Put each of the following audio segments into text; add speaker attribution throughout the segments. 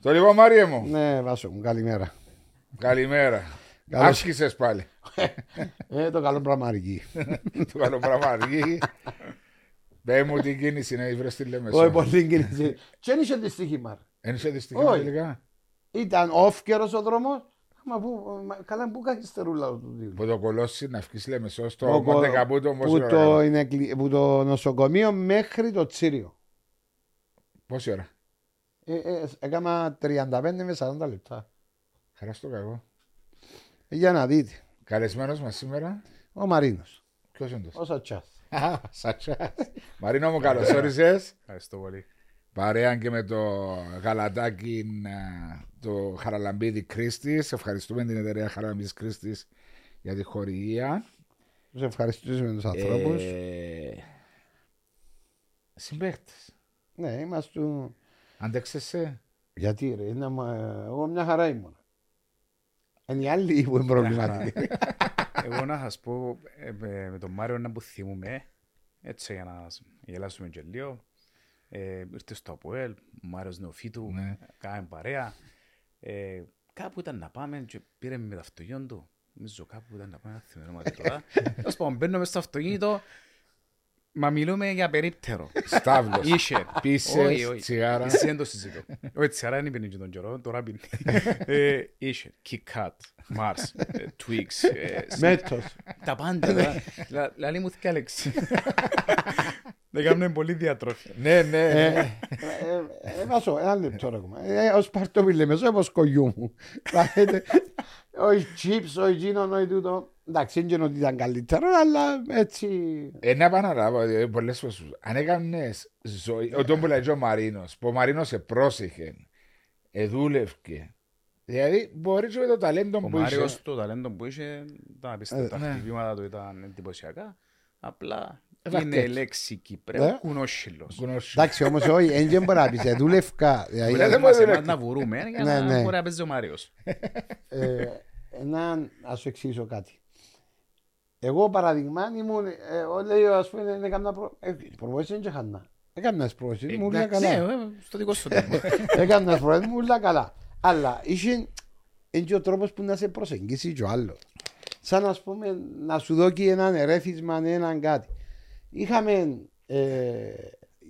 Speaker 1: Το λοιπόν, Μάριε μου.
Speaker 2: Ναι, Βάσο μου, καλημέρα.
Speaker 1: Καλημέρα.
Speaker 2: Καλώς.
Speaker 1: Άσκησες πάλι.
Speaker 2: Ε, το καλό πραγματική.
Speaker 1: το καλό πράγμα αργή. Πε μου την κίνηση να βρει τη λέμε.
Speaker 2: Όχι, πολύ κίνηση. Τι είχε δυστύχημα.
Speaker 1: Εν είσαι δυστυχία
Speaker 2: Όχι.
Speaker 1: τελικά.
Speaker 2: Ήταν off καιρός ο δρόμος. Μα πού, μα- καλά, πού καθυστερούλα του δίνουν.
Speaker 1: Που το κολώσεις να φύγει λέμε. Στο
Speaker 2: Ο κο-
Speaker 1: Μοντεκαμπούτο όμω.
Speaker 2: Που το, είναι κλει- που το νοσοκομείο μέχρι το τσίριο.
Speaker 1: Πόση ώρα.
Speaker 2: Ε, ε, έκανα 35 με 40 λεπτά.
Speaker 1: Χαρά στο κακό.
Speaker 2: Ε, Για να δείτε.
Speaker 1: Καλεσμένος μας σήμερα.
Speaker 2: Ο Μαρίνος.
Speaker 1: Ποιος είναι το.
Speaker 2: Ο Σατσάς.
Speaker 1: Σατσάς. Μαρίνο μου, καλώς όρισες.
Speaker 3: Ευχαριστώ πολύ.
Speaker 1: Παρέα και με το γαλατάκι α, το Χαραλαμπίδη Κρίστη. Ευχαριστούμε την εταιρεία Χαραλαμπίδη Κρίστη για τη χορηγία.
Speaker 2: Τους ευχαριστούμε τους ανθρώπους.
Speaker 1: Ε, συμπαίκτες.
Speaker 2: Ναι, είμαστε. του-
Speaker 1: Αντέξεσαι.
Speaker 2: Γιατί ρε, είναι, μα- εγώ μια χαρά ήμουν. Είναι οι άλλοι που είναι προβληματικοί.
Speaker 3: Εγώ να σας πω ε, με με τον Μάριο να που θυμούμε, έτσι για να σ- γελάσουμε και λίγο. Ε, ήρθε στο ΑΠΟΕΛ, ο Μάριος Νεοφίτου,
Speaker 1: Ναι.
Speaker 3: κάναμε παρέα. Ε, κάπου ήταν να πάμε και πήρε με το αυτοκίνητο του. Νομίζω κάπου ήταν να πάμε, δεν θυμάμαι τώρα. Τέλος πάντων, μπαίνω μέσα στο αυτοκίνητο, μα μιλούμε για περίπτερο.
Speaker 1: Στάβλος.
Speaker 3: Είχε. Όχι,
Speaker 1: Πίσες,
Speaker 3: όχι.
Speaker 1: τσιγάρα.
Speaker 3: Εσύ δεν το συζητώ. Όχι, τσιγάρα δεν πίνει και τον καιρό, τώρα πίνει. Ε, Είχε. Kit Kat, Mars, ε, Twix, ε,
Speaker 2: Μέτος.
Speaker 3: τα πάντα. λα- λα- Λαλή μου θυκά λέξη. Δεν κάνουν πολύ διατροφή.
Speaker 1: Ναι, ναι, ναι.
Speaker 2: Βάσο, ένα λεπτό ρε ακόμα. Ε, Ως παρτόπιλε μεσό, όπως κογιού μου. Βάζετε, Όχι chips, όχι γίνον, όχι τούτο. Εντάξει, δεν γίνον ότι ήταν καλύτερο, αλλά έτσι...
Speaker 1: Ε, να επαναλάβω ε, πολλές φορές. σου- Αν έκανες ζωή, ο τον που λέει ο Μαρίνος, που ο Μαρίνος σε πρόσεχε, ε, δούλευκε. Δηλαδή, μπορείς και με το ταλέντο
Speaker 3: Ο
Speaker 1: που
Speaker 3: Μάριος Ε,
Speaker 1: είσαι.
Speaker 3: το ταλέντο που είχε, τα απίστευτα
Speaker 1: ναι.
Speaker 3: χτυπήματα του ήταν εντυπωσιακά. Απλά
Speaker 1: Βακτέτ.
Speaker 3: είναι η λέξη Κυπρέου
Speaker 2: Ναι.
Speaker 3: κουνόσχυλος.
Speaker 1: γνώση.
Speaker 2: Εντάξει, όμως όχι, εν και μπορεί να πεις, ε, δούλευκα. δηλαδή,
Speaker 1: Δουλεύα. δεν
Speaker 3: Δεν μας
Speaker 1: μπορεί να-
Speaker 3: εμάς να βουρούμε για
Speaker 2: Ναι,
Speaker 3: να
Speaker 2: ναι.
Speaker 3: μπορεί να παίζει ο Μάριος.
Speaker 2: ε, να, να σου εξηγήσω κάτι. Εγώ παραδειγμά ήμουν, ε, ό, λέει, ας πούμε, δεν έκανα προ... ε, προβόηση δεν είχα Έκανα προβόηση, μου ήρθε
Speaker 3: Ναι,
Speaker 2: καλά.
Speaker 3: ε, στο δικό σου τόπο.
Speaker 2: Έκανα φορές μου όλα καλά. Αλλά είχε είναι και ο τρόπος που να σε προσεγγίσει και ο άλλο. Σαν ας πούμε να σου δώσει έναν ερέθισμα, έναν κάτι. Είχαμε. Ε,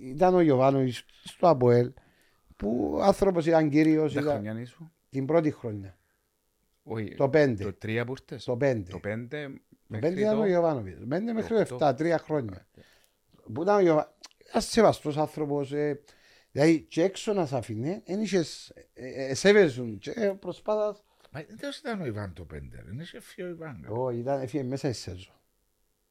Speaker 2: ήταν ο Γιωβάνο στο Αμποέλ που άνθρωπος ήταν κύριος
Speaker 3: Τα χρονιά σου.
Speaker 2: την πρώτη χρονιά.
Speaker 3: Όχι,
Speaker 2: Το 5.
Speaker 3: Ε, Το τρία που ήρθες.
Speaker 2: Το 5.
Speaker 3: Το πέντε.
Speaker 2: Το
Speaker 3: μέχρι
Speaker 2: 5 ήταν
Speaker 3: το-
Speaker 2: ο Γιωβάνοβιτ. Το 5 μέχρι
Speaker 3: Το
Speaker 2: το 7, τρία χρόνια. Που ήταν ο Γιωβάνοβιτ. Ένας σεβαστός άνθρωπος. Ε, δηλαδή, και έξω να σε αφήνει, δεν είχες. ε, Σέβεσουν. Και ε, προσπάθας.
Speaker 1: Μα δεν ήταν ο Ιβάν το Πέντερ, είναι σε φύο Ιβάν.
Speaker 2: Εγώ ήταν, έφυγε μέσα στη σεζόν.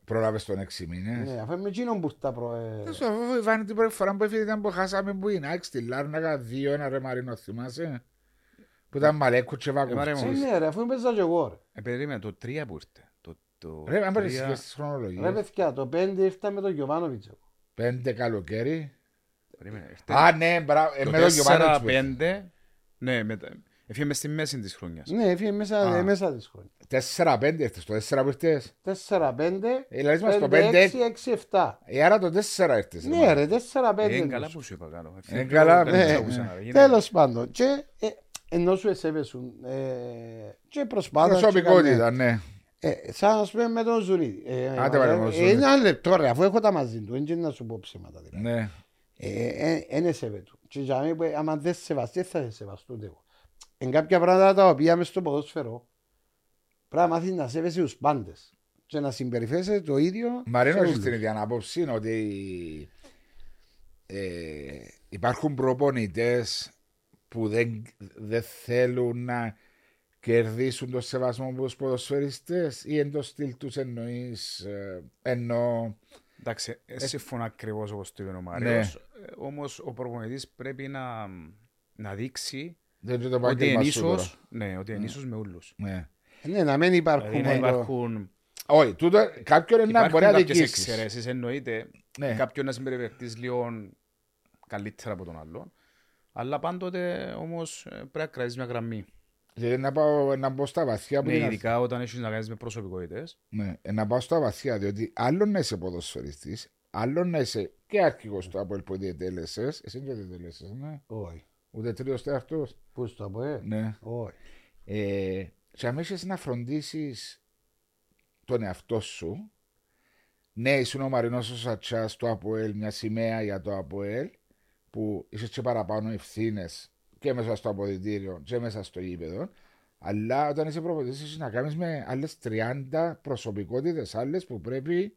Speaker 1: Πρόλαβες τον έξι μήνες.
Speaker 2: Ναι, αφού με εκείνον που τα προ... ε,
Speaker 1: Τέλος πάντων, Ο Ιβάν την πρώτη φορά που έφυγε ήταν που χάσαμε που είναι. Άξι τη Λάρνακα, δύο, ένα ρε Μαρίνο, θυμάσαι. Που ήταν μαλέκους και
Speaker 2: Ε,
Speaker 1: βακουτσί.
Speaker 3: Μαρέμο.
Speaker 2: Ναι ρε, αφού παίζα και εγώ ρε.
Speaker 3: Ε, περίμενε, το τρία που ήρθε. Το, το
Speaker 1: Ρε, αν πάρεις
Speaker 3: τρία-
Speaker 1: τις
Speaker 2: Ρε
Speaker 1: χρονολογίες.
Speaker 2: παιδιά, το 5 ήρθα με τον Γιωβάνοβιτς εγώ.
Speaker 1: Πέντε καλοκαίρι.
Speaker 3: Περίμενε, ήρθε.
Speaker 1: Α, ναι, μπράβο. ε,
Speaker 3: το
Speaker 1: Με το
Speaker 3: τέσσερα,
Speaker 1: Γιωβάνοβιτς.
Speaker 3: πέντε. Ναι, μετά. Έφυγε μες στη μέση της χρονιάς.
Speaker 2: Ναι, έφυγε μέσα,
Speaker 1: Α.
Speaker 2: ε, μέσα της χρόνιας.
Speaker 1: Τέσσερα πέντε ήρθες, το τέσσερα που ήρθες.
Speaker 2: 4-5,
Speaker 1: Ε, Δηλαδή μας το
Speaker 2: 5-6,
Speaker 1: 5
Speaker 2: 6-7.
Speaker 1: Ε, άρα το 4 ήρθες.
Speaker 2: Ναι ρε,
Speaker 3: Ε, είναι
Speaker 2: 4-5.
Speaker 3: καλά
Speaker 2: τους.
Speaker 3: που σου είπα Ε, κάνω.
Speaker 1: Είναι καλά,
Speaker 2: ναι,
Speaker 3: ναι.
Speaker 2: Τέλος πάντων, και ε, ενώ σου εσέβεσουν ε, και προσπάθησαν.
Speaker 1: Προσωπικότητα, ναι.
Speaker 2: Ε, σαν να σου πούμε με τον Ζουρίδη. Ε,
Speaker 1: Άντε, βάλε,
Speaker 2: ε,
Speaker 1: με τον
Speaker 2: ε,
Speaker 1: Ζουρίδη.
Speaker 2: Ένα λεπτό ρε, αφού έχω τα μαζί του, δεν να σου πω ψέματα. δηλαδή.
Speaker 1: Ναι.
Speaker 2: Εν εσέβε του. Και για μένα, είπε, άμα δεν σε σεβαστεί, θα σε σεβαστούνται εγώ. Εν κάποια πράγματα τα οποία μες στο ποδόσφαιρο πρέπει να μάθεις να σέβεσαι τους πάντες και να συμπεριφέρεσαι το ίδιο.
Speaker 1: Μαρίνο,
Speaker 2: σε
Speaker 1: έχεις
Speaker 2: όλους.
Speaker 1: την ίδια άποψη είναι ότι ε, υπάρχουν προπονητές που δεν, δεν θέλουν να κερδίσουν το σεβασμό από τους ποδοσφαιριστές ή εν το στυλ τους εννοείς, ε, ενώ
Speaker 3: Εντάξει, ε, συμφωνώ ακριβώς όπως το είπε ο
Speaker 1: Ναι.
Speaker 3: Μάριος. Ε, Όμως ο προπονητής πρέπει να, να δείξει
Speaker 1: δεν είναι το
Speaker 3: ότι
Speaker 1: επάγγελμα
Speaker 3: είναι
Speaker 1: σου τώρα.
Speaker 3: ίσος, ναι, ότι είναι ίσος με όλους.
Speaker 1: Ναι.
Speaker 2: Ναι, να μην
Speaker 3: Δηλαδή
Speaker 2: υπάρχουν.
Speaker 3: να
Speaker 2: μόνο-
Speaker 3: υπάρχουν,
Speaker 1: Όχι, τούτο, κάποιον είναι να
Speaker 3: υπάρχουν
Speaker 1: μπορεί να
Speaker 3: κάποιες
Speaker 1: δικήσεις.
Speaker 3: εξαιρέσεις, εννοείται,
Speaker 2: Ε.
Speaker 1: Ναι.
Speaker 3: κάποιον να συμπεριφερθείς λίγο καλύτερα από τον άλλον. Αλλά πάντοτε όμως ε, πρέπει να κρατήσεις μια γραμμή.
Speaker 1: Δηλαδή να πάω να μπω στα βαθιά που
Speaker 3: Ναι,
Speaker 1: είναι
Speaker 3: ειδικά όταν έχεις να κάνεις με προσωπικότητες.
Speaker 1: Ναι, ε, να πάω στα βαθιά, διότι άλλο να είσαι ποδοσφαιριστής, άλλο να είσαι και αρχηγό του Απόλ που διετέλεσε. Εσύ δεν διετέλεσε, ναι.
Speaker 2: Όχι.
Speaker 1: Ούτε τρίτο τέταρτο.
Speaker 2: Πού στο πω, ε.
Speaker 1: Ναι.
Speaker 2: Όχι.
Speaker 1: Ε, και αν είσαι να φροντίσεις τον εαυτό σου, ναι, ήσουν ο Μαρινός ο Σατσάς του ΑΠΟΕΛ, μια σημαία για το ΑΠΟΕΛ, που είσαι και παραπάνω ευθύνες και μέσα στο αποδητήριο και μέσα στο γήπεδο. Αλλά όταν είσαι προπονητής, είσαι να κάνεις με άλλες 30 προσωπικότητες άλλες που πρέπει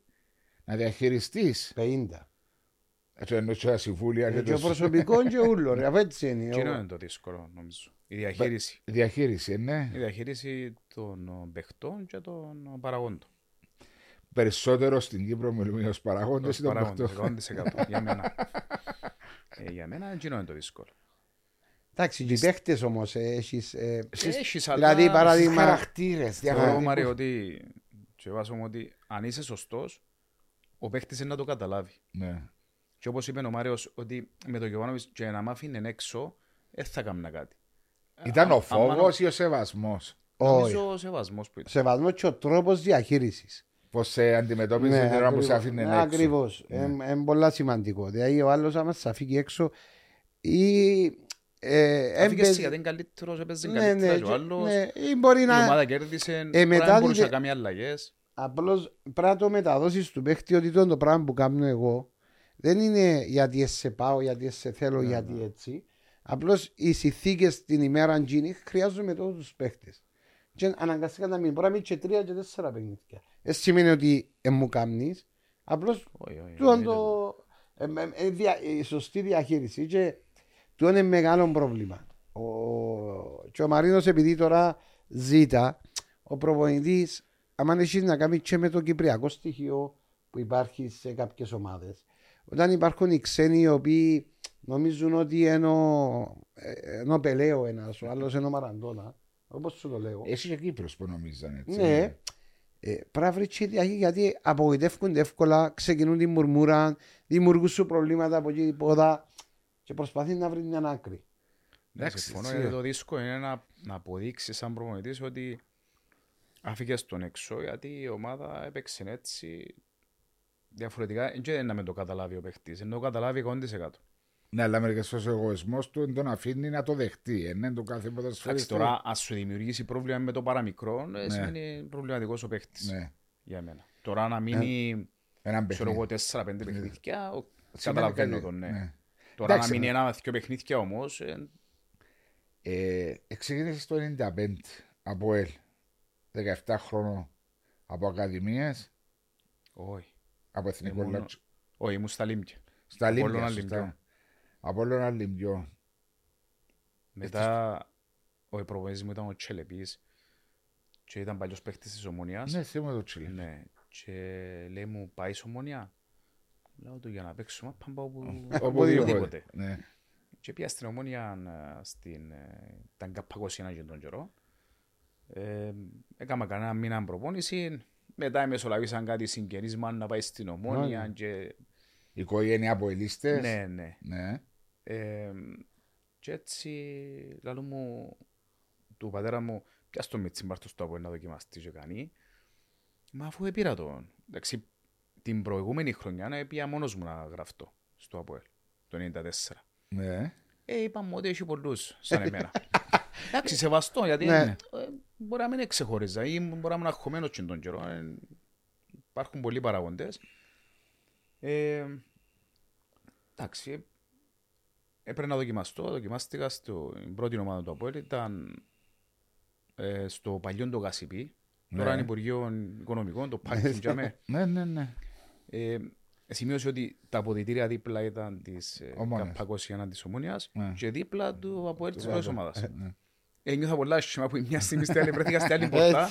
Speaker 1: να διαχειριστεί.
Speaker 2: 50.
Speaker 1: Έτσι εννοείς και τα συμβούλια
Speaker 2: Ε,
Speaker 1: και
Speaker 2: Και ο
Speaker 1: το
Speaker 2: προσωπικό και ούλο, ρε. Αφού έτσι είναι.
Speaker 3: Κοινό
Speaker 2: ο-
Speaker 3: είναι το δύσκολο, νομίζω. Η διαχείριση.
Speaker 1: διαχείριση, ναι.
Speaker 3: Η διαχείριση των ο, παιχτών και των ο, παραγόντων.
Speaker 1: Περισσότερο στην Κύπρο μιλούμε ως παραγόντες ή
Speaker 3: Των
Speaker 1: τον
Speaker 3: παραγόντων,
Speaker 1: παιχτό.
Speaker 3: 100% για μένα. Ε, Για μένα κοινό είναι το δύσκολο.
Speaker 2: Εντάξει, και οι ε, παίχτες όμως έχει.
Speaker 3: Έχεις, αλλά-
Speaker 2: Δηλαδή, παράδειγμα. Ε,
Speaker 1: Χαρακτήρε,
Speaker 3: Θεωρώ,
Speaker 1: διαφορετικούς.
Speaker 3: Μάρη, ότι και βάζομαι ότι αν είσαι σωστός, ο παίχτης είναι να το καταλάβει.
Speaker 1: Ναι.
Speaker 3: Και όπως είπε ο Μάριος, ότι με τον Γιωβάνοβιτ και να μ' άφηνε έξω, δεν θα κάμουν κάτι.
Speaker 1: Ήταν
Speaker 3: Α-
Speaker 1: ο
Speaker 3: άμα
Speaker 1: φόβος ή ο σεβασμός
Speaker 2: Όχι.
Speaker 3: Νομίζω ο σεβασμός που ήταν.
Speaker 2: Σεβασμός και ο Ναι, τρόπος διαχείρισης.
Speaker 1: πώ σε αντιμετώπιζε
Speaker 3: Ναι,
Speaker 1: την ώρα που σε άφηνε έξω.
Speaker 2: Ακριβώς. Είναι πολύ σημαντικό. Δηλαδή, ο άλλος, άμα σα φύγει έξω, ή. ε,
Speaker 3: Έφυγε
Speaker 2: έμπαιζε-
Speaker 3: εσύ γιατί είναι καλύτερος, έπαιζε
Speaker 2: Ναι, ναι,
Speaker 3: καλύτερα και
Speaker 2: και-
Speaker 3: ο άλλος.
Speaker 2: ναι, ή μπορεί
Speaker 3: Η
Speaker 2: να. Ε,
Speaker 3: ομάδα κέρδισε.
Speaker 2: μετά
Speaker 3: Μπορεί να μπορούσε
Speaker 2: δείτε-
Speaker 3: να κάνει αλλαγές.
Speaker 2: Απλώς πρέπει να το μεταδώσεις του παίχτη ότι το, το πράγμα που κάνω εγώ δεν είναι γιατί σε πάω, γιατί σε θέλω,
Speaker 3: Ναι,
Speaker 2: γιατί έτσι. Απλώς οι συνθήκες την ημέρα γίνει χρειάζομαι τότε τους παίχτες. Και αναγκαστικά να μην μπορεί να μην και τρία και τέσσερα παιχνίδια. Δεν σημαίνει ότι ε, μου κάνεις. Απλώς
Speaker 3: Όχι, όχι,
Speaker 2: Τούτον
Speaker 3: εννοείται.
Speaker 2: το. ε, ε, ε, δια- η σωστή διαχείριση. Και τούτο είναι μεγάλο πρόβλημα. Ο, και ο Μαρίνος, επειδή τώρα ζήτα, ο προπονητής, άμα έχει να κάνει και με το κυπριακό στοιχείο που υπάρχει σε κάποιες ομάδες, όταν υπάρχουν οι ξένοι οι οποίοι νομίζουν ότι ενώ, ε, ενώ πελαίο ένας, ο άλλος ενώ μαραντόνα, όπως σου το λέω.
Speaker 1: Εσύ και Κύπρος που νομίζαν έτσι.
Speaker 2: Ναι. Ε, Πράγματι, και διαχεί- γιατί απογοητεύκονται εύκολα, ξεκινούν τη μουρμούρα, δημιουργούν σου προβλήματα από εκεί πόδα και προσπαθείς να βρεις μια άκρη.
Speaker 3: Εντάξει,
Speaker 1: συμφωνώ,
Speaker 3: συμφωνώ
Speaker 1: έτσι.
Speaker 2: ε.
Speaker 3: γιατί το δύσκολο είναι να, να αποδείξεις σαν προπονητή ότι άφηκες τον έξω γιατί η ομάδα έπαιξε έτσι διαφορετικά. Και δεν είναι να με το καταλάβει ο παίχτης, είναι να το καταλάβει 100%.
Speaker 1: Ναι, αλλά μερικές φορές ο εγωισμός του δεν τον αφήνει να το δεχτεί. Ε, ναι, το κάθε
Speaker 3: Εντάξει,
Speaker 1: ποδοσφαιριστή.
Speaker 3: τώρα αν σου δημιουργήσει πρόβλημα με το παραμικρό, ε,
Speaker 1: Ναι.
Speaker 3: σημαίνει προβληματικός ο παίχτης
Speaker 1: Ναι,
Speaker 3: για μένα. Τώρα να μείνει
Speaker 1: έναν
Speaker 3: ξέρω εγώ,
Speaker 1: παιχνίδι.
Speaker 3: 4-5
Speaker 1: Ναι.
Speaker 3: παιχνίδια, ο-
Speaker 1: Σημαίνει
Speaker 3: καταλαβαίνω
Speaker 1: κάτι.
Speaker 3: τον. ναι.
Speaker 1: Ναι.
Speaker 3: Τώρα
Speaker 1: Εντάξει,
Speaker 3: να μείνει
Speaker 1: ναι.
Speaker 3: ένα-δυο παιχνίδια όμως.
Speaker 1: Ε, ξεκίνησε στο 95 από ΕΛ. 17 χρόνο από ακαδημίες,
Speaker 3: Όχι.
Speaker 1: από εθνικό
Speaker 3: Ήμουν-
Speaker 1: λατσο.
Speaker 3: Όχι, ήμουν στα λίμια.
Speaker 1: Στα
Speaker 3: Απόλλωνα
Speaker 1: Λίμπια.
Speaker 3: Λιμπιό.
Speaker 1: σωστά. Από όλων Αλυμπιό.
Speaker 3: Μετά ο προπονητής μου ήταν ο Τσελεπής και ήταν παλιός παίχτης της Ομονιάς.
Speaker 1: Ναι, θυμώ το Τσιλέ.
Speaker 3: Ναι. Και λέει μου, πάει η Ομονιά. Λέω του για να παίξουμε, πάμε πάω που...
Speaker 1: Οπουδήποτε. Ναι.
Speaker 3: Και πήγα στην Ομόνια ε, στην... ε, ήταν καπακοσιανά και τον καιρό. Ε, έκανα κανένα μήνα προπόνηση. Μετά μεσολαβήσαν κάτι συγγενείς μου να πάει στην Ομόνια
Speaker 2: Ναι.
Speaker 3: και...
Speaker 1: Η οικογένεια από ελίστες.
Speaker 3: Ναι, ναι.
Speaker 1: ναι.
Speaker 3: Ε, και έτσι, λαλού μου, του πατέρα μου, πιάσ' το με τσιμπάρτο στο από να δοκιμαστεί και κάνει. Μα αφού επήρα τον. Εντάξει, την προηγούμενη χρονιά να πήγα μόνος μου να γραφτώ στο ΑΠΟΕΛ, το 94.
Speaker 1: ναι.
Speaker 3: Ε, είπα μου ότι έχει πολλούς, σαν εμένα. Εντάξει, σεβαστό, γιατί
Speaker 2: Ναι.
Speaker 3: ε, μπορεί να μην εξεχωρίζα ή μπορεί να ήμουν αγχωμένος και τον καιρό. Ε, υπάρχουν πολλοί παραγοντές. Ε, εντάξει, ε, έπρεπε να δοκιμαστώ. Δοκιμάστηκα στην πρώτη ομάδα του Απόελ. Ήταν ε, στο παλιό το Γασιπί.
Speaker 1: Ναι.
Speaker 3: Τώρα είναι Υπουργείο Οικονομικών, το πάρκινγκ για μέ.
Speaker 1: Ναι, ναι, ναι.
Speaker 3: Ε, σημείωσε ότι τα αποδητήρια δίπλα ήταν ε, τη
Speaker 1: Ομόνιας.
Speaker 3: Καπακοσιανά τη Ομόνια
Speaker 1: Ναι.
Speaker 3: και δίπλα του Αποέλ της πρώτης ομάδας.
Speaker 1: ναι.
Speaker 3: Ένιωθα Ε, πολλά άσχημα που μια στιγμή στην άλλη βρέθηκα στην
Speaker 1: Ε.
Speaker 3: άλλη πόρτα.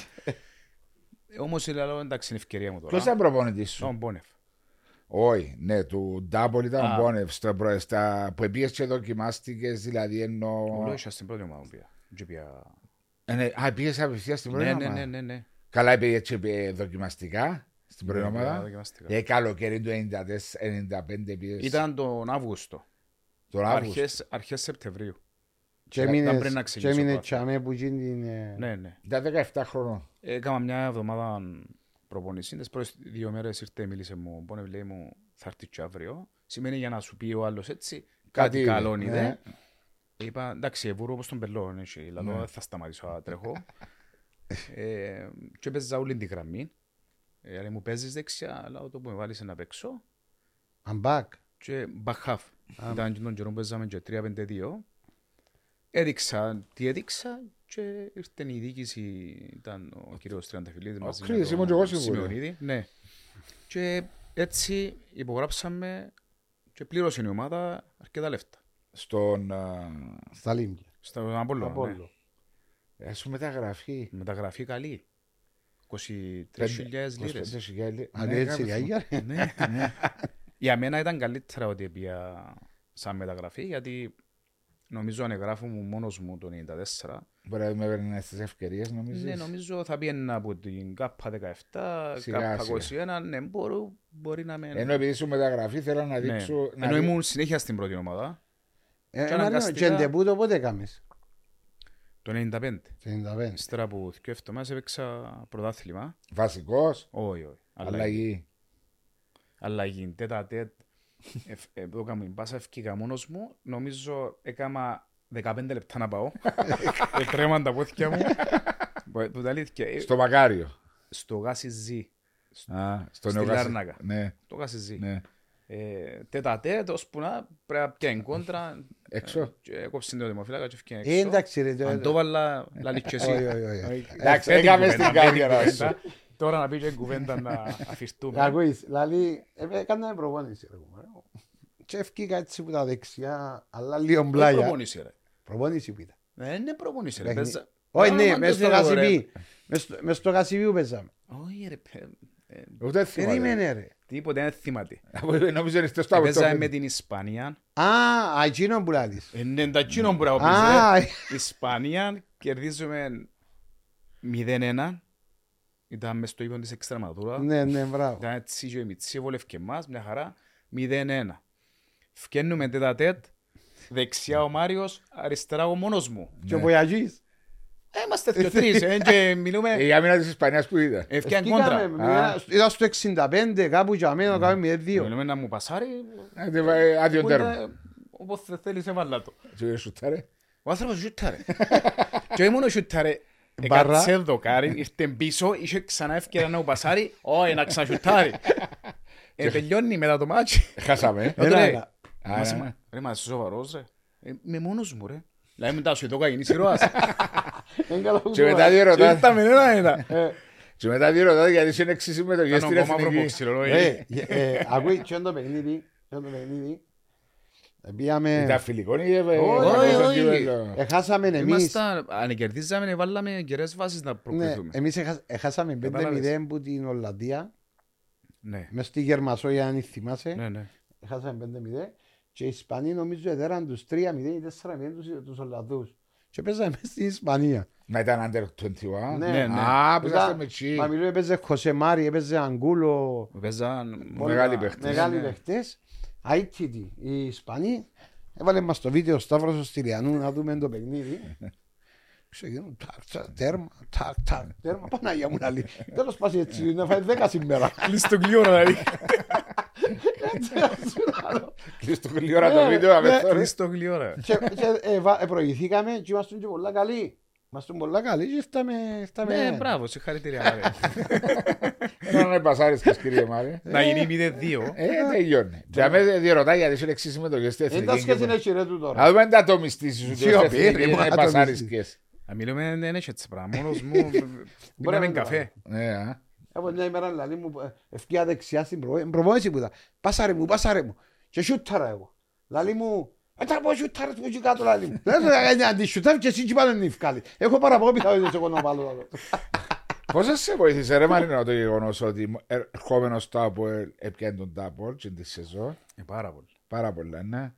Speaker 3: Όμω λέω εντάξει είναι ευκαιρία μου
Speaker 1: Ποιο
Speaker 3: τώρα.
Speaker 1: ήταν προπονητής σου.
Speaker 3: Ο Μπόνεφ.
Speaker 1: Όχι, ναι, του Ντάμπολ ήταν
Speaker 3: Α.
Speaker 1: ο Μπόνευ. στο προ- στα- Που επίε και δοκιμάστηκες, δηλαδή ενώ.
Speaker 3: Ο Λόισα στην πρώτη ομάδα μου πια. Και πια-
Speaker 1: Ε, ναι, Α, πήγες απευθείας στην πρώτη
Speaker 3: Ναι, ναι,
Speaker 1: ομάδα.
Speaker 3: ναι, ναι, ναι.
Speaker 1: Καλά, είπε έτσι είπε, δοκιμαστικά στην πρώτη
Speaker 3: Ναι, πια
Speaker 1: ομάδα.
Speaker 3: δοκιμαστικά.
Speaker 1: Ε, καλοκαίρι του 94-95 πήγες.
Speaker 3: Ήταν τον Αύγουστο.
Speaker 1: τον Αύγουστο.
Speaker 3: Αρχές, αρχές Σεπτεμβρίου.
Speaker 2: Και
Speaker 3: ήταν
Speaker 2: έμεινε-
Speaker 3: πριν να
Speaker 2: Και
Speaker 3: ξεκινήσω
Speaker 2: έμεινε
Speaker 3: το
Speaker 2: τσαμέ που γίνει την. ε,
Speaker 3: Ναι, ναι.
Speaker 1: Ήταν 17 χρονών.
Speaker 3: Έκανα μια εβδομάδα προπονησή. Τις πρώτες δύο μέρες ήρθε, μίλησε μου. Πόνε λέει μου, θα έρθει και αύριο. Σημαίνει για να σου πει ο άλλος έτσι. Κάτι,
Speaker 1: Κάτι,
Speaker 3: καλό
Speaker 1: ναι.
Speaker 3: είδε. Είπα, εντάξει, εβούρω όπως τον πελό, ναι, και λαλό, δεν θα σταματήσω να τρέχω. ε, και έπαιζα όλη την γραμμή. Ε, αλλά μου παίζεις δεξιά, λέω το που με βάλεις να παίξω.
Speaker 2: I'm back.
Speaker 3: Και μπαχάφ. Ήταν και τον καιρό που παίζαμε και 3-5-2. Έδειξα τι έδειξα και ήρθε η διοίκηση, ήταν ο κύριος Τριανταφυλλίδης μαζί με
Speaker 1: Κρήτης,
Speaker 3: τον
Speaker 1: ήμουν και εγώ σίγουρα.
Speaker 3: Σημεωνίδη. Ναι. Και έτσι υπογράψαμε και πλήρωσε η ομάδα αρκετά λεφτά.
Speaker 1: Στον. α,
Speaker 2: Στα λίμνια.
Speaker 3: Στον Απόλλωνα, ναι.
Speaker 2: Απόλλω.
Speaker 1: Έσου ε, μεταγραφή.
Speaker 3: Μεταγραφή καλή. 23.000 λίρες.
Speaker 2: Αν
Speaker 1: ναι,
Speaker 2: έτσι η Αγία.
Speaker 3: Ναι. Για μένα ήταν καλύτερα ότι πήγα σαν μεταγραφή γιατί νομίζω ανεγράφω μου μόνος μου το 94.
Speaker 1: Μπορεί να με έπαιρνε στις ευκαιρίες νομίζεις.
Speaker 3: Ναι, νομίζω θα πήγαινα από την ΚΑΠΑ 17,
Speaker 1: Σιγά,
Speaker 3: ΚΑΠΑ
Speaker 1: σιγά.
Speaker 3: 21, ναι, μπορώ, μπορεί να με...
Speaker 1: Ενώ επειδή σου μεταγραφή θέλω να
Speaker 3: ναι.
Speaker 1: δείξω... να
Speaker 3: Ενώ
Speaker 1: δει-
Speaker 3: ήμουν συνέχεια στην πρώτη ομάδα,
Speaker 2: Ε, Ένα
Speaker 3: αναγκαστικά-
Speaker 2: τσεντεπούτο πότε έκαμες.
Speaker 3: το 95.
Speaker 2: 95.
Speaker 3: Ύστερα από δύο εβδομάδες έπαιξα πρωτάθλημα.
Speaker 1: Βασικός,
Speaker 3: Όχι, όχι.
Speaker 1: αλλαγή.
Speaker 3: αλλαγή. Τέτα τέτ. Εφ- ε, Εδώ έκαμε μπάσα, ευκήκα μόνος μου. Νομίζω έκανα 15 λεπτά να πάω. Ε, Τρέμαν τα πόθηκια μου. Που- Που τα αλήθεια. ε,
Speaker 1: Στο Μακάριο.
Speaker 3: Στο γάσι ζή.
Speaker 1: Α, στο
Speaker 3: Στη
Speaker 1: Νεογάση-
Speaker 3: Λάρνακα.
Speaker 1: Ναι,
Speaker 3: Το γάσι Ε, ζή.
Speaker 1: ναι.
Speaker 3: Τέτα τέτ, ώσπου να πρέπει να πιάνει κόντρα.
Speaker 1: Έξω.
Speaker 3: Ε, Έκοψε το δημοφύλακα και έφυγε
Speaker 2: Ε,
Speaker 3: έξω.
Speaker 2: εντάξει ρε. το-
Speaker 3: Αν το βάλα, λαλείς και εσύ. Ε,
Speaker 2: Όχι, όχι, όχι.
Speaker 1: Εντάξει,
Speaker 3: Πέντε
Speaker 1: έκαμε
Speaker 3: κουβέντα,
Speaker 1: στην
Speaker 3: πέντε
Speaker 1: κάμερα σου.
Speaker 3: κουβέντα. Τώρα να πει και κουβέντα να αφιστούμε.
Speaker 2: Ακούεις, δηλαδή, ε, έκανα προπόνηση ρε κουμάρα. Και ευκήκα έτσι που τα δεξιά, αλλά λίγο
Speaker 3: Δεν
Speaker 2: μπλάγια.
Speaker 3: προπονήσει ρε.
Speaker 2: Προπόνηση που ήταν.
Speaker 3: Δεν είναι προπονήσει ρε.
Speaker 2: Παιχνί-
Speaker 3: Παίζα-
Speaker 2: Όχι,
Speaker 3: Άμα
Speaker 2: ναι,
Speaker 3: το
Speaker 2: μες στο
Speaker 3: θεωρώ, ρε.
Speaker 2: Γασιπί. Μες στο- Μες στο Γασιπί που παίζαμε.
Speaker 3: Όχι ρε. παι- ε,
Speaker 1: Ούτε θυμάμαι.
Speaker 2: Περίμενε ρε.
Speaker 3: Τίποτε δεν θυμάται.
Speaker 1: Νομίζω είναι στο στάβο.
Speaker 3: Παίζαμε με την Ισπανία.
Speaker 2: Α, α, εκείνο που λάλλεις.
Speaker 3: Είναι Ε, ναι, τα κοινό που πρέπει να
Speaker 2: Α,
Speaker 3: πεις, ε. ρε. Ισπανία κερδίζουμε 0-1. Ήταν μες στο ύπνο της Εξτραματούρα.
Speaker 2: ναι, ναι, μπράβο.
Speaker 3: Ήταν έτσι και η Μιτσί, βολεύκε εμάς, μια χαρά. 0-1. Φκαίνουμε τέτα τέτ. Δεξιά ο Μάριος, αριστερά ο μόνος μου.
Speaker 2: Και ο Βοιατζής.
Speaker 3: Ε, Είμαστε δυο τρεις, ε, και μιλούμε.
Speaker 1: Η άμυνα της Ισπανίας που είδα.
Speaker 3: Ευκαιρία
Speaker 2: Ευκήκαμε
Speaker 3: κόντρα.
Speaker 2: με ένα- Ήταν στο 65, κάπου για μένα, κάπου με δύο.
Speaker 3: Μιλούμε να μου πασάρει.
Speaker 1: Άντε, βα- Άδειο
Speaker 3: που
Speaker 1: τέρμα.
Speaker 3: είναι, Όπως θέλεις έβαλα το.
Speaker 1: Σου σουτάρε.
Speaker 3: Ο άνθρωπος ζούταρε. Και όχι μόνο ζούταρε.
Speaker 2: Μπαρά.
Speaker 3: Εκάτσε δοκάρι, ήρθε πίσω, είχε ξανά ευκαιρία να πασάρει, όχι να ξαναζουτάρει. Ε, τελειώνει μετά το μάτσι.
Speaker 1: Χάσαμε. ε.
Speaker 2: Ένα,
Speaker 3: Ρε,
Speaker 2: ένα.
Speaker 1: Α,
Speaker 3: μας-
Speaker 1: ναι.
Speaker 3: Ρε, μα είσαι σοβαρός ρε. Ε, Είμαι μόνος μου ρε. Δηλαδή μετά σου ειδόκα γίνεις ηρώας.
Speaker 2: Δεν καταλαβαίνω.
Speaker 1: Και μετά δύο
Speaker 3: Και
Speaker 1: ρωτάτε.
Speaker 3: Ήρθαμε ένα ένα.
Speaker 1: Και μετά δύο ρωτάτε γιατί είσαι εξή συμμετοχή
Speaker 3: Ήταν
Speaker 1: στην
Speaker 3: ο μαύρο μου
Speaker 1: εθνική.
Speaker 3: ξυλολόγη.
Speaker 2: Ε, ε, Ακούει, και το παιχνίδι, και το παιχνίδι.
Speaker 1: Ήταν
Speaker 2: Πήγαμε,
Speaker 1: φιλικό ή ε,
Speaker 2: Όχι,
Speaker 1: ε,
Speaker 3: όχι.
Speaker 1: ε,
Speaker 2: εχάσαμε εμείς.
Speaker 3: Ήμασταν, αν κερδίζαμε, βάλαμε καιρές βάσεις να
Speaker 2: Ναι,
Speaker 3: προκριθούμε.
Speaker 2: εμείς εχα- έχασαμε 5-0
Speaker 3: Κατάλαβες.
Speaker 2: που την Ολλανδία,
Speaker 3: Ναι,
Speaker 2: μες στη Γερμασόγια αν θυμάσαι,
Speaker 3: ναι, ναι.
Speaker 2: έχασαμε 5-0 και οι Ισπανοί νομίζω έδεραν τους 3-0 ή 4-0 τους, τους Ολλανδούς και παίζαμε μες στην Ισπανία.
Speaker 1: Να ήταν under 21.
Speaker 2: Ναι,
Speaker 3: ναι.
Speaker 1: Α, που
Speaker 2: Μετά,
Speaker 1: είσαστε με τσι.
Speaker 2: Μα μιλούμε, έπαιζε Χωσεμάρι, έπαιζε Αγκούλο,
Speaker 3: Παίζαν
Speaker 1: Μεγάλοι παίχτες. Ναι.
Speaker 2: μεγάλοι παιχτές, αίτητοι οι Ισπανοί. Έβαλε μας το βίντεο ο Σταύρος ο Στυλιανού να δούμε το παιχνίδι. Ξεκινούν τάκ, τάκ, τέρμα, τάκ, τάκ, τέρμα, Παναγία μου να λέει. Τέλος πας έτσι, να φάει 10 σήμερα.
Speaker 3: Κλείς τον κλειό να δει.
Speaker 1: Κλείς το κλειόρα το
Speaker 2: Ναι,
Speaker 1: βίντεο να
Speaker 2: ναι.
Speaker 1: πεθόρεις.
Speaker 3: Κλείς τον κλειό ρε.
Speaker 2: Και- και, ε, βα- ε, προηγηθήκαμε και ήμασταν και πολλά καλοί. Ήμασταν πολλά καλοί και φτάμε... φτάμε-
Speaker 3: Ναι, μπράβο, συγχαρητήρια. Μάρε.
Speaker 1: Έναν επασάρισκες κύριε Μάρε.
Speaker 3: Να γίνει 0-2.
Speaker 1: Ε, τελειώνει. Και αμέσως δύο ρωτάει γιατί είσαι εξή συμμετοχή στην
Speaker 2: Εν Ε, τα
Speaker 1: εθνική.
Speaker 2: σχέση είναι ρε του τώρα.
Speaker 1: Να δούμε αν τα ατομιστήσεις σου.
Speaker 2: Τι
Speaker 1: διότι
Speaker 2: ωραία,
Speaker 1: εθνική
Speaker 2: ρε,
Speaker 1: είναι
Speaker 2: μα,
Speaker 1: επασάρισκες.
Speaker 3: Να μιλούμε δεν έχει έτσι πράγμα. Μόνος μου
Speaker 2: να
Speaker 3: πίναμε
Speaker 2: μην το
Speaker 3: καφέ.
Speaker 1: Ναι, α.
Speaker 2: Από μια ημέρα λαλή μου ε, ευκαιρία δεξιά στην προβο- προβόηση που ήταν. Πάσαρε μου, πάσαρε μου. Και σούταρα εγώ. Λαλή μου, «Έτα πω σούταρες μου εκεί κάτω λαλή μου. Δεν θα κάνει αντισούταρ και εσύ εκεί πάνω είναι η ευκάλη. Έχω παραπάνω πιθανότητες εγώ να βάλω λαλό.
Speaker 1: Πώς σε βοήθησε ρε Μαρίνο το γεγονός ότι ερχόμενος στο Αποέλ έπιανε τον Τάπολ και τη σεζόν.
Speaker 3: Ε, Πάρα πολύ.
Speaker 1: Πάρα πολλά, ναι.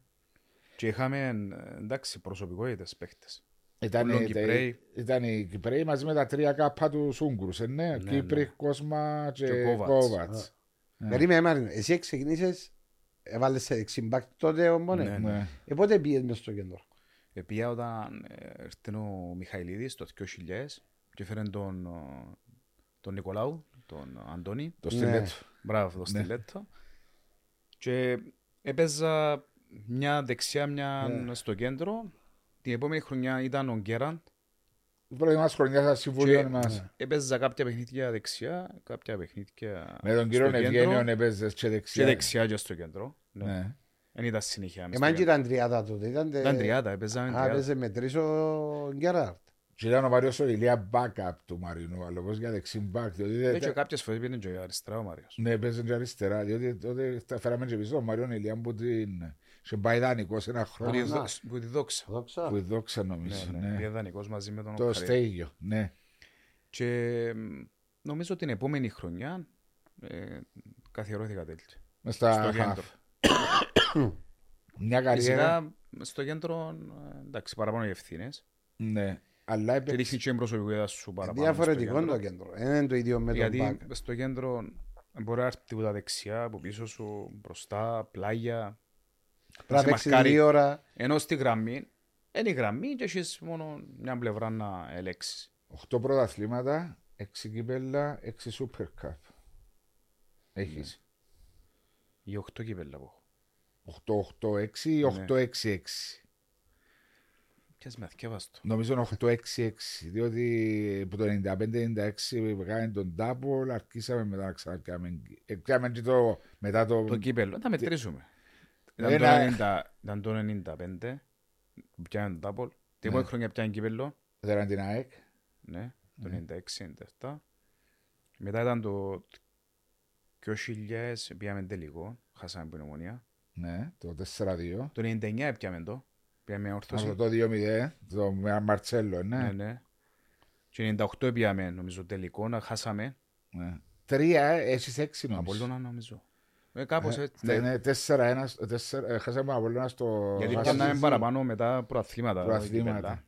Speaker 3: Και είχαμε ε, εντάξει προσωπικότητες παίχτες.
Speaker 1: Ήταν,
Speaker 3: Πολλών
Speaker 1: οι-
Speaker 3: Κυπραίοι.
Speaker 1: ήταν οι Κυπρέοι μαζί με τα τρία κάπα του Ούγκρους, ε, ναι.
Speaker 3: Ναι,
Speaker 1: Κύπροι,
Speaker 3: ναι.
Speaker 1: Κόσμας και,
Speaker 3: Και Κόβατς.
Speaker 1: Κόβατς.
Speaker 3: Ναι.
Speaker 2: Περίμενε, Μάρινο, εσύ ξεκινήσες, έβαλες σε δεξιμπακ τότε ο Μόνε.
Speaker 3: Ναι.
Speaker 1: Ναι.
Speaker 2: Ε, πότε πήγες μες στο κέντρο.
Speaker 3: Επία όταν ε, ήρθε ο Μιχαηλίδης το 2000 και έφερε τον, ε, τον Νικολάου, τον Αντώνη.
Speaker 1: Το
Speaker 2: Ναι.
Speaker 1: στυλέ του.
Speaker 3: Μπράβο, το
Speaker 1: Ναι.
Speaker 3: στυλέτο. Και έπαιζα μια δεξιά, μια στο κέντρο Την επόμενη χρονιά ήταν ο Γκέραντ.
Speaker 1: Πρώτη μας χρονιά στα συμβούλια
Speaker 3: Και- ναι.
Speaker 1: μας.
Speaker 3: Έπαιζα κάποια παιχνίδια δεξιά, κάποια παιχνίδια
Speaker 1: Με τον
Speaker 3: στο
Speaker 1: κύριο
Speaker 3: κέντρο
Speaker 1: Ευγένιο έπαιζες και
Speaker 3: Και
Speaker 1: δεξιά.
Speaker 3: δεξιά και στο κέντρο. Ναι.
Speaker 1: Ναι.
Speaker 3: Δεν ήταν συνέχεια. μες στο
Speaker 2: Εμάς και
Speaker 3: κέντρο.
Speaker 2: ήταν τριάδα τότε. Ήταν ε, τε-
Speaker 3: Ήταν τριάδα, έπαιζαμε
Speaker 2: Α,
Speaker 3: τριάδα.
Speaker 2: έπαιζε με τρεις ο Γκέραρτ.
Speaker 1: Και ήταν ο Μαριός ο Ηλία backup του Μαρινού, αλλά όπως για δεξί back, διότι δεν-
Speaker 3: Ε, και κάποιες φορές πήγαινε και αριστερά ο Μάριος.
Speaker 1: Ναι, παίζουν και αριστερά, διότι τότε τα φέραμε και πίσω ο Μαριόν Ηλιάν που την... Σε πάει δανεικός ένα
Speaker 3: Που τη
Speaker 1: χρόνο
Speaker 2: να.
Speaker 3: δόξ- Που τη δόξα.
Speaker 1: που
Speaker 2: Δόξα.
Speaker 1: η δόξα νομίζω,
Speaker 3: Ναι, ναι,
Speaker 1: ναι.
Speaker 3: πήγε δανεικός μαζί με τον
Speaker 1: Το
Speaker 3: Οκαρία.
Speaker 1: στέγιο, ναι.
Speaker 3: Και μ, νομίζω την επόμενη χρονιά ε, καθιερώθηκα τέλειο.
Speaker 1: Μες στα
Speaker 3: Στο κέντρο.
Speaker 1: half. Μια καριέρα,
Speaker 3: Φυσικά στο κέντρο ε, εντάξει παραπάνω οι ευθύνες.
Speaker 1: ναι. Αλλά
Speaker 3: Και
Speaker 1: έπαιξε
Speaker 3: δείχνει και η προσωπικότητα σου παραπάνω. στο
Speaker 2: Διαφορετικό
Speaker 3: κέντρο.
Speaker 2: το κέντρο. Δεν είναι το ίδιο με τον
Speaker 3: Γιατί
Speaker 2: Μπακ.
Speaker 3: στο κέντρο μπορεί να έρθει τίποτα δεξιά, από πίσω σου, μπροστά, πλάγια.
Speaker 2: Πρέπει να
Speaker 3: σε
Speaker 2: παίξει
Speaker 3: μαρκάρει.
Speaker 2: δύο ώρα.
Speaker 3: Ενώ στη γραμμή, είναι η γραμμή και έχεις μόνο μια πλευρά να ελέξεις.
Speaker 1: 8 πρωταθλήματα, 6 κύπελα, 6 Super Cup. Έχεις.
Speaker 3: Οι οχτώ κύπελα που έχω.
Speaker 1: 8-8-6 ή 8-6-6.
Speaker 3: Ποιες με αθκεύαστο.
Speaker 1: Νομίζω 8-6-6, διότι από το 95-96 κάναμε τον double, αρκίσαμε μετά να ξανακάμε. Έκαμε και το μετά το...
Speaker 3: Το κύπελο, τα μετρήσουμε. Ήταν το
Speaker 1: Ένα-
Speaker 3: 90 Ήταν το 95, πιάνε το double.
Speaker 2: Ναι.
Speaker 3: Την επόμενη χρονιά πιάνε κύπελο,
Speaker 1: Δεν ήταν την ΑΕΚ.
Speaker 3: ναι, το 96-97. Μετά ήταν το 2000, πιάμε τελικό, χάσαμε πνευμονία.
Speaker 1: Ναι, το 4-2.
Speaker 3: Το 99 πιάμε το, πιάμε
Speaker 1: Αυτό
Speaker 3: όρθωση.
Speaker 1: το 2-0, το με Μαρτσέλο,
Speaker 3: Ναι,
Speaker 1: ναι.
Speaker 3: ναι. Και 98 πιάμε, νομίζω, τελικό, να χάσαμε.
Speaker 1: Ναι. Τρία, ε, έχεις έξι
Speaker 3: Από
Speaker 1: νομίζω.
Speaker 3: νομίζω. Ε, κάπως
Speaker 1: Ε,
Speaker 3: έτσι.
Speaker 1: Ναι, ναι, τέσσερα-ένα, τέσσερα- ε, χάσαμε από Απόλλωνα στο...
Speaker 3: Γιατί
Speaker 1: Βασίλη.
Speaker 3: πιάνναμε παραπάνω μετά προαθλήματα.
Speaker 1: Προαθλήματα. ναι.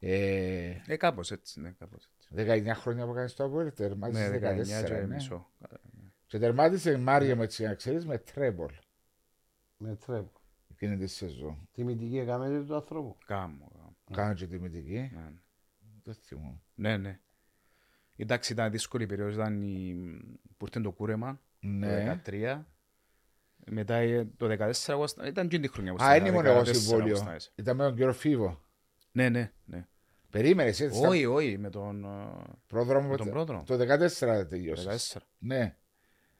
Speaker 1: Ε,
Speaker 3: Ε, κάπως έτσι, ναι, κάπως έτσι.
Speaker 1: 19 χρόνια που κάνεις το Αποέλ,
Speaker 3: Ναι,
Speaker 1: τερμάτισε
Speaker 3: 19 και
Speaker 1: 14. ναι.
Speaker 3: μισό.
Speaker 1: Και τερμάτισε η Μάρια με έτσι, να ξέρεις, με τρέμπολ
Speaker 2: Με τρέπο.
Speaker 1: εκείνη τη σεζόν.
Speaker 2: Ναι, Τιμητική έκαμε του ανθρώπου.
Speaker 3: Κάμω, κάμω,
Speaker 1: Κάνω και τιμητική,
Speaker 3: ναι, ναι.
Speaker 1: δεν θυμούμαι.
Speaker 3: Ναι, ναι. Εντάξει, ήταν δύσκολη η περίοδος, ήταν η... που ήρθε το κούρεμα,
Speaker 1: Ναι.
Speaker 3: το 13. Μετά ε, το 14 εγώ στα- ήταν και την χρονιά που
Speaker 1: Α,
Speaker 3: στα-
Speaker 1: δεν ήμουν εγώ
Speaker 3: 14 που
Speaker 1: συμβόλιο.
Speaker 3: στα-
Speaker 1: Ήταν με τον κύριο Φίβο.
Speaker 3: Ναι, ναι, ναι.
Speaker 1: Περίμενες, έτσι, στα
Speaker 3: Όχι, όχι, με τον, ε,
Speaker 1: πρόδρομο.
Speaker 3: με τον πρόδρομο.
Speaker 1: Το 14
Speaker 3: Το
Speaker 1: τελειώσεις.
Speaker 3: 14,
Speaker 1: Ναι.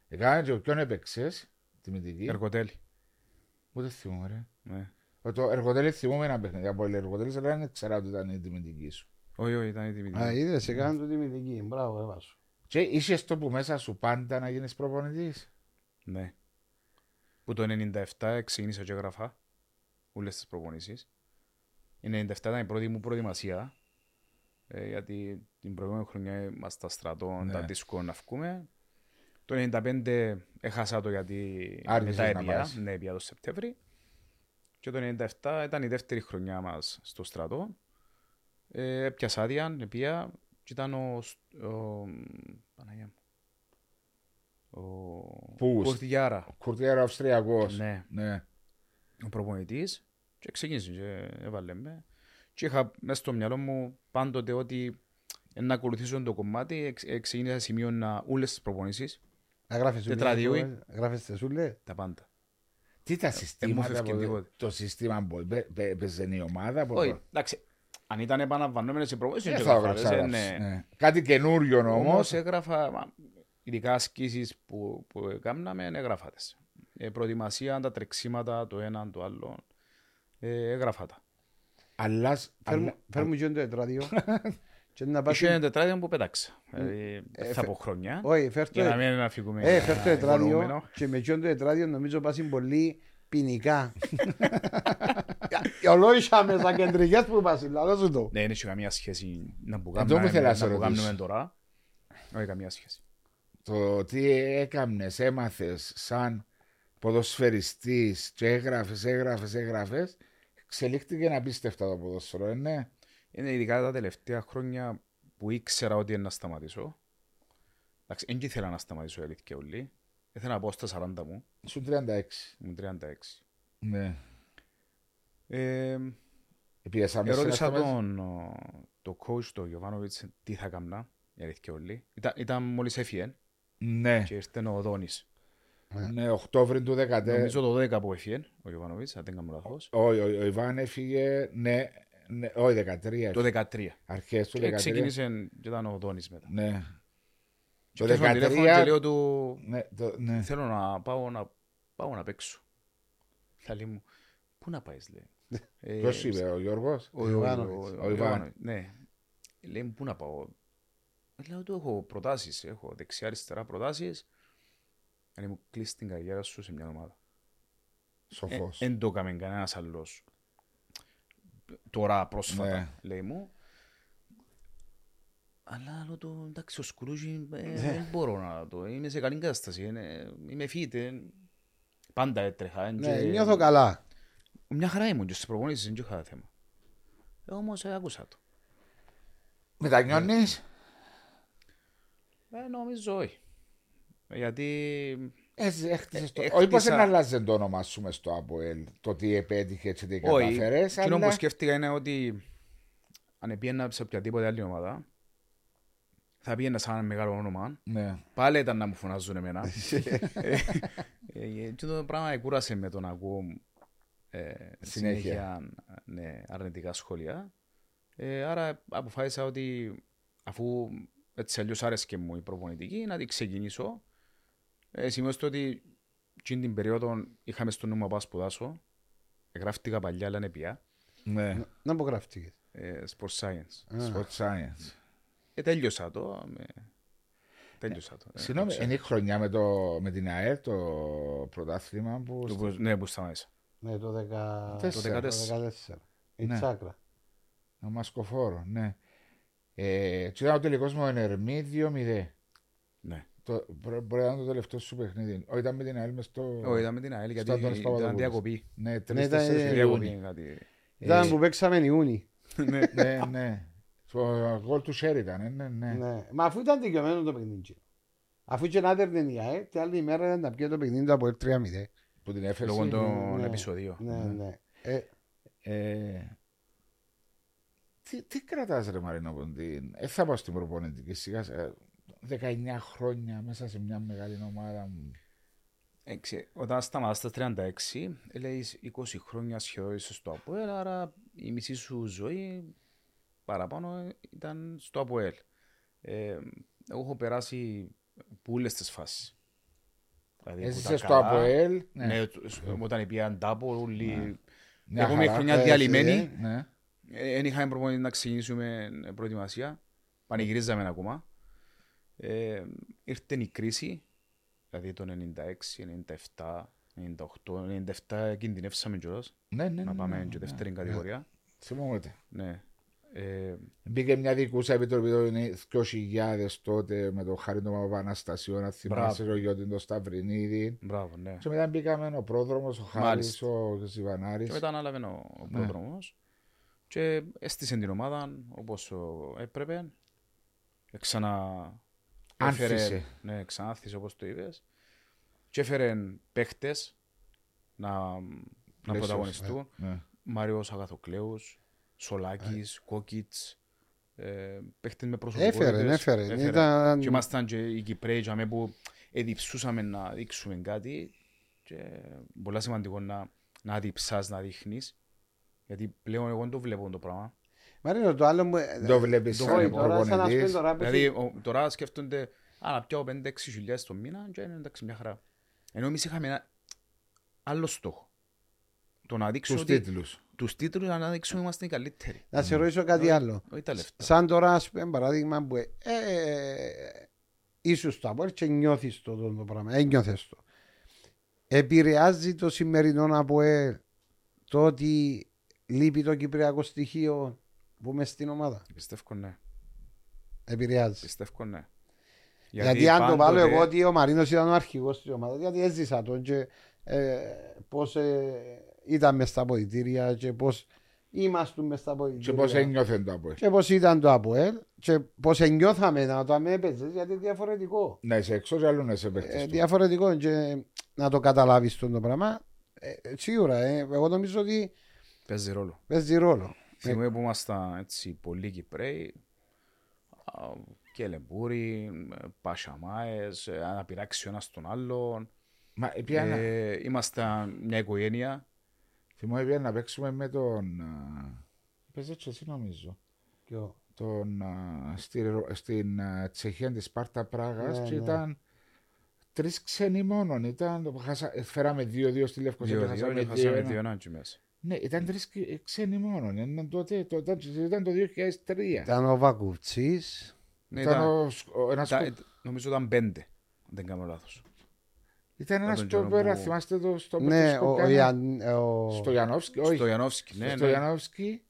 Speaker 1: Έκανε και ποιον έπαιξες, τιμητική.
Speaker 3: Εργοτέλη.
Speaker 1: Ούτε θυμούμαι, ρε.
Speaker 3: Ναι.
Speaker 1: Ο- Το εργοτέλη θυμούμαι ένα παιχνίδι από όλη εργοτέλης, αλλά δεν ξέρα ότι ήταν η τιμητική σου.
Speaker 3: Όχι, όχι, ήταν η τιμητική.
Speaker 2: Α, είδες, έκαμε του τιμητική. Μπράβο, έβασου.
Speaker 1: Και είσαι το που μέσα σου πάντα να γίνεις προπονητής.
Speaker 3: Ναι. Που το 97 ξεκίνησα και έγραφα όλες τις προπονήσεις. Η 97 ήταν η πρώτη μου προετοιμασία. Ε, γιατί την προηγούμενη χρονιά ήμασταν στρατό,
Speaker 1: Ναι.
Speaker 3: τα δίσκο να βγούμε. Το 95 έχασα το γιατί
Speaker 1: Άρχισες
Speaker 3: μετά
Speaker 1: να
Speaker 3: έπια,
Speaker 1: πας.
Speaker 3: ναι, έπια το Σεπτέμβρη. Και το 97 ήταν η δεύτερη χρονιά μας στο στρατό. Ε, έπιασα άδεια, έπια και ήταν ο, σ- ο, Παναγία μου, ο
Speaker 1: Πούς.
Speaker 3: Κουρτιάρα.
Speaker 1: Κουρτιέρα Αυστριακός.
Speaker 3: Ναι,
Speaker 1: Ναι.
Speaker 3: ο προπονητής. Και ξεκίνησε και έβαλε με. Και είχα μέσα στο μυαλό μου πάντοτε ότι ε, να ακολουθήσω το κομμάτι. Εξ- ε, Ξεκίνησα σημείο να όλε τις προπονήσεις,
Speaker 2: Αγράφες σου.
Speaker 3: Τετραδιού, ε.
Speaker 2: Γράφες τεσούλε.
Speaker 3: τα πάντα.
Speaker 1: Τι τα συστήματα
Speaker 3: φεύγει
Speaker 1: που
Speaker 3: Ε, τίποτε.
Speaker 1: το σύστημα που έπαι- έπαι- έπαιζε η ομάδα. που-
Speaker 3: Όχι, εντάξει. Αν ήταν επαναλαμβανόμενες οι προπονήσει,
Speaker 1: Δεν Ε, θα έγραψα,
Speaker 3: ε,
Speaker 1: έγραψα, ναι. Κάτι καινούριο
Speaker 3: Όμως
Speaker 1: όμως.
Speaker 3: έγραφα, μα, ειδικά ασκήσεις που, που έκαναμε, έγραφα τις. Ε, προετοιμασία, τα τρεξίματα, το ένα, το άλλο. Ε, έγραφα τα.
Speaker 1: Αλλάς. σ- αλλά-
Speaker 2: Φέρ' μου και το τετράδιο. Και να πας...
Speaker 3: Είχε ένα τετράδιο που πέταξα. Δηλαδή,
Speaker 2: ε,
Speaker 3: θα
Speaker 2: φε-
Speaker 3: πω χρόνια.
Speaker 2: Όχι, φέρ' το...
Speaker 3: Για να μην αναφυγούμε.
Speaker 2: Ε, φέρ' το
Speaker 3: ένα
Speaker 2: τετράδιο.
Speaker 3: υπονοούμενο.
Speaker 2: Και με και το τετράδιο νομίζω πας είναι πολύ ποινικά. Ολόγησα με τα κεντρικές που πας, λαλό σου το.
Speaker 3: Ναι, δεν έχει καμία σχέση να που
Speaker 1: Εν τω που
Speaker 3: κάνουμε-
Speaker 1: θέλω να σε
Speaker 3: να που
Speaker 1: ρωτήσω.
Speaker 3: κάνουμε τώρα. Όχι, καμία σχέση.
Speaker 1: Το τι έκαμνες, έμαθες σαν ποδοσφαιριστής και έγραφες, έγραφες, έγραφες. Εξελίχθηκε απίστευτα το ποδόσφαιρο, ε, ναι.
Speaker 3: Είναι ειδικά τα τελευταία χρόνια που ήξερα ότι είναι να σταματήσω. Εντάξει, δεν ήθελα να σταματήσω, η αλήθεια όλοι. Ήθελα να πάω στα 40 μου,
Speaker 1: Σου 36.
Speaker 3: μου 36.
Speaker 1: Ναι.
Speaker 3: Ε,
Speaker 1: Πιέσαμε σε
Speaker 3: ερώτησα
Speaker 1: αυτό μέσα.
Speaker 3: τον ο, το coach, τον Γιωβάνοβιτς, τι θα έκανα, η αλήθεια όλοι. Ήταν, ήταν μόλις έφυγε
Speaker 1: Ναι,
Speaker 3: και ήρθε ο Δόνης.
Speaker 1: ναι, Οκτώβρη του 14.
Speaker 3: Νομίζω το 12 που έφυγε ο Γιωβάνοβιτς, αν δεν κάνω λάθος.
Speaker 1: Ο, ο, ο Ιβάν έφυγε, ναι, Ναι, όχι, 13.
Speaker 3: Το 2013.
Speaker 1: Αρχές του
Speaker 3: Και
Speaker 1: 13.
Speaker 3: ξεκίνησε και ήταν ο Δόνης μετά.
Speaker 1: Ναι. Το
Speaker 3: Και πιάσαμε τηλέφωνο
Speaker 1: 13.
Speaker 3: Και λέω του,
Speaker 1: Ναι, το, ναι.
Speaker 3: θέλω να πάω να, πάω να παίξω. Θα λέει μου, πού να πάεις λέει. Ε,
Speaker 1: Ποιος είπε, ο Γιώργος.
Speaker 3: Ο ε,
Speaker 2: Ιωάννης.
Speaker 3: ο- ο-
Speaker 1: Ο Ιβάν.
Speaker 3: Ναι. Λέει μου πού να πάω. Ε, Λέω του έχω προτάσεις, έχω δεξιά-αριστερά προτάσεις. Αν μου κλείσει την καριέρα σου σε μια ομάδα.
Speaker 1: Σοφός.
Speaker 3: Δεν Ε, το έκαμε κανένας άλλος. Τώρα πρόσφατα,
Speaker 1: Ναι.
Speaker 3: λέει μου. Αλλά λέω του, εντάξει, ο Σκρούζι ε, δεν μπορώ να το. Είμαι σε καλή κατάσταση. είναι- Είμαι fit. ε, Πάντα έτρεχα. ε,
Speaker 2: Ναι,
Speaker 3: και-
Speaker 2: νιώθω καλά.
Speaker 3: Μια χαρά ήμουν και στις προπονήσεις, δεν είχα θέμα. Ε, όμως ε, άκουσα το.
Speaker 1: Μετανιώνεις.
Speaker 3: Ε, νομίζω όχι. Γιατί
Speaker 1: έτσι Έχτισες το...
Speaker 3: Ε, Έχτισα-
Speaker 1: Όχι πως δεν αλλάζει το όνομα σου μες στο ΑΠΟΕΛ, το τι επέτυχε και τι
Speaker 3: όχι,
Speaker 1: καταφέρες,
Speaker 3: εκείνο που
Speaker 1: αλλά
Speaker 3: σκέφτηκα είναι ότι αν πήγαινα σε οποιαδήποτε άλλη ομάδα, θα πήγαινα σαν ένα μεγάλο όνομα.
Speaker 1: Ναι.
Speaker 3: Πάλι ήταν να μου φωνάζουν εμένα. Ε, ε, ε, το πράγμα εκούρασε με το να ακούω ε, συνέχεια ναι, αρνητικά σχόλια. Ε, άρα αποφάσισα ότι αφού έτσι αλλιώς άρεσκε μου η προπονητική, να την ξεκινήσω. Ε, σημειώστε ότι εκείνη την περίοδο είχαμε στο νου μου να πάω να σπουδάσω. Γράφτηκα παλιά, αλλά είναι πια.
Speaker 1: ναι.
Speaker 2: Να απογραφτήκες.
Speaker 3: Ε, sports science.
Speaker 1: Sport Science.
Speaker 3: Ε, τέλειωσα το. Με... Τέλειωσα το. Ε,
Speaker 1: Συγγνώμη,
Speaker 3: το
Speaker 1: είναι η χρονιά με, το, με την ΑΕΛ το πρωτάθλημα που...
Speaker 3: ξέρω. Το που- Ναι, που σταμάτησα.
Speaker 2: Ναι, το 14.
Speaker 1: Τέσσερα.
Speaker 2: Το 14. Η
Speaker 1: Ναι.
Speaker 2: τσάκρα.
Speaker 1: Να μας κοφόρω, ναι. Ε, τι ήταν ο τελικός μου Ερμή 2-0.
Speaker 3: Ναι.
Speaker 1: Το, μπο- μπορεί να είναι το τελευταίο σου παιχνίδι. Όχι, ήταν με την ΑΕΛ μες στο...
Speaker 3: Όχι, ήταν με την ΑΕΛ γιατί
Speaker 1: Αντώνης
Speaker 3: ήταν
Speaker 1: Παπαδοπούλος.
Speaker 3: διακοπή.
Speaker 1: Ναι,
Speaker 2: Ναι,
Speaker 1: τρεις,
Speaker 2: ήταν-
Speaker 1: τέσσερις
Speaker 2: ε,
Speaker 1: Ιούνιου.
Speaker 3: Διακοπή κάτι.
Speaker 1: Ε,
Speaker 2: Ήταν που παίξαμε Ιούνι.
Speaker 3: Ναι.
Speaker 1: Ναι, ναι. Το γκολ του Σέρι ήταν, ε, ναι, ναι.
Speaker 2: Ναι. Μα αφού ήταν δικαιωμένο το παιχνίδι. Αφού και να έδερνε η ΑΕ, την άλλη μέρα ήταν να πιέζει το παιχνίδι του από 3-0.
Speaker 1: Που την έφερε.
Speaker 3: Λόγω των
Speaker 2: ναι.
Speaker 3: επεισοδίων.
Speaker 2: Ναι, ναι. Ε,
Speaker 1: Ε, τι, τι κρατάς ρε Μαρίνο Ποντίν. Ε, θα πάω στην προπονητική σιγά. σιγά. 19 χρόνια μέσα σε μια μεγάλη ομάδα.
Speaker 3: Ε, ξέ- Όταν σταματάς στα 36, λέεις 20 χρόνια σχεδόν είσαι στο ΑΠΟΕΛ, άρα η μισή σου ζωή παραπάνω ε, ήταν στο ΑΠΟΕΛ. Ε, εγώ έχω περάσει όλες τις φάσεις. Δηλαδή, που
Speaker 1: Έζησε
Speaker 3: τα
Speaker 1: στο
Speaker 3: καλά,
Speaker 1: ΑΠΟΕΛ.
Speaker 3: Ναι, το- σ- όταν πήγαν τάπο, όλοι...
Speaker 1: Μια
Speaker 3: Εγώ είμαι
Speaker 1: χαρά,
Speaker 3: χρονιά
Speaker 1: ε,
Speaker 3: διαλυμένη.
Speaker 1: ε, Ναι.
Speaker 3: Δεν είχαμε προπονητή να ξεκινήσουμε προετοιμασία. Πανηγυρίζαμε ακόμα. Ε, ήρθε η κρίση, δηλαδή το 96, 97, 98, 97 κινδυνεύσαμε κιόλας
Speaker 1: Ναι, ναι,
Speaker 3: να
Speaker 1: ναι, ναι,
Speaker 3: πάμε και
Speaker 1: ναι.
Speaker 3: δεύτερη κατηγορία.
Speaker 1: Θυμόμαι.
Speaker 3: Ναι. Ε,
Speaker 1: Μπήκε μια δικούσα επιτροπή το 2000 τότε με τον Χάρη τον Παπαναστασιό, να θυμάσαι τον Γιώτη τον Σταυρινίδη.
Speaker 3: μπράβο, ναι.
Speaker 1: Και μετά μπήκαμε ο πρόδρομος, ο Χάρης,
Speaker 3: Μάλιστα.
Speaker 1: ο Ζιβανάρης.
Speaker 3: Και μετά ανάλαβε ο,
Speaker 2: Ναι.
Speaker 3: ο πρόδρομος και έστησε την ομάδα όπως ο- έπρεπε. Ε, Ξανα...
Speaker 1: Άνθησε.
Speaker 3: έφερε- Ναι, ξανά άνθησε όπως το είπες. Και έφερε παίχτες να, να
Speaker 1: Πλαίσιος,
Speaker 2: ε.
Speaker 3: πρωταγωνιστούν.
Speaker 1: Ναι.
Speaker 3: Μάριος Αγαθοκλέους, Σολάκης, Κόκιτς, ε, παίχτες με προσωπικότητες.
Speaker 2: Έφερε, έφερε. Ήταν...
Speaker 3: Και ήμασταν και οι Κυπρέοι και αμέ που εδιψούσαμε να δείξουμε κάτι και πολλά σημαντικό να, να διψάς, να δείχνεις. Γιατί πλέον εγώ δεν το βλέπω το πράγμα.
Speaker 2: Μαρίνο, το άλλο μου... ε,
Speaker 1: Το βλέπεις
Speaker 3: το
Speaker 1: σαν
Speaker 2: Όχι, τώρα σαν να σου πει
Speaker 1: προπονητής.
Speaker 2: τώρα...
Speaker 3: Δηλαδή
Speaker 2: πες-
Speaker 3: ο- τώρα σκέφτονται «Α, να πιάω 5-6 χιλιάδες το μήνα και είναι εντάξει μια χαρά. Ενώ εμείς είχαμε ένα άλλο στόχο. Το να δείξω
Speaker 1: Τους
Speaker 3: ότι
Speaker 1: τίτλους.
Speaker 3: τους τίτλους να δείξουμε είμαστε οι καλύτεροι.
Speaker 2: Να σε ρωτήσω κάτι άλλο.
Speaker 3: Όχι τα λεφτά.
Speaker 2: Σαν τώρα, ας πούμε, παράδειγμα που ε, ε, ίσως το Αποέλ και νιώθεις το, το, το πράγμα, ένιωθες το. Επηρεάζει το σημερινό Αποέλ το ότι λείπει το κυπριακό στοιχείο που είμαι στην ομάδα.
Speaker 3: Πιστεύω ναι.
Speaker 2: Επηρεάζει.
Speaker 3: Πιστεύω ναι.
Speaker 2: Γιατί, αν το βάλω
Speaker 3: πάντοτε-
Speaker 2: εγώ ότι ο Μαρίνος ήταν ο αρχηγός της ομάδας, γιατί έζησα τον και ε, πώς ε, ήταν μες στα ποδητήρια και πώς ήμασταν μες στα
Speaker 1: Και
Speaker 2: ποδητήρια.
Speaker 1: πώς ένιωθεν το από
Speaker 2: και πώς ήταν το ΑΠΟΕΛ και πώς ενιώθαμε να το έπαιζες γιατί διαφορετικό.
Speaker 1: Να είσαι έξω και αλλού να είσαι
Speaker 2: Ε,
Speaker 1: παίκτης.
Speaker 2: διαφορετικό και να το καταλάβεις τον το πράγμα. Ε, ε, σίγουρα, ε, εγώ νομίζω ότι
Speaker 3: Παίζει ρόλο.
Speaker 2: παίζει ρόλο.
Speaker 3: Θυμούμε που ήμασταν έτσι πολλοί Κυπρέοι, α, Κελεμπούροι, ε, Πασαμάες, ε, να πειράξει ο ένας τον άλλον.
Speaker 1: Μα πήγα να-
Speaker 3: Ε, Ήμασταν μια οικογένεια.
Speaker 1: θυμάμαι πήγα να παίξουμε με τον... α, παίζει και εσύ νομίζω.
Speaker 2: Ποιο.
Speaker 1: Τον, α, στη Ρο- στην α, Τσεχία τη Σπάρτα Πράγας
Speaker 2: Ναι,
Speaker 1: και
Speaker 2: ναι.
Speaker 1: ήταν τρεις ξένοι μόνον. Ήταν, το χάσα- ε, φέραμε δύο-δύο στη Λευκοσία.
Speaker 3: Δύο,
Speaker 1: και
Speaker 3: δύο,
Speaker 1: χάσαμε
Speaker 3: ναι, χάσαμε
Speaker 1: δύο-ένα.
Speaker 3: δύο ενάντια μέσα.
Speaker 1: Ναι, ήταν τρεις ξένοι μόνον. Ήταν τότε, το, ήταν, ήταν το 2003.
Speaker 2: Ήταν ο Βακουβτσής.
Speaker 3: Ναι,
Speaker 1: ήταν
Speaker 3: ήταν-
Speaker 1: ο σκο- ο- ένας
Speaker 3: ήταν-
Speaker 1: σκο-
Speaker 3: ε, Νομίζω ήταν πέντε, αν δεν κάνω λάθος.
Speaker 1: Ήταν ένας
Speaker 3: τον Γιώργο
Speaker 1: πέρα,
Speaker 3: που-
Speaker 1: θυμάστε το στο
Speaker 2: Ναι,
Speaker 1: Μπερτουσκό
Speaker 2: ο
Speaker 1: κάνα-
Speaker 2: Ιαν- ε, ο-
Speaker 1: Στο Γιανόφσκι, όχι.
Speaker 3: Στο Γιανόφσκι, ναι,
Speaker 1: στο
Speaker 3: ναι.
Speaker 1: Γιανόφσκι.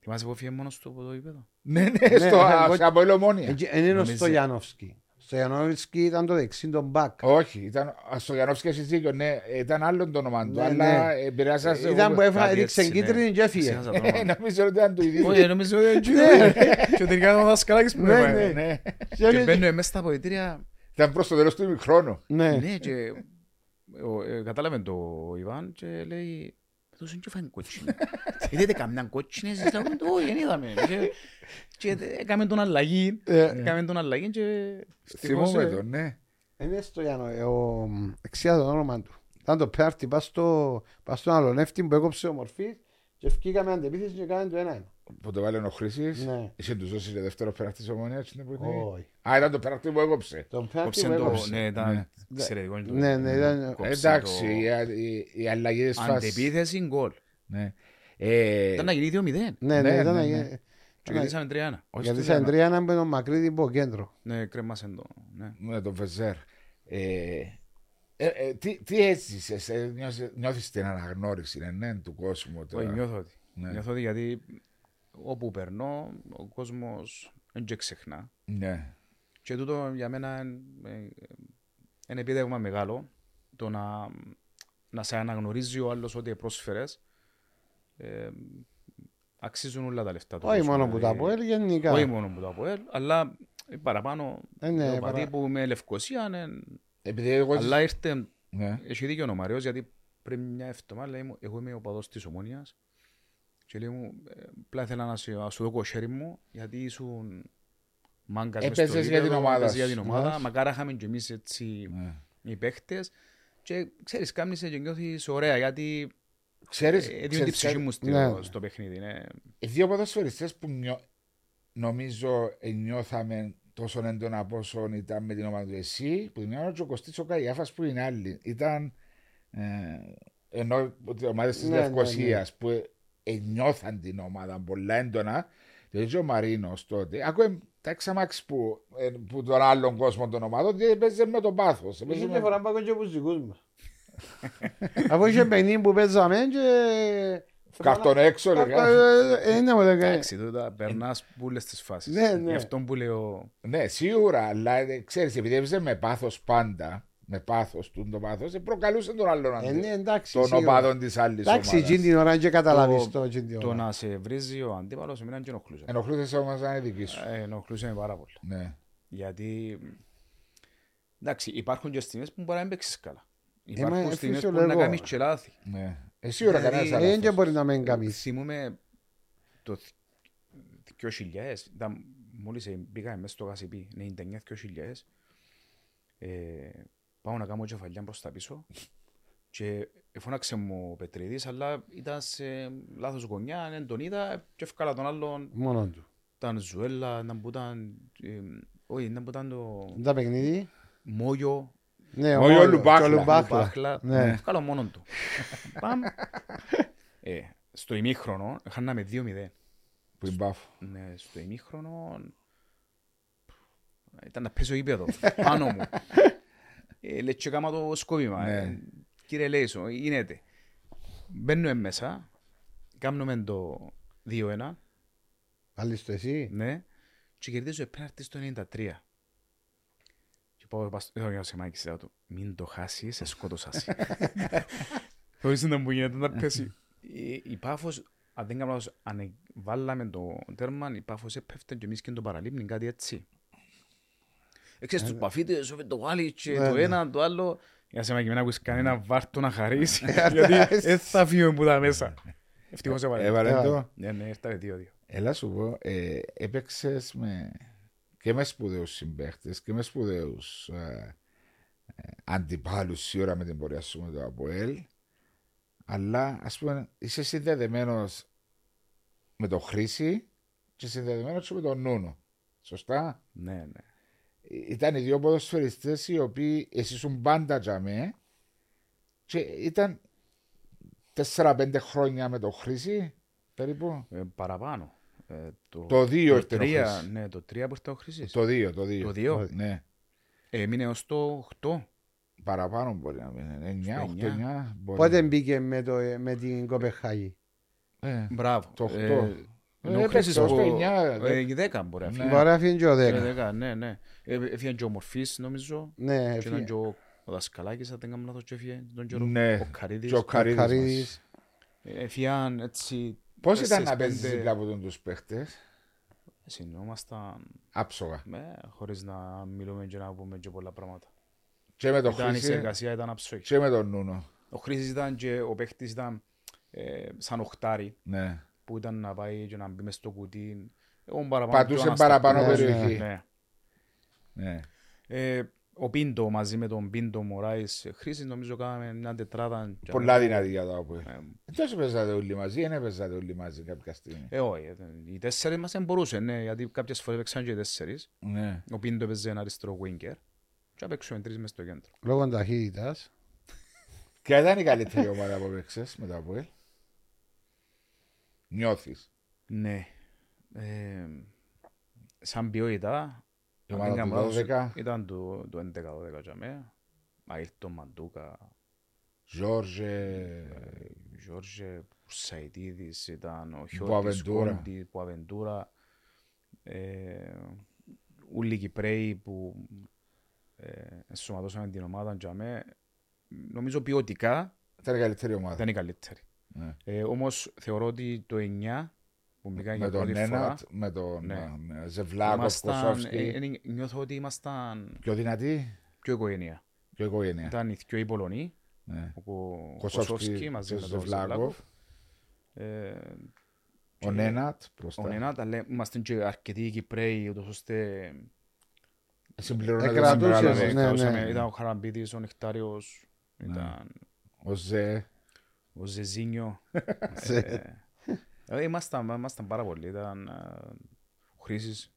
Speaker 3: Θυμάσαι που έφυγε μόνος του από το γήπεδο.
Speaker 1: Ναι, ναι, στο
Speaker 2: εγώ-
Speaker 1: α, σε Αποέλ Ομόνια.
Speaker 2: Εν- εν Είναι ο
Speaker 3: Νομίζω-
Speaker 2: Στογιανόφσκι. Ο Στογιανόφσκι ήταν το δεξί των μπακ.
Speaker 1: Όχι, ήταν α, στο Γιανόφσκι έχεις δίκιο, ναι, ήταν άλλον το όνομα του,
Speaker 2: Ναι,
Speaker 1: αλλά
Speaker 2: ναι.
Speaker 1: επηρεάσασε.
Speaker 2: Ήταν που έφαγε,
Speaker 3: Κάτι
Speaker 2: έδειξε
Speaker 3: έτσι, ναι.
Speaker 2: κίτρινη και έφυγε. Ε,
Speaker 3: Ξέχασα το όνομα.
Speaker 1: Νομίζω ότι ήταν του ίδιου.
Speaker 3: Όχι, νομίζω ότι είναι τζιρό. Και τελικά ήταν ο δασκαλάκης που
Speaker 2: Ναι,
Speaker 3: έφαγε.
Speaker 2: ναι.
Speaker 1: Ναι,
Speaker 2: Και
Speaker 3: Και
Speaker 2: έφυγε-
Speaker 3: μπαίνουμε μέσα στα αποδητήρια.
Speaker 1: Ήταν προς το τέλος του ημιχρόνου.
Speaker 2: Ναι.
Speaker 3: Ναι, και ο- ε, κατάλαβε το ο Ιβάν και λέει «Με δώσαν και φάνε κότσινη». Είδατε καμιά κότσινη, εσείς λέμε «Το, «Όχι, δεν είδαμε». Και- Και έκαμε τον αλλαγή,
Speaker 2: Ε.
Speaker 3: έκαμε τον αλλαγή και ευτυχώς,
Speaker 1: Θυμούμε
Speaker 3: ε,
Speaker 1: τον, ναι.
Speaker 2: Είναι στο Γιάννο, ο εξία το όνομα του. Ήταν το πέρτη, πας στο, πας στον αλωνεύτη που έκοψε ο μορφής και βγήκαμε αντεπίθεση και κάναμε το ένα.
Speaker 1: Που το βάλε ο Χρήσης,
Speaker 2: Ναι.
Speaker 1: είχε τους δώσεις το δεύτερο περακτής ομονίας. ναι, που είναι.
Speaker 2: Όχι.
Speaker 1: Α, ήταν το περακτή που έκοψε.
Speaker 2: Τον πέρτη
Speaker 3: κόψε
Speaker 2: που
Speaker 3: το-
Speaker 2: έκοψε.
Speaker 3: ναι, ήταν
Speaker 1: Ναι.
Speaker 3: εξαιρετικό είναι το-
Speaker 2: Ναι, ναι, ήταν-
Speaker 3: κόψε
Speaker 1: Εντάξει,
Speaker 3: το-
Speaker 1: οι α- οι- οι αλλαγές φάσης.
Speaker 3: Αντεπίθεση γκολ.
Speaker 1: Ναι. Ε,
Speaker 3: Ήταν να γίνει 2-0.
Speaker 2: Ναι,
Speaker 1: Ναι,
Speaker 2: ναι, ήταν
Speaker 1: ναι,
Speaker 2: να
Speaker 1: ναι.
Speaker 2: γίνει-
Speaker 3: Και κερδίσαμε 3-1. Όχι
Speaker 2: Γιατί
Speaker 3: 3-1.
Speaker 2: σαν τρία να μπαίνει ο Μακρύδη από κέντρο.
Speaker 3: Ναι, κρέμασε το. Ναι.
Speaker 1: με τον Βεζέρ. Ε, ε, ε, τι, τι έζησες, ε, νιώθεις- νιώθεις την αναγνώριση ναι, ναι, του κόσμου
Speaker 3: Όχι,
Speaker 1: τώρα.
Speaker 3: νιώθω ότι.
Speaker 1: Ναι.
Speaker 3: Νιώθω ότι γιατί όπου περνώ, ο κόσμος δεν και ξεχνά.
Speaker 1: Ναι.
Speaker 3: Και τούτο για μένα είναι ένα επίδευμα μεγάλο. Το να, να σε αναγνωρίζει ο άλλος ότι πρόσφερες. Ε, αξίζουν όλα τα λεφτά του.
Speaker 2: Όχι
Speaker 3: κόσμου,
Speaker 2: μόνο
Speaker 1: ε,
Speaker 2: που τα
Speaker 3: δηλαδή.
Speaker 2: από γενικά.
Speaker 3: Όχι μόνο που τα ΑΠΟΕΛ, αλλά ε, παραπάνω.
Speaker 2: Ε, ναι,
Speaker 3: το
Speaker 2: παρα-
Speaker 3: πατή που με λευκοσία, ναι,
Speaker 1: Επειδή εγώ...
Speaker 3: αλλά ήρθε,
Speaker 1: Ναι.
Speaker 3: έχει δίκιο ο Μαριός, γιατί πριν μια εβδομάδα λέει μου, εγώ είμαι ο παδός της Ομόνιας και λέει μου, «Ε, απλά ήθελα να σου, να σου δω χέρι μου, γιατί ήσουν μάγκας μες στο
Speaker 1: Έπαιζες για την
Speaker 3: γήπεδο,
Speaker 1: ομάδα
Speaker 3: έπαιζες για
Speaker 1: σου».
Speaker 3: την ομάδα,
Speaker 2: Ναι.
Speaker 3: μακάρα είχαμε και εμείς έτσι
Speaker 1: Ναι.
Speaker 3: οι παίχτες και ξέρεις, κάμνησε και νιώθεις ωραία, γιατί
Speaker 1: Ξέρεις,
Speaker 3: ε, έδιουν την
Speaker 1: ξέρεις
Speaker 3: ψυχή
Speaker 1: κάτι,
Speaker 3: μου στο,
Speaker 2: Ναι.
Speaker 3: στο παιχνίδι. Ναι.
Speaker 1: δύο ποδοσφαιριστές που νιώ- νομίζω ε, νιώθαμε τόσο έντονα από όσον ήταν με την ομάδα του εσύ, που την άλλη και ο Κωστής ο Καγιάφας που είναι άλλη. Ήταν ε, ενώ οι ομάδες της
Speaker 2: Ναι, ναι,
Speaker 1: Λευκοσίας που ε, ενιώθαν την ομάδα πολλά έντονα, δηλαδή και ο Μαρίνος τότε, ακόμα τα ξαμάξεις που, ε, που τον άλλον κόσμο των ομάδων, δηλαδή παίζει με τον πάθος.
Speaker 2: Είχε
Speaker 1: έπαιζε με-
Speaker 2: τη φορά που ακούω και τους δικούς μας. Από είχε παιχνίδι που παίζαμε και...
Speaker 1: Καρτον έξω,
Speaker 2: Ε,
Speaker 1: λέγα.
Speaker 2: ε, ε, Είναι μου λέγανε.
Speaker 3: Εντάξει, τούτα περνάς που όλες τις φάσεις.
Speaker 2: Ναι, ναι.
Speaker 3: Γι' αυτό που λέω
Speaker 1: Ναι, σίγουρα, αλλά ε, ξέρεις, επειδή έπαιζε με πάθος πάντα, με πάθος του το πάθος, ε, προκαλούσε τον άλλον
Speaker 2: Ε,
Speaker 1: αντί,
Speaker 2: ναι, εντάξει.
Speaker 1: των
Speaker 2: σίγουρα.
Speaker 1: οπαδών της άλλης
Speaker 2: Εντάξει, εκείνη
Speaker 1: ομάδας.
Speaker 2: την ώρα δεν καταλάβεις
Speaker 3: Το-
Speaker 2: το εκείνη την
Speaker 3: το
Speaker 1: Ναι.
Speaker 2: ώρα.
Speaker 3: να σε βρίζει ο αντίπαλος εμένα και ενοχλούσε.
Speaker 1: Ενοχλούσες όμως να είναι δική σου.
Speaker 3: Ε, Ενοχλούσε με πάρα πολύ.
Speaker 1: Ναι.
Speaker 3: Γιατί εντάξει, υπάρχουν και στιγμές που μπορεί να μην παίξεις καλά.
Speaker 2: μα,
Speaker 3: Υπάρχουν
Speaker 2: ε,
Speaker 3: στιγμές που να
Speaker 2: φυσιολογικό.
Speaker 3: κάνεις και λάθη.
Speaker 1: Ναι. Ε, σίγουρα
Speaker 3: Δηλαδή,
Speaker 1: κανένας
Speaker 3: ε,
Speaker 2: Ε, Δεν και
Speaker 1: άλλος.
Speaker 2: μπορεί να μην
Speaker 3: Ε,
Speaker 2: καμίσεις.
Speaker 3: Θυμούμε το 2000, ήταν μόλις ε, μπήκαμε μέσα στο γασιπί, 99-2000, ε, πάω να κάνω κεφαλιά προς τα πίσω και φώναξε μου ο Πετρίδης, αλλά ήταν σε λάθος γωνιά, δεν τον είδα και έφκαλα τον άλλον,
Speaker 2: Μόνο του.
Speaker 3: ήταν Ζουέλα, ήταν που ήταν, ε, όχι, ήταν που ήταν το
Speaker 2: Τα παιχνίδι.
Speaker 3: Μόγιο,
Speaker 2: Ναι,
Speaker 1: Ο Ιωλου Μπάχλα.
Speaker 2: και ο Λουμπάχλα.
Speaker 3: Μπάχλα,
Speaker 2: Ναι.
Speaker 3: έφκαλα Ε, μόνον του. Παμ. Ε, στο ημίχρονο, χάναμε 2-0.
Speaker 1: Που είναι μπάφο.
Speaker 3: Ναι, στο ημίχρονο ήταν να πέσω γήπεδο, πάνω μου. ε, λέει και κάμα το σκόπιμα.
Speaker 1: Ναι.
Speaker 3: Ε, κύριε Λέισο, γίνεται. Μπαίνουμε μέσα, κάνουμε το 2-1,
Speaker 2: Βάλεις το εσύ.
Speaker 3: ναι, και κερδίζω επέναρτη στο 93. Και πάω, πάω στο Γιώργο Σεμάκη, λέω του, μην το χάσεις, σε σκότωσα σε. Χωρίς να μου γίνεται να πέσει. Ε, Η- Η πάφος, αν δεν κάνω λάθος, αν βάλαμε το τέρμα, η πάφος έπεφτε και εμείς και το παραλείπνη, κάτι έτσι. Ε, Ξέρεις, τους παφίτες, όφε το γάλι και
Speaker 2: Ναι,
Speaker 3: το
Speaker 2: ναι.
Speaker 3: ένα, το άλλο. Για σε μαγειμένα ακούεις κανένα βάρτο να χαρείς, γιατί δεν θα φύγουμε που τα μέσα. Ευτυχώς έβαλε.
Speaker 1: Έβαλε
Speaker 2: ε,
Speaker 1: το.
Speaker 3: Ναι, ναι, ήρθαμε δύο-δύο.
Speaker 1: Έλα σου πω, ε, έπαιξες με, και με σπουδαίους συμπαίχτες και με σπουδαίους ε, ε, αντιπάλους σίγουρα με την πορεία σου με το ΑΠΟΕΛ αλλά ας πούμε είσαι συνδεδεμένος με το Χρήση και συνδεδεμένος και με τον Νούνο. Σωστά.
Speaker 3: Ναι, ναι.
Speaker 1: Ήταν οι δύο ποδοσφαιριστές οι οποίοι εσύ ήσουν πάντα για με και ήταν 4-5 χρόνια με το Χρήση περίπου.
Speaker 3: Ε, παραπάνω. Ε,
Speaker 1: Το δύο
Speaker 3: το
Speaker 1: ήρθε ο
Speaker 3: τρία,
Speaker 1: Χρήστης.
Speaker 3: Ναι, το 3 που ήρθε ο Χρήσης.
Speaker 1: Το 2, το 2.
Speaker 3: Το δύο.
Speaker 1: Ναι.
Speaker 3: Έμεινε ως το 8.
Speaker 1: Παραπάνω μπορεί να μείνει. 9, 8,
Speaker 3: Στο εννιά.
Speaker 1: 9. Μπορεί.
Speaker 2: Πότε μπήκε με, το, ε, με την Κοπεχάγη.
Speaker 1: Ε,
Speaker 3: Μπράβο.
Speaker 1: Το οκτώ.
Speaker 3: Ε, ενώ
Speaker 1: Ε,
Speaker 3: ο Χρήσης
Speaker 1: έπαιξε ως
Speaker 3: που-
Speaker 1: το εννιά, δε-
Speaker 3: ε, η 10 μπορεί να
Speaker 1: Ναι.
Speaker 3: φύγει.
Speaker 2: Μπορεί να φύγει και ο
Speaker 3: Ε,
Speaker 2: 10.
Speaker 3: δέκα, ναι, ναι. Ε, Έφυγαν και ο Μορφής νομίζω.
Speaker 2: Ναι,
Speaker 3: Και ήταν
Speaker 2: έφυγε.
Speaker 3: και ο ο Δασκαλάκης, αν δεν κάνω λάθος, και έφυγε τον καιρό.
Speaker 1: Ναι.
Speaker 3: Ο Καρύδης.
Speaker 1: και ο
Speaker 2: Ο
Speaker 1: Καρύδης. μας.
Speaker 2: Καρύδης.
Speaker 3: Ε, Έφυγαν έτσι...
Speaker 1: Πώς ήταν να
Speaker 3: τέσσερις,
Speaker 1: παίζεις
Speaker 3: πέντε-
Speaker 1: δίπλα από τον τους παίχτες.
Speaker 3: Συνόμασταν
Speaker 1: Άψογα.
Speaker 3: με, χωρίς να μιλούμε και να πούμε και πολλά πράγματα.
Speaker 1: Και με τον
Speaker 3: Ήταν η
Speaker 1: Χρήση
Speaker 3: συνεργασία, ήταν αψόχη.
Speaker 1: και με τον Νούνο.
Speaker 3: Ο Χρήσης ήταν και ο παίχτης ήταν ε, σαν οχτάρι
Speaker 1: Ναι.
Speaker 3: που ήταν να πάει και να μπει μες στο κουτί. Εγώ παραπάνω,
Speaker 1: Πατούσε
Speaker 3: πιο
Speaker 1: παραπάνω
Speaker 3: αναστατικός.
Speaker 1: περιοχή.
Speaker 3: Ναι.
Speaker 1: ναι.
Speaker 3: Ε, ο Πίντο μαζί με τον Πίντο Μωράης ε, Χρήσης νομίζω κάναμε μια τετράδα. και-
Speaker 1: Πολλά δυνατή για το Αποέλ.
Speaker 3: Ε,
Speaker 1: Τόσο παίζατε όλοι μαζί, δεν παίζατε όλοι μαζί κάποια στιγμή.
Speaker 3: Ε, όχι. ε, Οι τέσσερις μας δεν μπορούσαν, ναι, γιατί κάποιες φορές παίξαν και οι τέσσερις.
Speaker 1: Ναι.
Speaker 3: Ο Πίντο έπαιζε ένα αριστερό winger και παίξαμε τρεις μες στο κέντρο.
Speaker 2: Λόγω ταχύτητας.
Speaker 1: Ποια ήταν η καλύτερη ομάδα που παίξες με το Αποέλ. Νιώθεις.
Speaker 3: Ναι. Ε, σαν ποιότητα,
Speaker 1: Η
Speaker 3: αν
Speaker 1: ομάδα
Speaker 3: δεν
Speaker 1: του
Speaker 3: κάνω λάθος,
Speaker 1: 12.
Speaker 3: ήταν το, το 11-12 για μένα. Αίλτον Μαντούκα,
Speaker 1: Ζόρζε,
Speaker 3: Γιώργε Πουρσαϊτίδης, ήταν ο Χιώτης
Speaker 1: Μποαβεντούρα.
Speaker 3: Κόντι, Πουαβεντούρα, ε, ούλοι Κυπρέοι που ε, ενσωματώσαν την ομάδα για μέ. Νομίζω ποιοτικά
Speaker 1: ήταν η καλύτερη ομάδα.
Speaker 3: ήταν η καλύτερη.
Speaker 1: Ναι.
Speaker 3: Ε, όμως θεωρώ ότι το 9 που μπήκαν
Speaker 1: Με
Speaker 3: για πρώτη
Speaker 1: τον
Speaker 3: φορά,
Speaker 1: ένα, με τον
Speaker 3: Ναι.
Speaker 1: ε, με Ζευλάκο,
Speaker 3: ήμασταν, ε,
Speaker 1: Κοσόφσκι.
Speaker 3: ε, νιώθω ότι ήμασταν
Speaker 1: Πιο δυνατή,
Speaker 3: πιο οικογένεια.
Speaker 1: πιο οικογένεια.
Speaker 3: Ήταν οι δυο οι Πολωνοί,
Speaker 1: Ναι.
Speaker 3: ο Κο-
Speaker 1: Κοσόφσκι
Speaker 3: Κοσόφσκι
Speaker 1: και
Speaker 3: μαζί με τον
Speaker 1: Ζευλάκοφ.
Speaker 3: Ζευλάκοφ. Ε,
Speaker 1: Ο Νένατ μπροστά.
Speaker 3: Ο Νενάτ, αλλά είμαστε και αρκετοί Κυπρέοι, ούτως ώστε
Speaker 1: Ε, Συμπληρώνεται
Speaker 2: Εκρατούσες,
Speaker 1: τον μεγάλο
Speaker 2: ναι.
Speaker 1: δέκα.
Speaker 3: κρατούσαμε. Ήταν ο Χαραμπίτης, ο Νεκτάριος, ήταν
Speaker 1: Ο Ζε.
Speaker 3: ο Ζεζίνιο. Ε, ε, Ήμασταν ήμασταν πάρα πολλοί, ήταν ε, ο Χρήσης,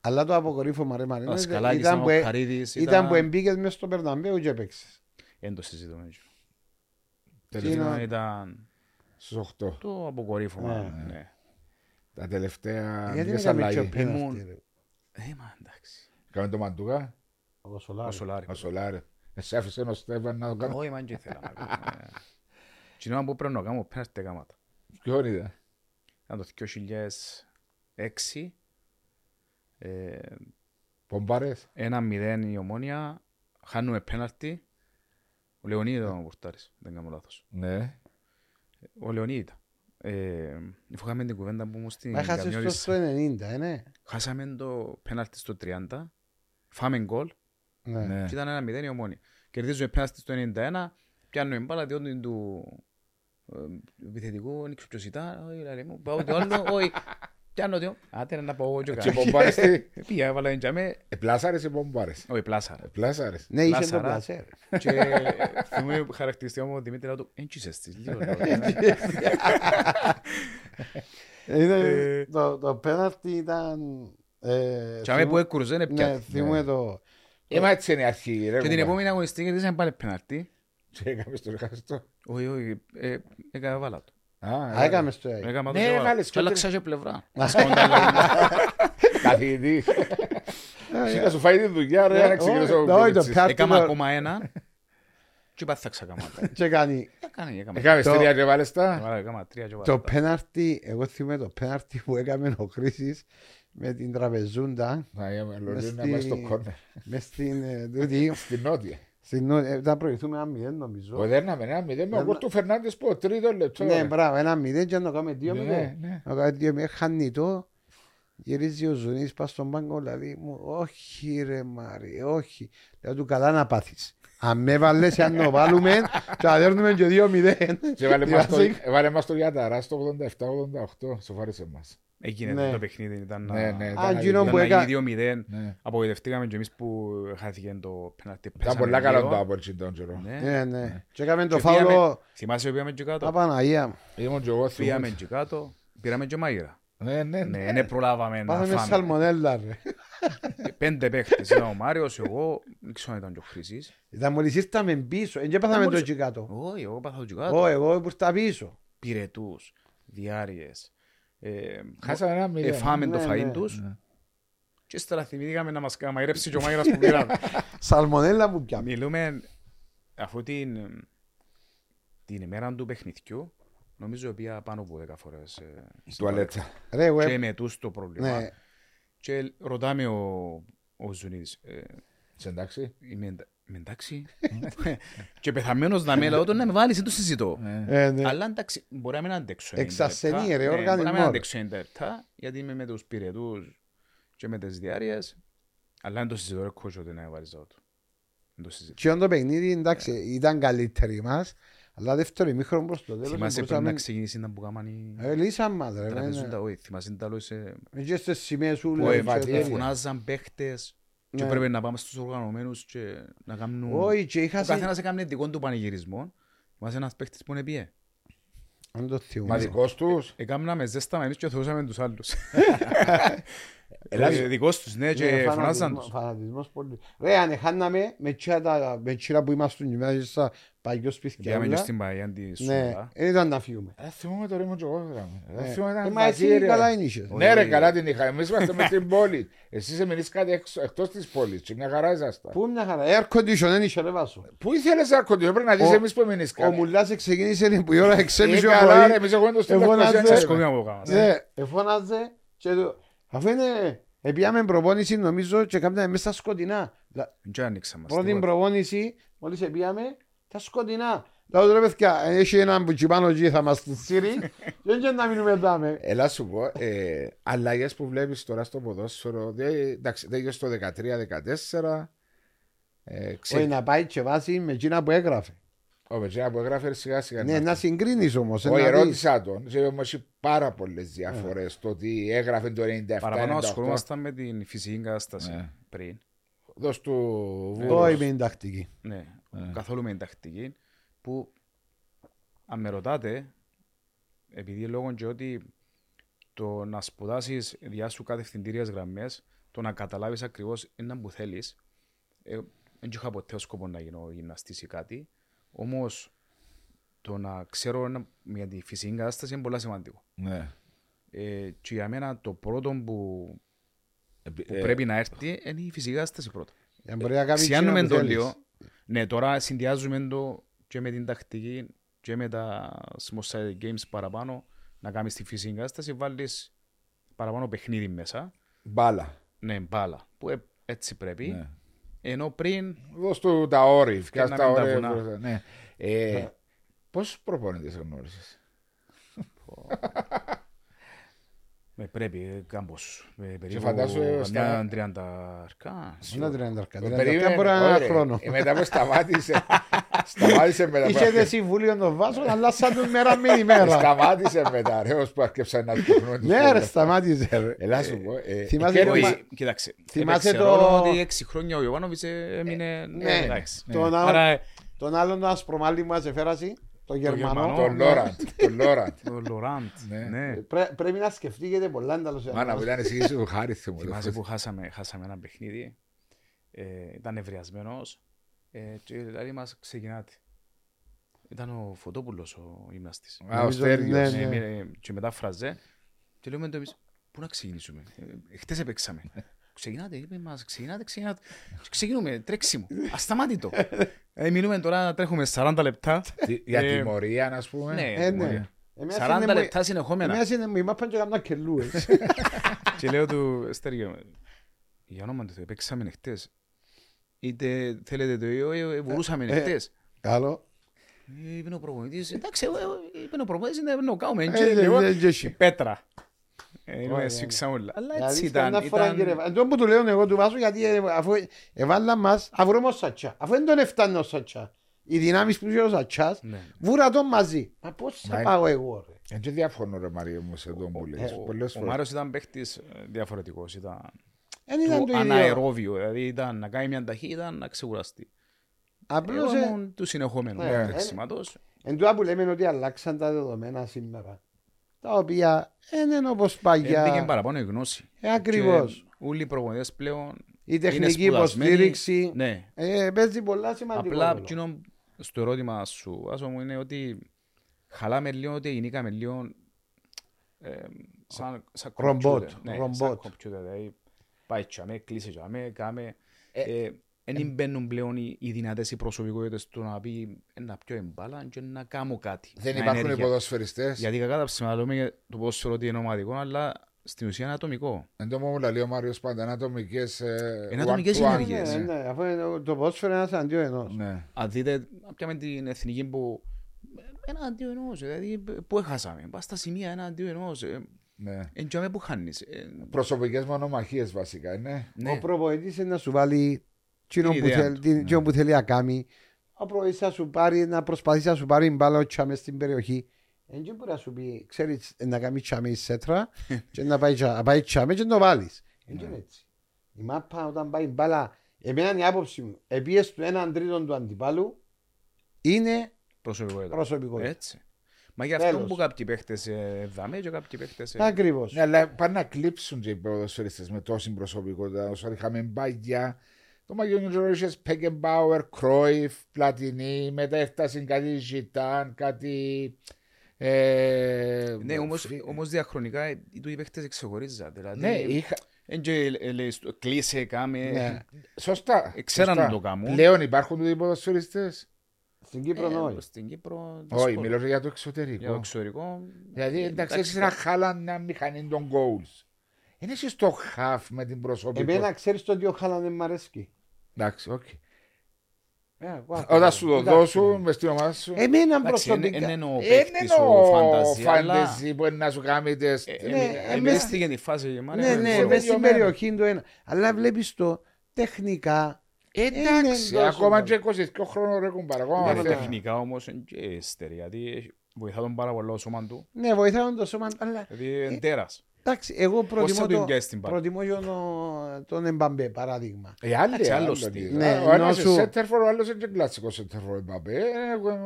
Speaker 2: Αλλά το αποκορύφωμα ρε
Speaker 3: ο
Speaker 2: Μαρίνο
Speaker 3: Ασκαλάκης,
Speaker 2: Ε, ήταν
Speaker 3: ήταν
Speaker 2: που,
Speaker 3: ο
Speaker 2: ε-
Speaker 3: Χαρίδης,
Speaker 2: ήταν που εμπήκες μέσα στο Περναμπέου και έπαιξες.
Speaker 3: Εν το συζητούμε.
Speaker 1: Τελικά,
Speaker 2: Είναι-
Speaker 3: Ήταν
Speaker 1: Στους 8.
Speaker 3: το αποκορύφωμα, ναι.
Speaker 1: Τα τελευταία
Speaker 2: Γιατί
Speaker 1: λίγες
Speaker 2: δεν έκαμε
Speaker 1: αλλαγές.
Speaker 2: και πέναλτι,
Speaker 3: Ήμουν-
Speaker 2: ρε.
Speaker 3: Ε, μα εντάξει.
Speaker 1: Κάμε το Μαντούκα,
Speaker 2: Ο
Speaker 3: Ο
Speaker 2: Σολάρης.
Speaker 3: Σολάρη.
Speaker 1: ο Σολάρε. Εσύ άφησε ο Στέβαν να το κάνει.
Speaker 3: Όχι, μα και ήθελα να κάνω. ε. Τι νόμα που πρέπει να κάνω, πέρασε τα γάματα.
Speaker 1: Ποιον είδα.
Speaker 3: Ήταν το 2006. Ε,
Speaker 1: Πομπάρες.
Speaker 3: Ένα μηδέν η ομόνια, χάνουμε πέναλτι. Ο Λεωνίδης ήταν ο πορτάρης, δεν κάνω λάθος.
Speaker 1: Ναι.
Speaker 3: Ο Λεωνίδης ήταν. Ε, Φουχάμε την κουβέντα που μου στην
Speaker 2: Μα έχασες το
Speaker 3: Καμιώδης.
Speaker 2: στο 90, ε, ναι.
Speaker 3: Χάσαμε το πέναλτι στο 30, φάμε γκολ
Speaker 2: Ναι.
Speaker 1: Ναι.
Speaker 3: και ήταν ένα μηδέν η ομόνια. Κερδίζουμε πέναλτι στο 91, πιάνουμε μπάλα διότι του ε, επιθετικού, δεν ξέρω ποιος ήταν, όχι λαλή μου, πάω το άλλο, όχι, πιάνω το, άτε να πάω εγώ και
Speaker 1: Ε, Και
Speaker 3: κάνω.
Speaker 1: πομπάρες τι.
Speaker 3: Πήγα, έβαλα εντιαμέ,
Speaker 1: Επλάσαρες ή πομπάρες. Ε,
Speaker 3: όχι πλάσαρα.
Speaker 1: Επλάσαρες.
Speaker 2: Ναι, είχε το
Speaker 3: Λάσαρα.
Speaker 2: πλασέρ.
Speaker 3: Και θυμούμε χαρακτηριστικά μου ο Δημήτρης να του «Έντσισες της λίγο». ε». Ε,
Speaker 2: Ήταν- Ε, το- Το πέναλτι ήταν... ε,
Speaker 3: Και αμέ που έκρουζε είναι
Speaker 2: Ναι,
Speaker 3: πια.
Speaker 2: θυμούμε το...
Speaker 1: Ε, μα έτσι είναι η αρχή. ρε,
Speaker 3: Ναι. Και την
Speaker 1: κουμπάρες.
Speaker 3: επόμενη αγωνιστή κερδίσαμε πάλι πέναλτι.
Speaker 1: Και έκαμε στον χαστό.
Speaker 3: Όχι, όχι, ε, έκανα βάλα του.
Speaker 2: Α,
Speaker 1: Α,
Speaker 2: έκαμε στο ΑΕΛ.
Speaker 3: Έκανα το
Speaker 1: Ναι,
Speaker 3: και βάλα
Speaker 1: έβαλες
Speaker 3: του. Και άλλαξα και πλευρά.
Speaker 1: καθηγητή. Σίγα σου φάει τη δουλειά, ρε, να ξεκινήσω.
Speaker 2: Ναι, όχι, το πιάτο.
Speaker 3: Έκανα
Speaker 2: το-
Speaker 3: ακόμα ένα και είπα θα ξακάμα.
Speaker 2: Και κάνει
Speaker 3: Έκανα, έκανα.
Speaker 1: Έκαμε
Speaker 2: Το- Ναι.
Speaker 1: τρία και βάλες τα.
Speaker 3: Έβαλα, Έκανα τρία και
Speaker 2: το
Speaker 3: βάλα. τα.
Speaker 2: πέναρτι, εγώ θυμάμαι το πέναρτι που έκαμε ο Χρήσης με την τραπεζούντα,
Speaker 1: Να είμαι
Speaker 2: Μες
Speaker 1: λωρί να πάει
Speaker 2: στη-
Speaker 1: στο κόρνερ.
Speaker 2: μες στην ε, τούτη,
Speaker 1: Στην νότια.
Speaker 2: στην νο- ε, ήταν προηγηθούμε ένα μηδέν νομίζω.
Speaker 1: Ο Δέρναμε ένα μηδέν με ο
Speaker 2: Ναι,
Speaker 1: γκολ του Φερνάντες που ο τρίτο λεπτό.
Speaker 2: Ναι,
Speaker 1: ρε.
Speaker 2: μπράβο, ένα μηδέν και να το κάνουμε δύο
Speaker 1: Ναι,
Speaker 2: μηδέν.
Speaker 1: ναι.
Speaker 2: Να κάνουμε δύο μηδέν, χάνει το, γυρίζει ο Ζουνής, πας στον πάγκο, δηλαδή μου, όχι ρε Μάρη, όχι. Λέω του καλά να πάθεις. Αν με βάλες, αν το βάλουμε, θα δέρνουμε και δύο μηδέν.
Speaker 1: Και έβαλε μας το-
Speaker 2: Δηλαδή,
Speaker 1: έβαλε μας το Γιαταρά στο 87-88. Σοφάρισε μας.
Speaker 3: Έγινε
Speaker 2: Ναι.
Speaker 3: το παιχνίδι, ήταν να-
Speaker 1: Ναι, ναι.
Speaker 3: ήταν
Speaker 1: ήταν
Speaker 2: αν
Speaker 1: αλήθεια.
Speaker 2: γίνον που
Speaker 3: να
Speaker 2: έκα-
Speaker 3: γίνει 2-0.
Speaker 1: Ναι.
Speaker 3: Απογοητευτήκαμε και εμείς που χάθηκε το πέναλτι.
Speaker 1: Ήταν
Speaker 3: Πέσαμε
Speaker 1: πολλά
Speaker 3: λίγο.
Speaker 1: καλά το Apple τον καιρό.
Speaker 3: Ναι.
Speaker 2: Ναι, ναι. Και έκαμε το
Speaker 3: Και πήγαμε-
Speaker 2: φάουλο,
Speaker 3: Θυμάσαι που πήγαμε και κάτω.
Speaker 2: Απαναγία μου.
Speaker 1: Ήμουν και εγώ
Speaker 3: Πήγαμε
Speaker 1: θυμούμαι.
Speaker 3: και κάτω. Πήραμε και μάγειρα.
Speaker 1: Ναι, ναι,
Speaker 3: Ναι,
Speaker 1: ναι.
Speaker 3: δεν προλάβαμε να
Speaker 2: Πάθαμε
Speaker 3: φάμε.
Speaker 2: σαλμονέλα ρε.
Speaker 3: Πέντε παίχτες. Ήταν ο Μάριος, εγώ, δεν ξέρω αν ήταν και ο Χρυσής.
Speaker 2: Ήταν μόλις ήρθαμε πίσω, εν και πάθαμε το
Speaker 3: μόλις-
Speaker 2: εκεί κάτω.
Speaker 3: Εγώ, εγώ πάθα το τσιγάτο.
Speaker 2: Ω, ε, εγώ ήρθα πίσω.
Speaker 3: Πυρετούς, διάρειες. ε,
Speaker 1: Χάσαμε ένα μηδέν.
Speaker 3: Εφάμε το
Speaker 2: Ναι, ναι.
Speaker 3: φαΐν τους. Και ύστερα θυμηθήκαμε να μας μαγειρέψει και ο μάγειρας που πήραμε.
Speaker 2: Σαλμονέλα μου πιάμε.
Speaker 3: Μιλούμε αφού την, την ημέρα του παιχνιδιού, νομίζω πήγα πάνω από 10 φορές. ε, στην
Speaker 1: Τουαλέτσα.
Speaker 2: Ρε, εγώ,
Speaker 3: Και
Speaker 2: ε,
Speaker 3: με τούτο το πρόβλημα.
Speaker 2: ναι,
Speaker 3: Και ρωτάμε ο, ο Ζουνίδης, ε,
Speaker 1: Σε εντάξει.
Speaker 3: είμαι, εντα- είμαι εντάξει. και πεθαμένος να με λέω, «Όταν να με βάλεις, δεν το συζητώ.
Speaker 2: ε, ναι. Ε,
Speaker 3: Αλλά εντάξει, μπορεί να μην αντέξω. 90
Speaker 2: Εξασθενεί,
Speaker 3: λεπτά.
Speaker 2: ρε,
Speaker 3: Ναι, Μπορεί να μην
Speaker 2: οργανισμό.
Speaker 3: αντέξω 90 λεπτά, γιατί είμαι με τους πυρετούς και με τις διάρειες. Αλλά δεν το συζητώ, ρε κότσο, δεν έβαλες εδώ του. Δεν το συζητώ.
Speaker 2: Και όντω παιχνίδι, εντάξει, ήταν καλύτεροι μας, αλλά δεύτερο ημίχρονο προς το τέλος.
Speaker 3: Θυμάσαι πριν
Speaker 2: μπορούσαμε-
Speaker 3: να ξεκινήσει να μπουκάμανι.
Speaker 2: Ε, λύσαν μας, ρε.
Speaker 3: Τραπεζούν
Speaker 2: ναι.
Speaker 3: τα όχι, θυμάσαι τα λόγια.
Speaker 2: Ε, και στις σημαίες σου,
Speaker 1: Ο
Speaker 2: λέω,
Speaker 1: Ευατήρης.
Speaker 3: ε,
Speaker 2: και-
Speaker 3: Φωνάζαν παίχτες και
Speaker 2: Ναι.
Speaker 3: πρέπει να πάμε στους οργανωμένους και να κάνουν... Ο
Speaker 2: Όχι, και είχα...
Speaker 3: καθένας έκανε δικό του πανηγυρισμό. Θυμάσαι ένας παίχτης που έπιε.
Speaker 2: Αν το θυμούμαι.
Speaker 1: Μα δικός τους.
Speaker 3: Έκαναμε ζέσταμα εμείς και θεωρούσαμε τους άλλους.
Speaker 1: Ελάς.
Speaker 3: Ε, Δικός τους, ναι,
Speaker 2: Ναι,
Speaker 3: και
Speaker 2: φανατισμό-
Speaker 3: φωνάζαν τους.
Speaker 2: Φανατισμός πολύ. Ρε, αν εχάναμε με τσιά τα- με τσίρα που ήμασταν και μέσα στα παλιό σπίθκια
Speaker 3: Πήγαμε και
Speaker 2: όλα,
Speaker 3: στην Παγιάντη
Speaker 2: ναι,
Speaker 3: Σούλα.
Speaker 2: δεν ήταν να φύγουμε.
Speaker 1: Ε, θυμούμαι το ρήμο και εγώ. δράμα. Ε,
Speaker 2: Ε,
Speaker 1: θυμούμαι τα
Speaker 2: ε, Μα εσύ
Speaker 1: χαρτίρια.
Speaker 2: καλά ένιχες.
Speaker 1: Ναι ρε καλά την είχα, εμείς είμαστε μες στην πόλη. Εσείς εμείς κάτι έξω- εκτός της πόλης και μια χαρά ήσασταν.
Speaker 2: Πού μια χαρά, air condition ένιχε ρε βάσο.
Speaker 3: Ε,
Speaker 1: Πού ήθελες να κοντινό, πρέπει να δεις
Speaker 2: Ο-
Speaker 1: εμείς που εμείς
Speaker 2: Ο
Speaker 1: καλά.
Speaker 2: Μουλάς ξεκίνησε που η ώρα
Speaker 1: Ε,
Speaker 2: εξέμισε ο
Speaker 1: καλά ρε,
Speaker 2: πρωί.
Speaker 1: εμείς εγώ το στην
Speaker 2: Εγώ να
Speaker 1: Λευκοσία,
Speaker 2: δω-
Speaker 1: ξέρουμε.
Speaker 3: Σκοπιά που έκαναμε.
Speaker 2: Ναι, εφώναζε και του- Αφού είναι, επίαμε προπόνηση νομίζω και κάμναμε μέσα στα σκοτεινά. Λα-
Speaker 3: Και άνοιξαμε.
Speaker 2: Πρώτη
Speaker 3: τίποτα.
Speaker 2: προπόνηση, μόλις επίαμε, τα σκοτεινά. Λέω του ρε παιδιά, έχει έναν μπουτσιπάνο εκεί θα μας τη σύρει δεν και να μείνουμε δάμε.
Speaker 1: Ελά σου πω, ε, αλλαγές που βλέπεις τώρα στο ποδόσφαιρο, δε, εντάξει, δεν γιος το 13-14. Ε,
Speaker 2: Όχι
Speaker 1: ξε...
Speaker 2: να πάει και βάζει με εκείνα που έγραφε.
Speaker 1: Ο Βετζέα που έγραφε σιγά σιγά.
Speaker 2: Ναι, να συγκρίνεις όμως.
Speaker 1: Όχι,
Speaker 2: να δεις.
Speaker 1: ερώτησα τον. Και όμως έχει πάρα πολλές διαφορές. Το ότι έγραφε το 97.
Speaker 3: Παραπάνω
Speaker 1: 98.
Speaker 3: ασχολούμασταν με την φυσική κατάσταση
Speaker 1: Ναι.
Speaker 3: πριν.
Speaker 1: Δώσ' του βούρος.
Speaker 2: Όχι με την τακτική.
Speaker 3: Ναι, καθόλου με την τακτική που αν με ρωτάτε, επειδή λόγω και ότι το να σπουδάσεις διά σου κατευθυντήριες γραμμές, το να καταλάβεις ακριβώς ένα που θέλεις, ε, δεν είχα ποτέ σκοπό να γίνω γυμναστής ή κάτι. Όμως το να ξέρω ένα- μια τη φυσική κατάσταση είναι πολύ σημαντικό.
Speaker 1: Ναι.
Speaker 3: Ε, και για μένα το πρώτο που, που
Speaker 1: Ε,
Speaker 3: πρέπει να έρθει είναι η φυσική κατάσταση πρώτα.
Speaker 2: Δεν Ε, μπορεί να κάνεις εκείνα
Speaker 3: Ξιάνουμε
Speaker 2: που
Speaker 3: το
Speaker 2: θέλεις.
Speaker 3: λίγο. Ναι, τώρα συνδυάζουμε το και με την τακτική και με τα small side games παραπάνω να κάνεις τη φυσική κατάσταση, βάλεις παραπάνω παιχνίδι μέσα.
Speaker 1: Μπάλα.
Speaker 3: Ναι, μπάλα, που ε, έτσι πρέπει.
Speaker 1: Ναι.
Speaker 3: Ενώ πριν
Speaker 1: Δώσ' του τα όρη. Φτιάς
Speaker 3: να
Speaker 1: τα
Speaker 3: μην τα
Speaker 1: όρη.
Speaker 3: βουνά.
Speaker 1: προς- Ναι. Ε, Πώ προπονητές γνώρισες.
Speaker 3: με πρέπει ε, κάμπος. Με περίπου
Speaker 1: φαντάσου, ε,
Speaker 3: καμιά
Speaker 1: στα-
Speaker 3: 30 αρκά.
Speaker 2: Δεν ήταν
Speaker 3: Ε,
Speaker 2: τριανταρκά. Τριανταρκά
Speaker 1: Περίμενε,
Speaker 2: μπορεί να είναι ένα
Speaker 1: ωραία.
Speaker 2: χρόνο.
Speaker 1: Ε, Μετά που σταμάτησε. Σταμάτησε μετά. που
Speaker 2: Είχε συμβούλιο των βάσων, αλλά σαν του μέρα με ημέρα.
Speaker 1: Σταμάτησε μετά, ρε, ως που αρκέψαν να σκουχνούν. τους
Speaker 2: Ναι ρε,
Speaker 1: φίλους.
Speaker 2: σταμάτησε ρε.
Speaker 1: Ελά σου πω. ε,
Speaker 2: θυμάσαι
Speaker 1: ε,
Speaker 2: που-
Speaker 1: Κέρδη-
Speaker 2: μα-
Speaker 3: Όχι, Κοίταξε,
Speaker 2: θυμάσαι
Speaker 3: έπαιξε
Speaker 2: το-
Speaker 3: ρόλο ότι έξι χρόνια ο Ιωάννοβιτς ε, έμεινε...
Speaker 2: ναι.
Speaker 3: εντάξει.
Speaker 2: Τον άλλο-
Speaker 3: Άρα, ε,
Speaker 2: Τον άλλον το ασπρομάλι μας εφέρασε, τον
Speaker 3: Γερμανό.
Speaker 2: Γερμανό. Ε,
Speaker 1: Το Λόραντ.
Speaker 3: Ναι.
Speaker 1: Το Λόραντ.
Speaker 3: ο Λοράντ,
Speaker 1: Ναι.
Speaker 3: ναι.
Speaker 2: Πρέ- Πρέπει να σκεφτείτε πολλά εντάλλως.
Speaker 1: Μάνα που ήταν εσύ σου χάρη θυμώ.
Speaker 3: Θυμάσαι που χάσαμε, χάσαμε ένα παιχνίδι, ε, ήταν ευριασμένος ε, και δηλαδή μας ξεκινάτε. Ήταν ο Φωτόπουλος ο γυμναστής.
Speaker 1: Α, ο
Speaker 2: Νομίζω ότι
Speaker 1: Στέργιος.
Speaker 2: ναι.
Speaker 3: Ε, μη- και μετά φραζέ και λέμε το εμείς, πού να ξεκινήσουμε, ε, χτες επέξαμε. Ξεκινάτε, είπε μας, ξεκινάτε, ξεκινάτε. Και Ξεκινούμε, τρέξιμο, ασταμάτητο. ε, μιλούμε τώρα, να τρέχουμε 40 λεπτά.
Speaker 1: Τι- Για
Speaker 3: Ε,
Speaker 1: τιμωρία, να πούμε.
Speaker 3: ναι,
Speaker 2: Ε, ναι.
Speaker 3: μωρέ.
Speaker 2: Εμένα
Speaker 3: 40
Speaker 2: είναι μου-
Speaker 3: λεπτά Ε, συνεχόμενα.
Speaker 2: Εμένα είναι μου, είμαι πάνω και κάνω κελού. ε. έτσι.
Speaker 3: Και λέω του Στέργιο, για όνομα του Θεού, παίξαμε χτες. Είτε θέλετε το ή όχι, μπορούσαμε
Speaker 2: ε.
Speaker 3: χτες.
Speaker 2: Καλό.
Speaker 3: Ε, Είπε ο προπονητής, εντάξει, εγώ, ε, είπε ο προπονητής, είναι να κάνουμε.
Speaker 2: Ε,
Speaker 3: Και
Speaker 2: δεν-
Speaker 3: εγώ,
Speaker 2: δεν- δεν έχει.
Speaker 3: η πέτρα. Ε,
Speaker 2: Ωραία.
Speaker 3: Είμαι σφίξα όλα. Αλλά έτσι
Speaker 2: Δηλαδή,
Speaker 3: ήταν.
Speaker 2: κανένα φορά,
Speaker 3: ήταν-
Speaker 2: κύριε Βα- Εν τω που του λέω εγώ του Βάσου, γιατί ε, αφού έβαλα μας, αυρούμε ο Σατσά. Αφού δεν τον έφτανε ο Σατσά. Οι δυνάμεις που είχε ο Σατσάς,
Speaker 3: Ναι.
Speaker 2: βούρα τον μαζί. Μα πώς θα
Speaker 1: Μα-
Speaker 2: πάω εγώ ρε.
Speaker 1: Ε, Και διαφωνώ ρε Μαρία μου σε εδώ που
Speaker 2: Ε,
Speaker 1: λες.
Speaker 3: Ο-
Speaker 1: Πολλές
Speaker 3: Ο
Speaker 1: φορές.
Speaker 3: Μάριος ήταν παίχτης ε, διαφορετικός. Ήταν
Speaker 2: Δεν ήταν
Speaker 3: του
Speaker 2: το ίδιο.
Speaker 3: αναερόβιο. Δηλαδή ήταν να κάνει μια ταχύτητα, να ξεκουραστεί.
Speaker 2: Απλώς
Speaker 3: Εγώ
Speaker 2: ε,
Speaker 3: ήμουν του συνεχόμενου
Speaker 2: Ναι.
Speaker 3: τρεξίματος.
Speaker 2: εν τούτα που λέμε ότι αλλάξαν τα δεδομένα σήμερα. τα οποία δεν είναι όπως
Speaker 3: Έμπαικε
Speaker 2: παγιά.
Speaker 3: παραπάνω η γνώση.
Speaker 2: Ε, ακριβώς.
Speaker 3: Και Όλοι οι προπονητές πλέον
Speaker 2: Η τεχνική
Speaker 3: είναι σπουδασμένοι.
Speaker 2: υποστήριξη
Speaker 3: Ναι.
Speaker 2: ε, παίζει πολλά σημαντικό
Speaker 3: Απλά
Speaker 2: ρόλο.
Speaker 3: εκείνο στο ερώτημα σου, άσο μου, είναι ότι χαλάμε λίγο, ότι γεννήκαμε λίγο ε, σαν, σαν
Speaker 2: Ρομπότ,
Speaker 3: computer. Ναι,
Speaker 2: ρομπότ.
Speaker 3: σαν computer, δηλαδή πάει τσάμε, κλείσε τσάμε, κάμε. Δεν μπαίνουν πλέον οι, οι δυνατές οι προσωπικότητες του να πει «Ε, να πιω εμπάλα και να κάνω κάτι.
Speaker 1: Δεν
Speaker 3: να
Speaker 1: υπάρχουν οι
Speaker 3: ενέργεια».
Speaker 1: ποδοσφαιριστές.
Speaker 3: Γιατί κακά τα ψήματα λέμε για το ποδόσφαιρο ότι είναι ομαδικό, αλλά στην ουσία είναι ατομικό.
Speaker 1: Εν τω μόνο λέει ο Μάριος πάντα, είναι ε, ατομικέ.
Speaker 3: Είναι ατομικές ενέργειες.
Speaker 2: Ναι, ναι, αφού είναι- το ποδόσφαιρο είναι ένας αντίο ενός.
Speaker 1: Ναι.
Speaker 3: Αν δείτε, να πιάμε την εθνική που ε, ένα αντίο ενός, δηλαδή που έχασαμε, πας στα σημεία ένα αντίο ενός, ε,
Speaker 1: ναι.
Speaker 3: εν τζάμε που χάνεις. Ε,
Speaker 1: Προσωπικές μονομαχίες βασικά, ναι.
Speaker 3: ναι.
Speaker 2: Ο προπονητής είναι να σου βάλει εκείνο
Speaker 3: Την
Speaker 2: που,
Speaker 3: ιδέα
Speaker 2: θέλ,
Speaker 3: του,
Speaker 2: την-
Speaker 3: ναι.
Speaker 2: εκείνο που θέλει να κάνει. Ο προπονητής θα σου πάρει, να προσπαθήσει να σου πάρει μπάλα ο τσάμε στην περιοχή. Δεν μπορεί να σου πει, ξέρεις να κάνει τσάμε η σέτρα και να πάει, τσα- να πάει τσάμε και να το βάλεις. Δεν
Speaker 3: Ναι.
Speaker 2: είναι έτσι. Η μάπα όταν πάει μπάλα, εμένα είναι η άποψη μου, επίες του έναν τρίτον του αντιπάλου, είναι
Speaker 3: προσωπικότητα.
Speaker 2: προσωπικότητα.
Speaker 3: Έτσι. Μα γι' αυτό
Speaker 2: Τέλος.
Speaker 3: που κάποιοι παίχτες ε, δαμέ και κάποιοι παίχτες... ε,
Speaker 2: Ακριβώς.
Speaker 1: Ναι, αλλά πάνε να κλείψουν και οι ποδοσφαιριστές με τόση προσωπικότητα. Όσο είχαμε μπαγιά, το Μαγιόνι Τζορίσιε, Πέγκεμπάουερ, Κρόιφ, Πλατινί, μετά έφτασε κάτι Ζητάν, κάτι. Ε,
Speaker 3: Ναι, όμως,
Speaker 1: φι-
Speaker 3: όμως διαχρονικά ε, οι τούτοι παίχτες εξεχωρίζαν. Δηλαδή,
Speaker 1: Ναι, είχα...
Speaker 3: εν τζαι, ε, λέει, στο- κλείσε, κάμε... ε,
Speaker 1: ναι. Σωστά. σωστά.
Speaker 3: Ξέραν να ε, το κάνουν.
Speaker 1: Πλέον υπάρχουν τούτοι ποδοσφαιριστές.
Speaker 2: Στην
Speaker 3: Ε,
Speaker 2: Κύπρο όχι.
Speaker 3: Στην Κύπρο...
Speaker 1: Όχι,
Speaker 3: δύσκολο.
Speaker 1: μιλώ για το
Speaker 3: Για το
Speaker 1: εξωτερικό.
Speaker 3: εξωτερικό...
Speaker 1: Δηλαδή, εντάξει, έτσι να χάλαν μια μηχανή των goals. Είναι εσύ το half με την προσωπικότητα.
Speaker 2: Εμένα ξέρεις το ότι ο Χάλαν δεν μ' αρέσκει.
Speaker 1: Εντάξει, οκ.
Speaker 2: Ε, εγώ άκουγα.
Speaker 1: Όταν σου το
Speaker 2: Εντάξει.
Speaker 1: δώσουν μες στην ομάδα σου.
Speaker 2: Εμένα
Speaker 3: ναι. Εντάξει, εν- εν
Speaker 2: προσωπικά.
Speaker 3: εννοώ
Speaker 1: Δεν
Speaker 3: παίχτης
Speaker 1: Ε, είναι
Speaker 3: ο
Speaker 1: ο
Speaker 3: φανταζία, αλλά...
Speaker 1: φανταζή που είναι να σου κάνει τεστ.
Speaker 3: Ε,
Speaker 2: ναι,
Speaker 3: ε, ε,
Speaker 2: ε,
Speaker 3: μες
Speaker 2: μέσα-
Speaker 3: στη γενική φάση, μάνα,
Speaker 2: Ναι,
Speaker 3: ε,
Speaker 2: ναι,
Speaker 3: ε,
Speaker 2: μέσα στην
Speaker 1: Μεσημεριωμένο.
Speaker 2: περιοχή το ένα. Αλλά βλέπεις το τεχνικά.
Speaker 1: Ε, ναι, Εντάξει,
Speaker 2: είναι
Speaker 1: ακόμα και
Speaker 2: τόσο
Speaker 1: 22 χρόνο ρε κουμπάρα.
Speaker 3: ε,
Speaker 1: Ακόμα
Speaker 3: ε,
Speaker 2: ναι.
Speaker 1: μαθαίνω.
Speaker 3: τεχνικά όμως είναι και ύστερα, γιατί έχει- βοηθά τον πάρα πολύ ο σώμα του.
Speaker 2: Ναι, βοηθάνε το σώμα. Αλλά
Speaker 3: Δηλαδή είναι τέρας.
Speaker 2: εντάξει, εγώ προτιμώ,
Speaker 3: θα του
Speaker 2: το,
Speaker 3: πιάσεις την μπάλα.
Speaker 2: προτιμώ και τον, τον Εμπαμπέ παράδειγμα.
Speaker 1: Ε, άλλοι,
Speaker 3: Εντάξει, άλλο
Speaker 1: άλλο
Speaker 3: στυλ.
Speaker 1: στυλ.
Speaker 2: Ναι,
Speaker 1: Ο ένας
Speaker 2: ενώ
Speaker 1: είναι
Speaker 2: σου-
Speaker 1: σέντερφορ, ο άλλος είναι και κλασικός σέντερφορ. Εμπαπέ, ε,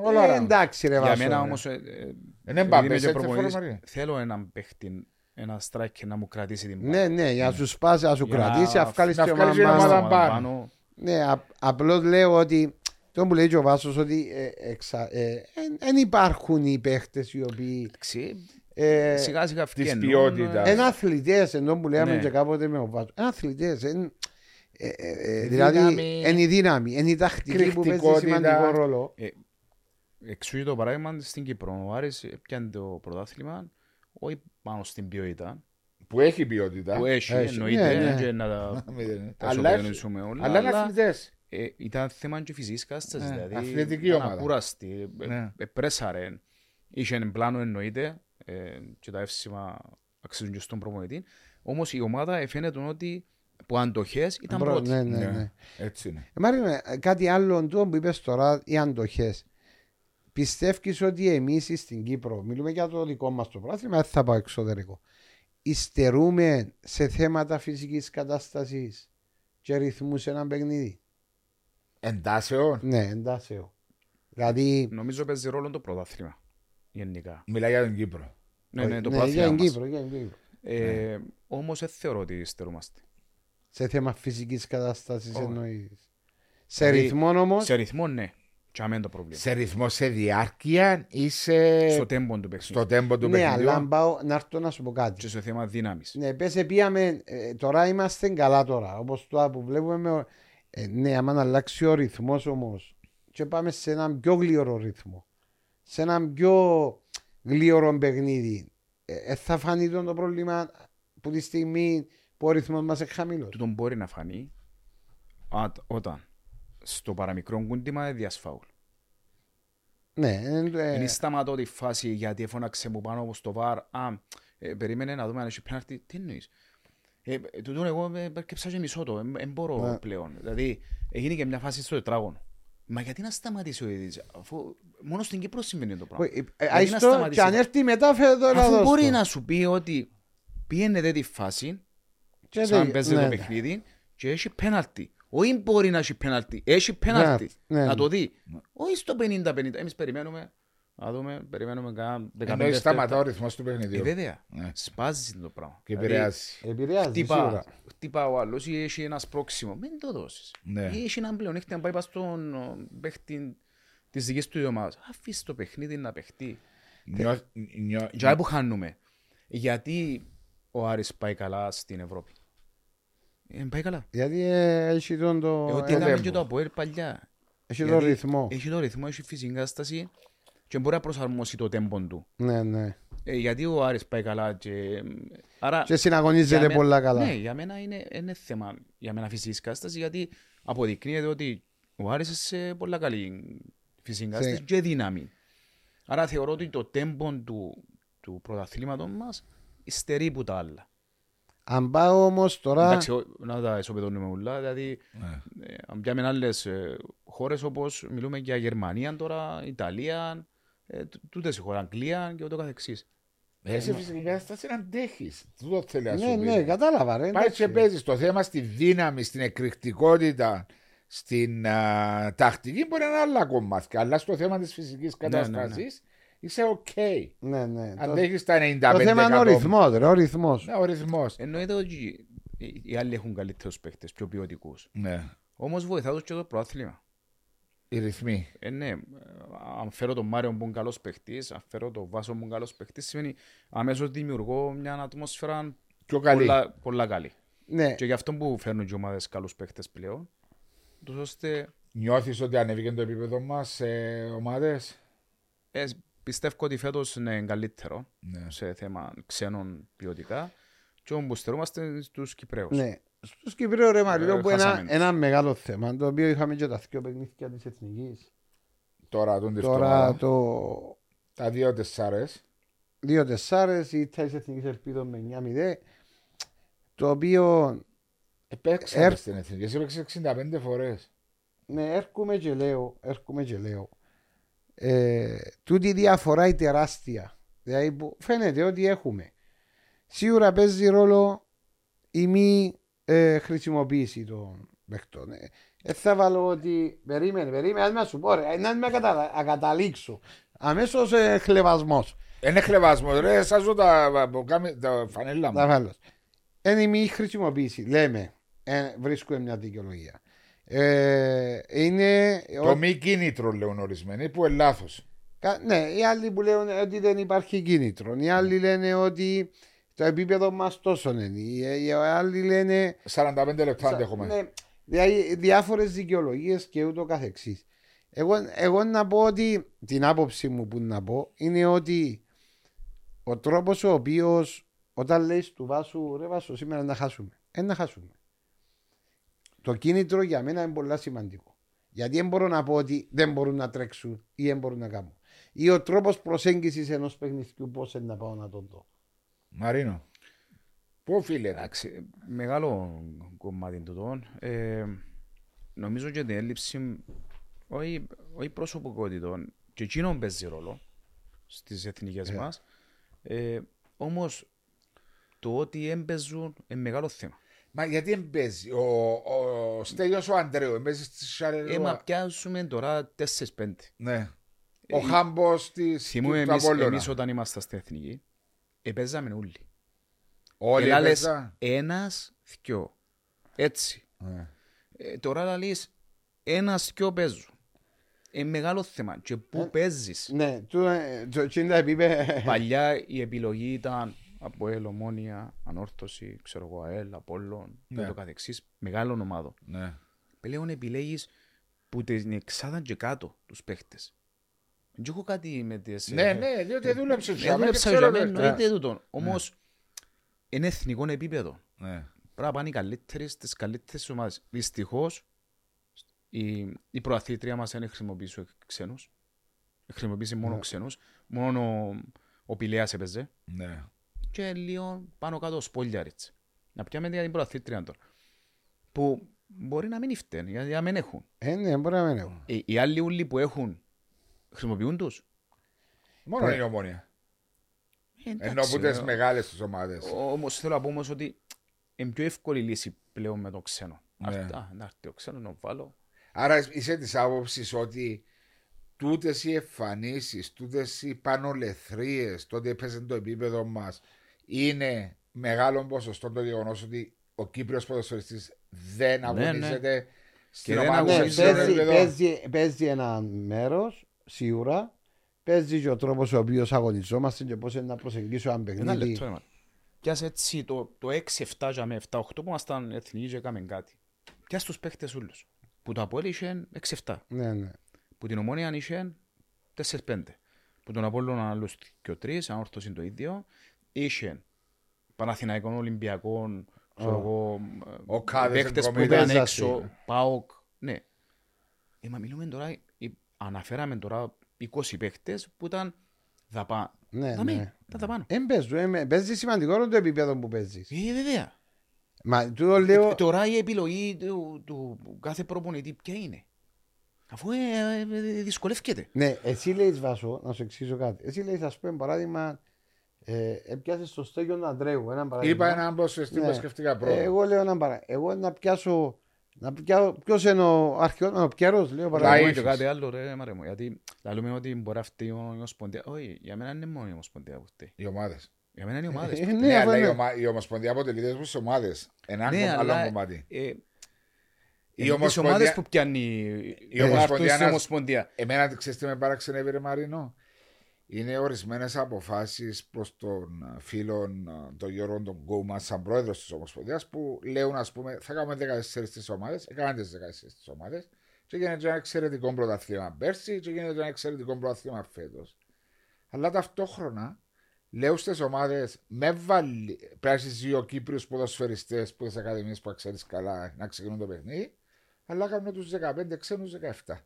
Speaker 1: όλα
Speaker 2: Ε, ναι.
Speaker 1: round.
Speaker 2: εντάξει ρε
Speaker 3: Ναι, Για
Speaker 2: Βάσο.
Speaker 3: μένα
Speaker 2: ρε.
Speaker 3: όμως, ε, ε,
Speaker 1: Είναι
Speaker 3: επειδή
Speaker 1: Mbappé,
Speaker 3: είμαι και
Speaker 1: center
Speaker 3: προπονητής,
Speaker 1: forward, Μαρία.
Speaker 3: θέλω έναν παίχτη, ένα striker να μου κρατήσει την μπάλα.
Speaker 2: Ναι, ναι, για να σου σπάσει, να σου
Speaker 3: Για
Speaker 2: κρατήσει,
Speaker 3: να-
Speaker 2: αυκάλεις
Speaker 1: να
Speaker 2: την
Speaker 1: βγάλεις την
Speaker 2: ομάδα.
Speaker 1: ομάδα.
Speaker 2: μας.
Speaker 3: Πάνω,
Speaker 1: πάνω.
Speaker 3: πάνω.
Speaker 2: Ναι, απ- απλώς λέω ότι το που λέει και ο Βάσος ότι ε, εξα- ε, εν- εν υπάρχουν οι παίχτες οι οποίοι
Speaker 3: Εντάξει,
Speaker 2: ε,
Speaker 3: σιγά σιγά
Speaker 1: της
Speaker 3: βγαίνουν,
Speaker 1: ποιότητας.
Speaker 3: ε,
Speaker 2: Είναι αθλητές, ενώ που λέμε
Speaker 3: Ναι.
Speaker 2: και κάποτε με ο Βάτος. Είναι αθλητέ.
Speaker 1: Η
Speaker 2: Δηλαδή,
Speaker 1: δύναμη.
Speaker 2: είναι η δύναμη, είναι η τακτική που παίζει
Speaker 1: Κρυκτικότητα.
Speaker 2: σημαντικό ρόλο.
Speaker 3: Εξού και το παράδειγμα στην Κύπρο. Ο Άρης πιάνει το πρωτάθλημα, όχι πάνω στην ποιότητα,
Speaker 1: Που έχει ποιότητα.
Speaker 3: που έχει,
Speaker 2: Ε, έχει.
Speaker 3: εννοείται,
Speaker 2: Ναι, ναι.
Speaker 3: και να τα-
Speaker 1: Μηδέν.
Speaker 3: τα
Speaker 1: Αλλά έχει-
Speaker 3: σοβαρεύσουμε όλα,
Speaker 1: αλλά είναι αθλητές.
Speaker 3: ε, ήταν θέμα και φυσικής κάστας,
Speaker 1: Ναι,
Speaker 3: δηλαδή
Speaker 1: αθλητική
Speaker 3: ήταν
Speaker 1: ομάδα.
Speaker 3: ακούραστη, ε,
Speaker 1: Ναι.
Speaker 3: ε, πρέσαρε, είχε εν πλάνο εννοείται ε, και τα εύσημα αξίζουν και στον προπονητή, όμως η ομάδα ε, φαίνεται ότι που αντοχές ήταν
Speaker 2: Μπρο-
Speaker 3: πρώτη.
Speaker 2: Ναι, ναι,
Speaker 1: Ναι,
Speaker 2: ναι.
Speaker 1: Έτσι είναι.
Speaker 2: Ε, Μάρινα, ε, κάτι άλλο του που είπες τώρα, οι αντοχές. Πιστεύεις ότι εμείς στην Κύπρο, μιλούμε για το δικό μας το πράθυμα, δεν θα πάω εξωτερικό. Ιστερούμε σε θέματα φυσικής κατάστασης και ρυθμούς σε ένα παιχνίδι.
Speaker 1: Εντάσεων.
Speaker 2: Ναι, εντάσσεω. Δηλαδή,
Speaker 3: Νομίζω παίζει ρόλο το πρωτάθλημα γενικά.
Speaker 1: Μιλά για τον Κύπρο.
Speaker 3: Ναι, ναι, το
Speaker 2: ναι, για
Speaker 3: πρωτάθλημα
Speaker 2: την
Speaker 3: μας.
Speaker 2: Κύπρο, για την Κύπρο.
Speaker 1: Ναι.
Speaker 3: Ε, όμως δεν θεωρώ ότι στερούμαστε.
Speaker 2: Σε θέμα φυσικής κατάστασης
Speaker 3: Όχι.
Speaker 2: εννοείς. Σε
Speaker 3: Δηλαδή,
Speaker 2: ρυθμό όμως.
Speaker 3: Σε ρυθμό ναι, και αμέν το
Speaker 2: Ναι.
Speaker 3: πρόβλημα.
Speaker 1: Σε ρυθμό, σε διάρκεια ή σε...
Speaker 3: Στο τέμπο του παιχνιδιού
Speaker 1: στο τέμπο του
Speaker 2: Ναι, αλλά αν
Speaker 1: παιχνιδιού.
Speaker 2: πάω να έρθω να σου πω κάτι.
Speaker 3: και στο θέμα δύναμης.
Speaker 2: Ναι, πες πήγαμε. ε, τώρα είμαστε καλά τώρα. Όπως το που βλέπουμε. με ο- ε, ναι, άμα να αλλάξει ο ρυθμός όμως. Και πάμε σε έναν πιο γλυόρο ρυθμό. Σε έναν πιο γλυόρο παιχνίδι. Ε, ε, θα φανεί τον το πρόβλημα που τη στιγμή που ο ρυθμός μας είναι χαμηλό.
Speaker 3: τούτο μπορεί να φανεί α- όταν στο παραμικρό κούντιμα διασφάουλ.
Speaker 2: Ναι, ε, ε,
Speaker 3: Δεν σταματώ τη φάση γιατί έφωναξε μου πάνω στο βαρ. Α, ε, περίμενε να δούμε αν έχει πέναρτη. Τι εννοείς. Ε, τούτο εγώ ε, έρκεψα και μισό το. Δεν μπορώ
Speaker 2: Ναι.
Speaker 3: πλέον. Δηλαδή, έγινε και μια φάση στο τετράγωνο. Μα γιατί να σταματήσει ο Ιδρύς, αφού μόνο στην Κύπρο συμβαίνει το πράγμα.
Speaker 2: ε, ε,
Speaker 3: να
Speaker 2: Άιστο, και
Speaker 3: σταματήσει.
Speaker 2: αν έρθει μετά φέρε το να
Speaker 3: Αφού
Speaker 2: δώσω.
Speaker 3: μπορεί να σου πει ότι πιένεται τη φάση,
Speaker 2: Και
Speaker 3: σαν
Speaker 2: δεν- ναι,
Speaker 3: παίζει το
Speaker 2: ναι.
Speaker 3: παιχνίδι και έχει πέναλτι. Όχι μπορεί να έχει πέναλτι, έχει πέναλτι.
Speaker 2: Ναι, ναι, ναι.
Speaker 3: Να το δει. Όχι στο 50-50, εμείς περιμένουμε Να δούμε, περιμένουμε κανένα
Speaker 1: Ενώ σταματά ο ρυθμός του παιχνιδιού.
Speaker 3: Ε,
Speaker 2: δηλαδή,
Speaker 3: βέβαια.
Speaker 1: Ναι.
Speaker 3: Σπάζεις το πράγμα.
Speaker 1: Και επηρεάζει.
Speaker 2: Επηρεάζει
Speaker 3: Χτυπά,
Speaker 2: σίγουρα.
Speaker 3: χτυπά ο άλλος ή έχει ένα σπρόξιμο. Μην το δώσεις.
Speaker 1: Ναι.
Speaker 3: Ή έχει έναν πλεονέκτημα να πάει πας στον ο, παίχτη της δικής του ομάδας. Αφήσει το παιχνίδι να παιχτεί.
Speaker 1: Νιώ- νιώ-
Speaker 3: Και όπου χάνουμε. Γιατί ο Άρης πάει καλά στην Ευρώπη. Ε, πάει καλά.
Speaker 2: Γιατί ε, έχει τον
Speaker 3: Ε,
Speaker 2: το
Speaker 3: Ότι
Speaker 2: έλεγχο.
Speaker 3: έκαμε και το Αποέλ παλιά.
Speaker 2: Έχει τον
Speaker 3: Γιατί
Speaker 2: ρυθμό.
Speaker 3: Έχει τον ρυθμό, έχει φυσική κατάσταση και μπορεί να προσαρμόσει το τέμπον του.
Speaker 2: Ναι, ναι.
Speaker 3: Ε, γιατί ο Άρης πάει καλά και... Άρα,
Speaker 2: Και
Speaker 3: για
Speaker 2: συναγωνίζεται
Speaker 3: μένα-
Speaker 2: πολλά καλά.
Speaker 3: Ναι, για μένα είναι, είναι θέμα για μένα φυσικής κατάσταση γιατί αποδεικνύεται ότι ο Άρης είναι σε πολλά καλή
Speaker 2: Ναι.
Speaker 3: φυσική κατάσταση και δύναμη. Άρα θεωρώ ότι το τέμπον του, του πρωταθλήματος μας υστερεί που τα άλλα.
Speaker 2: Αν πάω όμως τώρα...
Speaker 3: Εντάξει, ό- να τα ισοπεδώνουμε ουλά, δηλαδή
Speaker 1: Ναι.
Speaker 3: ε, αν πιάμε άλλες ε, χώρες όπως μιλούμε για Γερμανία τώρα, Ιταλία, ε, τ- τούτες οι χώρες, Αγγλία και ούτω καθεξής.
Speaker 1: Εσύ φυσική κατάσταση να αντέχεις. Τούτο θέλει να σου
Speaker 2: Ναι,
Speaker 1: πεις.
Speaker 2: ναι, κατάλαβα ρε.
Speaker 1: Πάει
Speaker 2: εντάξει.
Speaker 1: και παίζεις το θέμα στη δύναμη, στην εκρηκτικότητα, στην α, τακτική μπορεί να είναι άλλα κομμάτια. Αλλά στο θέμα της φυσικής κατάσταση είσαι οκ.
Speaker 2: Ναι, ναι. Το-
Speaker 1: Αντέχει τα 95%.
Speaker 2: Το θέμα είναι ο ρυθμός, Ε. ρε, ο ρυθμός.
Speaker 1: Ναι, ο ρυθμός.
Speaker 3: Εννοείται ότι οι- οι άλλοι έχουν καλύτερους παίχτες, πιο ποιοτικούς.
Speaker 1: Ναι.
Speaker 3: Όμως βοηθά τους και το πρόθλημα.
Speaker 1: Οι ρυθμοί.
Speaker 3: Ε, ναι, ε, αν φέρω τον Μάριο που είναι καλός παίχτης, αν φέρω τον Βάσο που είναι καλός παίχτης, σημαίνει αμέσως δημιουργώ μια ατμόσφαιρα
Speaker 1: Πιο καλή.
Speaker 3: πολλά, πολλά καλή.
Speaker 2: Ναι,
Speaker 3: Και γι' αυτό που φέρνουν και ομάδες καλούς παίχτες πλέον, τους ώστε
Speaker 1: Νιώθεις ότι ανέβηκε το επίπεδο μας σε ομάδες.
Speaker 3: ε, πιστεύω ότι φέτος είναι καλύτερο
Speaker 1: Ναι.
Speaker 3: σε θέμα ξένων ποιοτικά και όμως που στερούμαστε στους Κυπρέους.
Speaker 2: ναι. Στους Κυπρέου ρε Μαριό
Speaker 3: Ε,
Speaker 2: που ένα,
Speaker 3: χάσαμε.
Speaker 2: ένα μεγάλο θέμα το οποίο είχαμε και τα δύο παιχνίδια της Εθνικής.
Speaker 1: Τώρα τον
Speaker 2: Τώρα
Speaker 1: Τώρα...
Speaker 2: το
Speaker 1: Τα δύο τεσσάρες.
Speaker 2: δύο τεσσάρες ή τέσσερις εθνικής ελπίδων με 9-0 το οποίο
Speaker 1: Επέξαμε
Speaker 2: Ερ-
Speaker 1: στην εθνική. Εσύ έπαιξες 65 φορές.
Speaker 2: ναι, έρχομαι και λέω, έρχομαι και λέω ε, τούτη η διαφορά η τεράστια δηλαδή που φαίνεται ότι έχουμε σίγουρα παίζει ρόλο η μη ε, χρησιμοποίηση των παιχτών ε, ε, θα βάλω ότι περίμενε, περίμενε, ας με σου πω ρε, να με ακατα- ακαταλήξω αμέσως ε, χλεβασμός
Speaker 1: Είναι χλεβασμός, ρε. Σα ζω τα, τα, τα φανέλα μου.
Speaker 2: Λαβάλο. Είναι η μη χρησιμοποίηση. Λέμε, ε, βρίσκουμε μια δικαιολογία. Ε, είναι. ο-
Speaker 1: Το μη κίνητρο λέουν ορισμένοι που είναι λάθος.
Speaker 2: κα- ναι, οι άλλοι που λένε ότι δεν υπάρχει κίνητρο. Οι άλλοι λένε ότι το επίπεδο μας τόσο είναι. Οι, οι άλλοι λένε.
Speaker 1: 45 λεπτά αντέχουμε.
Speaker 2: Ναι, δηλαδή διάφορες δικαιολογίες και ούτω καθεξής. Εγώ, εγώ να πω ότι την άποψη μου που να πω είναι ότι ο τρόπος ο οποίος όταν λέει του Βάσου, ρε Βάσου, σήμερα να χάσουμε. Ε, να χάσουμε. Το κίνητρο για μένα είναι πολύ σημαντικό. Γιατί δεν μπορώ να πω ότι δεν μπορούν να τρέξουν ή δεν μπορούν να κάνουν. Ή ο τρόπος προσέγγισης ενός παιχνιδιού, πώς να πάω να τον δω.
Speaker 1: Μαρίνο. Πού φίλε.
Speaker 3: Εντάξει, μεγάλο κομμάτι του τόν. Ε, νομίζω και την έλλειψη όχι, όχι προσωπικότητων και εκείνον παίζει ρόλο στις εθνικές μας. Ε, όμως το ότι έμπαιζουν είναι μεγάλο θέμα.
Speaker 1: Μα γιατί δεν παίζει. Ο, ο Στέλιος ο Αντρέου δεν παίζει στη Σαρελόα.
Speaker 3: Ε, μα πιάσουμε τώρα 4-5.
Speaker 1: Ναι. Ο Χάμπος της του
Speaker 3: Θυμούμε εμείς,
Speaker 1: Απόλλωνα.
Speaker 3: εμείς όταν ήμασταν στην εθνική, επέζαμε όλοι.
Speaker 1: Όλοι
Speaker 3: Ελά λες
Speaker 1: παίζαν.
Speaker 3: ένας, δυο. Έτσι.
Speaker 1: Ναι.
Speaker 3: Ε, τώρα λαλείς ένας δυο παίζουν. Είναι μεγάλο θέμα. Και πού
Speaker 1: Ε.
Speaker 3: παίζεις.
Speaker 2: Ναι, το, το, το, επίπεδο.
Speaker 3: Παλιά η επιλογή ήταν από ΕΛ, Ομόνια, Ανόρθωση, ξέρω εγώ, ΑΕΛ, Απόλλων και
Speaker 1: Ναι.
Speaker 3: το καθεξής, μεγάλων ομάδων.
Speaker 1: ναι.
Speaker 3: Πλέον επιλέγεις που την εξάδαν και κάτω τους παίχτες. Δεν έχω κάτι με τις... ε,
Speaker 1: Ναι, ναι, διότι δούλεψε
Speaker 3: Δεν
Speaker 1: τζαμί και
Speaker 3: δούλεψα
Speaker 1: ξέρω
Speaker 3: jamais,
Speaker 1: το-
Speaker 3: εννοείται τούτον. Όμως, είναι εθνικό επίπεδο.
Speaker 1: Ναι.
Speaker 3: Πρέπει να πάνε οι καλύτεροι στις καλύτερες ομάδες. Δυστυχώς, η, η προαθήτρια μας δεν χρησιμοποιήσει ξένους. Χρησιμοποιήσει μόνο ξένους. Μόνο ο, ο Πηλέας έπαιζε
Speaker 1: Ναι.
Speaker 3: και λίγο πάνω κάτω σπόλιαριτς. Να πιάμε για την προαθήτρια τώρα. Που μπορεί να μην φταίνει, γιατί να μην έχουν.
Speaker 2: Ε, ναι, μπορεί να μην έχω.
Speaker 3: Ε, οι άλλοι ούλοι που έχουν χρησιμοποιούν τους.
Speaker 1: Μόνο είναι η ομόνια.
Speaker 3: Ε, εντάξει,
Speaker 1: Ενώ που
Speaker 3: ε,
Speaker 1: τις μεγάλες τις ομάδες.
Speaker 3: Όμως θέλω να πω όμως ότι είναι πιο εύκολη λύση πλέον με το ξένο.
Speaker 1: Ναι.
Speaker 3: Αρτά, να έρθει ο ξένος να βάλω.
Speaker 1: Άρα είσαι της άποψης ότι τούτες οι εμφανίσεις, τούτες οι πανολεθρίες, τότε έπαιζε το επίπεδο μας, είναι μεγάλο ποσοστό το γεγονός ότι ο Κύπριος ποδοσφαιριστής δεν
Speaker 3: ναι.
Speaker 1: αγωνίζεται στην
Speaker 3: Και δεν
Speaker 1: ομάδας
Speaker 2: Ναι,
Speaker 1: του
Speaker 3: αγωνίζεται.
Speaker 1: σε
Speaker 2: παίζει,
Speaker 1: επίπεδο.
Speaker 2: παίζει, παίζει ένα μέρος σίγουρα. Παίζει και ο τρόπος ο οποίος αγωνιζόμαστε και πώς να προσεγγίσω ένα
Speaker 3: Ένα λεπτό,
Speaker 2: παιχνίδι.
Speaker 3: ρε, μα. Κι ας έτσι το, το 6-7 για με 7-8 που ήμασταν εθνικοί και έκαμε κάτι. Κι ας τους παίχτες όλους. Που το Απόλλη είχε 6-7.
Speaker 2: Ναι, ναι.
Speaker 3: Που την Ομόνια είχε 4-5. Που τον Απόλλον άλλους και ο 3, αν όρθος είναι το ίδιο. Είχε Παναθηναϊκών Ολυμπιακών, ξέρω εγώ,
Speaker 1: Ο Κάδες
Speaker 3: παίχτες που
Speaker 1: εγκομίδας.
Speaker 3: ήταν έξω,
Speaker 2: Παίζασαι.
Speaker 3: ΠΑΟΚ. Ναι. Ε, μα μιλούμε τώρα, ε, αναφέραμε τώρα 20 παίχτες που ήταν δαπά.
Speaker 2: Ναι,
Speaker 3: Δαμέ,
Speaker 2: ναι.
Speaker 3: τα δαπάνω.
Speaker 2: Εν παίζουν, εν- εν- παίζει σημαντικό ρόλο το επίπεδο που παίζεις.
Speaker 3: Ε, βέβαια.
Speaker 2: Μα τούτο λέω.
Speaker 3: Ε, Τώρα η επιλογή του, του κάθε προπονητή ποια είναι. Αφού ε, ε, ε, δυσκολεύεται.
Speaker 2: Ναι, εσύ λέει Βάσο, να σου εξηγήσω κάτι. Εσύ λέει, ας πούμε, παράδειγμα, ε, έπιασε το στέγιο του Αντρέου. Ένα παράδειγμα.
Speaker 1: Είπα έναν ποσοστό που
Speaker 2: Ναι.
Speaker 1: σκεφτήκα
Speaker 2: Ε,
Speaker 1: πρώτα.
Speaker 2: Εγώ λέω ένα παράδειγμα. Εγώ να πιάσω. Να πιάσω ποιος είναι ο αρχαιός, ο Πιέρος, λέω παράδειγμα.
Speaker 1: ίσως.
Speaker 3: και κάτι άλλο ρε μάρε μου. Γιατί λαλούμε ότι μπορεί αυτή η ομοσπονδία. Όχι, για μένα είναι μόνο η ομοσπονδία που φταίει.
Speaker 1: Οι ομάδες.
Speaker 3: Για μένα είναι οι
Speaker 2: Ε,
Speaker 3: ομάδες.
Speaker 1: Ναι,
Speaker 2: Ναι,
Speaker 1: αλλά
Speaker 2: αφού
Speaker 1: η
Speaker 2: είναι-
Speaker 1: ομα- η Ομοσπονδία αποτελείται από τις ομάδες. Ένα
Speaker 3: Ναι,
Speaker 1: άλλο
Speaker 3: αλλά
Speaker 1: κομμάτι.
Speaker 3: ε,
Speaker 1: Η
Speaker 3: είναι τις ομάδες
Speaker 1: Ομοσπονδία.
Speaker 3: που πιάνει
Speaker 1: Η
Speaker 3: ε,
Speaker 1: Ομοσπονδία
Speaker 3: αυτούς η
Speaker 1: ένας-
Speaker 3: ομοσπονδία.
Speaker 1: Εμένα ξέρεις τι με παραξενεύει ρε Μαρίνο. Είναι ορισμένες αποφάσεις προς τον φίλο τον Γιώργο τον Κούμα, σαν πρόεδρος της Ομοσπονδίας, που λέουν, ας πούμε, θα κάνουμε 14 τι ομάδες, έκαναν τις 14 τι ομάδες, και γίνεται ένα εξαιρετικό πρωταθλήμα πέρσι, και γίνεται ένα εξαιρετικό πρωταθλήμα φέτος. Αλλά ταυτόχρονα λέω στις ομάδες, με βάλει, πρέπει δύο Κύπριους ποδοσφαιριστές που τι ακαδημίε που ξέρεις καλά να ξεκινούν το παιχνίδι, αλλά κάνουν τους 15 ξένου 17.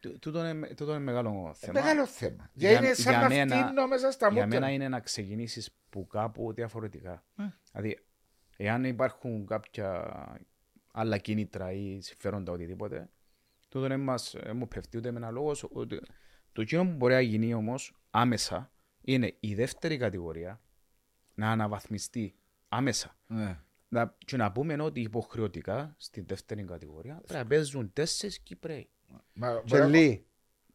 Speaker 3: Τού- τούτο είναι- Τούτο είναι Ε, μεγάλο θέμα.
Speaker 1: Μεγάλο θέμα.
Speaker 3: Για-
Speaker 1: Για, είναι σαν
Speaker 3: για
Speaker 1: να
Speaker 3: μένα-
Speaker 1: φτύνω μέσα στα
Speaker 3: Για
Speaker 1: μούτρα.
Speaker 3: μένα είναι να ξεκινήσεις που κάπου διαφορετικά. Δηλαδή, εάν υπάρχουν κάποια άλλα κίνητρα ή συμφέροντα οτιδήποτε, τούτο δεν μας, ε, μου πέφτει ούτε με ένα λόγο. Ούτε... Το εκείνο που μπορεί να γίνει όμως άμεσα είναι η δεύτερη κατηγορία να αναβαθμιστεί άμεσα.
Speaker 1: Ναι.
Speaker 3: Να, και να πούμε ότι υποχρεωτικά στη δεύτερη κατηγορία πρέπει να παίζουν τέσσερις Κυπρέοι.
Speaker 1: Μα, μπορεί-
Speaker 2: Τσελί.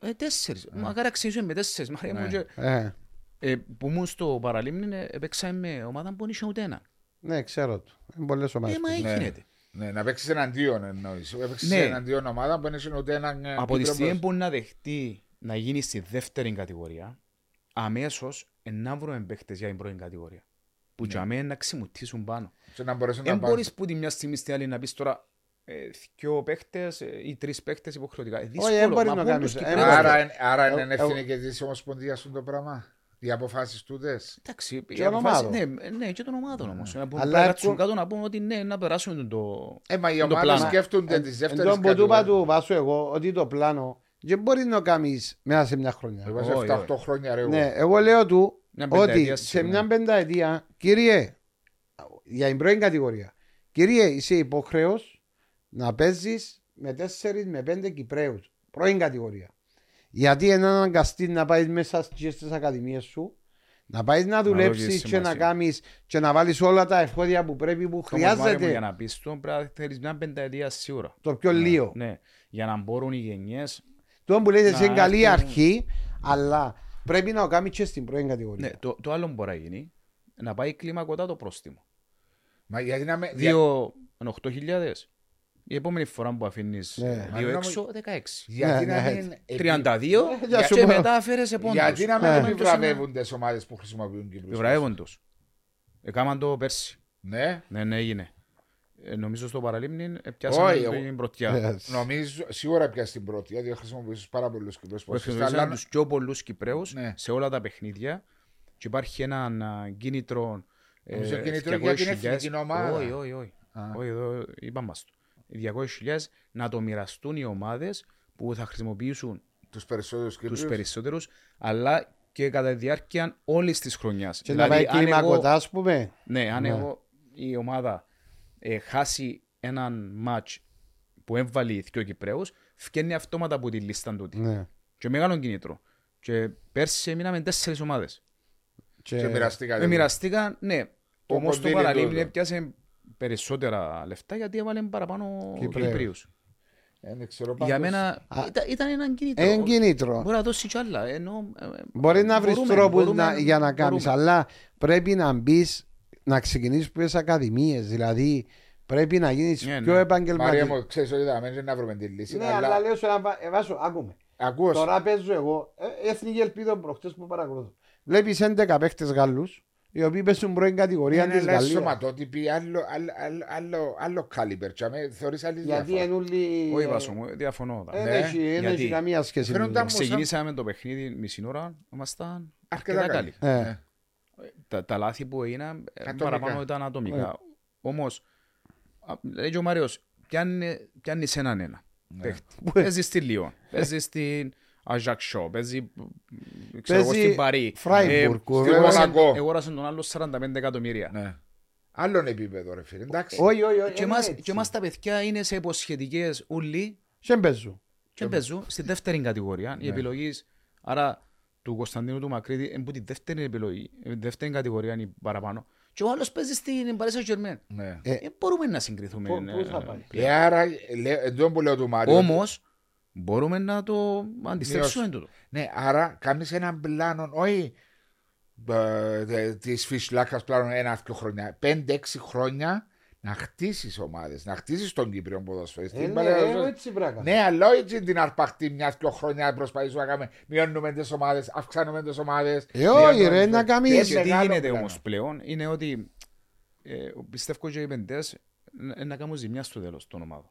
Speaker 3: Ε, τέσσερι. Μακάρι να ξεκινήσουμε με τέσσερις. Μαρία μου,
Speaker 1: Ναι.
Speaker 3: και-
Speaker 2: Ε,
Speaker 3: ε, που ήμουν στο παραλίμνη ε, έπαιξα με ομάδα που δεν είχε ούτε ένα.
Speaker 2: Ναι, ξέρω το. Είναι πολλές ομάδες.
Speaker 3: Ε, μα
Speaker 1: ναι.
Speaker 3: γίνεται.
Speaker 1: ναι, να παίξεις εναντίον εννοείς. Έπαιξες
Speaker 3: Ναι.
Speaker 1: εναντίον ομάδα που είναι ούτε έναν. ε,
Speaker 3: Από τη
Speaker 1: Κύπρο
Speaker 3: στιγμή
Speaker 1: προς-
Speaker 3: που να δεχτεί να γίνει στη δεύτερη κατηγορία, αμέσως να βρούμε παίχτες για την πρώτη κατηγορία. Που
Speaker 2: Ναι.
Speaker 3: για μένα να ξυμουτίσουν πάνω.
Speaker 1: και να μπορέσουν
Speaker 3: Δεν
Speaker 1: να πάρουν.
Speaker 3: μπορείς που τη μια στιγμή στην άλλη να πεις τώρα ε, δυο παίχτες ή τρεις παίχτες υποχρεωτικά. Ε,
Speaker 2: Όχι, δεν
Speaker 3: δύσκολο.
Speaker 2: μπορεί
Speaker 3: Μα
Speaker 2: να
Speaker 3: πού
Speaker 2: κάνεις.
Speaker 3: τους
Speaker 2: Ε,
Speaker 3: Κυπρέους,
Speaker 1: Άρα,
Speaker 3: ρε. Ε,
Speaker 1: εν- άρα
Speaker 2: Εγώ-
Speaker 1: είναι ευθύνη και της Ομοσπονδίας σου το πράγμα. Οι αποφάσεις τούτες.
Speaker 3: Εντάξει, οι
Speaker 2: Και των
Speaker 3: αποφάσεις-
Speaker 2: ομάδων.
Speaker 3: Ναι, ναι, και των ομάδων όμως.
Speaker 2: Αλλά
Speaker 3: Αλλά να κάτσουν
Speaker 2: έρχον-
Speaker 3: κάτω να πούμε ότι ναι, να περάσουν το.
Speaker 1: Ε, μα οι
Speaker 3: το
Speaker 1: ομάδες
Speaker 3: πλάνο. Ε,
Speaker 1: σκέφτονται τι
Speaker 2: Εν
Speaker 1: δεύτερε
Speaker 2: τω που του είπα
Speaker 1: κατηγορίε.
Speaker 2: του Βάσου εγώ ότι το πλάνο δεν μπορεί να κάνεις μέσα σε μια χρονιά.
Speaker 1: Εγώ
Speaker 3: Όχι,
Speaker 1: σε 7-8 χρόνια ρε.
Speaker 2: Ναι,
Speaker 1: εγώ.
Speaker 2: εγώ λέω του
Speaker 3: Μια πενταετία
Speaker 2: ότι σε
Speaker 3: σίγουρα.
Speaker 2: μια πενταετία, κύριε, για την πρώτη κατηγορία, κύριε, είσαι υποχρέος να παίζεις με 4 με 5 Κυπραίου. Πρώτη κατηγορία. Γιατί έναν αναγκαστεί να πάεις μέσα στις ακαδημίες σου, να πάεις να δουλέψει
Speaker 3: δώσεις
Speaker 2: και να
Speaker 3: σημασία.
Speaker 2: κάνεις και να βάλεις όλα τα εφόδια που πρέπει, που
Speaker 3: Όμως, Μάρε μου,
Speaker 2: χρειάζεται.
Speaker 3: Για να πεις το, πρέπει να θέλεις μια πενταετία σίγουρα.
Speaker 2: Το πιο λίγο.
Speaker 3: Ναι, για να μπορούν οι γενιές.
Speaker 2: Το που λέτε
Speaker 3: Να ναι.
Speaker 2: εσύ είναι καλή
Speaker 3: έρθουν-
Speaker 2: αρχή, αλλά πρέπει να το κάνει και στην πρώτη κατηγορία.
Speaker 3: Ναι, το, το άλλο μπορεί να γίνει, να πάει κλιμακωτά το πρόστιμο.
Speaker 1: Μα γιατί να με. για-
Speaker 3: Δύο, είναι 8.000. Η επόμενη φορά που αφήνεις
Speaker 2: Ναι.
Speaker 3: ε, δύο
Speaker 1: Μα
Speaker 3: έξω, 16.
Speaker 1: Γιατί
Speaker 2: Ναι,
Speaker 1: να
Speaker 2: ναι,
Speaker 1: μην.
Speaker 3: Ε,
Speaker 1: επι-
Speaker 3: 32
Speaker 2: για σου
Speaker 3: και
Speaker 2: πω.
Speaker 3: μετά έφερες πόντους. Ε.
Speaker 1: Γιατί να
Speaker 2: Ναι.
Speaker 1: μην επιβραβεύουν τις ομάδες που χρησιμοποιούν Κύπρους.
Speaker 3: Επιβραβεύουν τους. Έκαναν το πέρσι.
Speaker 1: Ναι.
Speaker 3: Ναι, ναι, έγινε. Ε, νομίζω στο παραλίμνη ε,
Speaker 1: Όχι,
Speaker 3: πιάσαμε
Speaker 1: εγώ-
Speaker 3: την πρωτιά.
Speaker 2: Yes.
Speaker 1: Νομίζω σίγουρα πια στην πρώτη, γιατί χρησιμοποιήσει πάρα πολλούς Κυπρέου
Speaker 3: που
Speaker 1: ποδοσφαιριστές.
Speaker 3: χρησιμοποιούσαν
Speaker 1: Αλλά
Speaker 3: τους πιο πολλούς Κυπρέους
Speaker 1: Ναι.
Speaker 3: σε όλα τα παιχνίδια και υπάρχει έναν α, κίνητρο ε,
Speaker 1: Νομίζω κίνητρο για την
Speaker 3: 200.000.
Speaker 1: εθνική ομάδα.
Speaker 3: Όχι, όχι, όχι.
Speaker 1: Α.
Speaker 3: Όχι, εδώ είπαμε μας το. 200.000 να το μοιραστούν οι ομάδες που θα χρησιμοποιήσουν
Speaker 1: τους περισσότερους
Speaker 3: τους
Speaker 1: Κύπριου.
Speaker 3: περισσότερους αλλά και κατά τη διάρκεια όλης της χρονιάς.
Speaker 2: Και να πάει
Speaker 3: Δηλαδή, αν εγώ-
Speaker 2: κλιμακωτά, ας πούμε.
Speaker 3: Ναι, αν
Speaker 2: Ναι.
Speaker 3: εγώ η ομάδα ε, χάσει έναν μάτς που έμβαλε δύο Κυπρέους, φκένει αυτόματα από τη λίστα τούτη
Speaker 2: Ναι.
Speaker 3: και μεγάλο κίνητρο. Και πέρσι μείναμε τέσσερις ομάδες.
Speaker 1: Και μοιραστήκατε.
Speaker 3: Ε, μοιραστήκαν, ναι.
Speaker 1: Το
Speaker 3: Όμως το
Speaker 1: κονδύλι
Speaker 3: παραλίμνη
Speaker 1: τούτο.
Speaker 3: πιάσε περισσότερα λεφτά γιατί έβαλε παραπάνω
Speaker 2: Κυπρέους.
Speaker 3: Κυπρίους.
Speaker 1: Ε, Δεν ξέρω πάντως.
Speaker 3: Για μένα ήταν, ήταν ένα κινητό.
Speaker 2: Εν κινήτρο.
Speaker 3: Μπορεί να δώσει κι άλλα. Ενώ, ε, ε,
Speaker 2: Μπορεί να βρεις
Speaker 3: μπορούμε,
Speaker 2: τρόπους
Speaker 3: μπορούμε,
Speaker 2: για να κάνεις,
Speaker 3: μπορούμε.
Speaker 2: αλλά πρέπει να μπεις να ξεκινήσεις που ακαδημίες. Δηλαδή πρέπει να γίνεις
Speaker 3: Ναι,
Speaker 2: πιο
Speaker 3: ναι.
Speaker 1: Μαρία
Speaker 2: επαγγελματικό.
Speaker 1: μου, ξέρεις ότι θα μένεις να βρούμε τη λύση.
Speaker 2: Ναι,
Speaker 1: αλλά...
Speaker 2: αλλά λέω σου ένα. πα- ε, Βάσο, άκουμε.
Speaker 1: Ακούω.
Speaker 2: Τώρα παίζω εγώ. ε, Εθνική ελπίδα προχτές που παρακολουθώ. Βλέπεις 11 παίχτες Γάλλους, οι οποίοι παίζουν πρώην κατηγορία
Speaker 1: Είναι
Speaker 2: της
Speaker 1: ένα
Speaker 2: Γαλλίας.
Speaker 1: σωματότυπη, άλλο, άλλο, άλλο, άλλο, άλλο κάλιμπερ. Τσάμε, θεωρείς άλλη
Speaker 2: Γιατί
Speaker 1: διαφορά.
Speaker 2: ενούλοι.
Speaker 3: Όχι, Βάσο μου, διαφωνώ.
Speaker 2: Δεν
Speaker 3: ε,
Speaker 1: Ναι,
Speaker 2: έχει- δεν
Speaker 3: γιατί
Speaker 2: έχει καμία σχέση.
Speaker 1: φαίνονταν
Speaker 2: με το-
Speaker 1: μου σαν-
Speaker 3: Ξεκινήσαμε το παιχνίδι μισή ώρα, ήμασταν
Speaker 1: Αρκετά
Speaker 3: αρκετά
Speaker 1: καλή.
Speaker 3: καλοί.
Speaker 2: Ε.
Speaker 1: Ναι.
Speaker 3: Τα, τα λάθη που έγιναν ε,
Speaker 1: Ατομικά.
Speaker 3: παραπάνω ήταν ατομικά. Όμως, α, λέει και ο Μάριος, πιάνει- πιάνεις έναν ένα. παίχτη. Παίζει στη Λιόν, παίζει στην Αζαξό, παίζει ε, ξέρω εγώ,
Speaker 2: Παίζει
Speaker 3: στην Παρί.
Speaker 2: Φράιμπουργκ,
Speaker 3: Ε,
Speaker 1: βέβαια.
Speaker 3: εγόρασε-
Speaker 1: Μονακό.
Speaker 3: Εγόρασε τον άλλο 45 εκατομμύρια.
Speaker 1: Ναι. Άλλον επίπεδο, ρε φίλε. Εντάξει.
Speaker 2: Όχι, όχι, όχι.
Speaker 3: Και
Speaker 2: είναι
Speaker 3: εμάς-
Speaker 2: έτσι.
Speaker 3: Και εμάς τα παιδιά είναι σε υποσχετικές ούλοι
Speaker 2: Σε μπέζουν.
Speaker 3: και παίζουν στη δεύτερη κατηγορία. Η επιλογή, άρα του Κωνσταντίνου του Μακρύτη, είναι που τη δεύτερη επιλογή, ε, δεύτερη κατηγορία είναι παραπάνω. Και ο άλλος παίζει στην Paris Saint Germain.
Speaker 1: Ναι.
Speaker 2: Ε,
Speaker 3: Δεν μπορούμε να συγκριθούμε.
Speaker 2: πού- πού
Speaker 3: ε,
Speaker 2: θα πάει.
Speaker 1: Ε, άρα, λέω- εν τω που λέω του Μάριου.
Speaker 3: Όμως, μπορούμε να το αντιστρέψουμε τούτο.
Speaker 1: Ναι, άρα κάνεις έναν πλάνο, όχι ε, τη φυσλάκα πλάνο ένα-δύο χρόνια. Πέντε-έξι χρόνια να χτίσεις ομάδες, να χτίσεις τον Κύπριο ποδοσφαιριστή.
Speaker 2: Ε, ναι,
Speaker 1: Μπαλέ,
Speaker 2: ε, έτσι πράγμα.
Speaker 1: Ναι, αλλά όχι έτσι την αρπαχτή μια-δυο χρόνια να προσπαθήσουμε να κάνουμε. Μειώνουμε τις ομάδες, αυξάνουμε τις ομάδες.
Speaker 2: Ε, όχι, ρε, να κάνει.
Speaker 1: Και
Speaker 3: Και τι
Speaker 1: μεγάλο
Speaker 3: γίνεται
Speaker 1: πλάνο.
Speaker 3: όμως πλέον είναι ότι ε, πιστεύω και οι πεντέ να κάνουν ζημιά στο τέλος των ομάδων.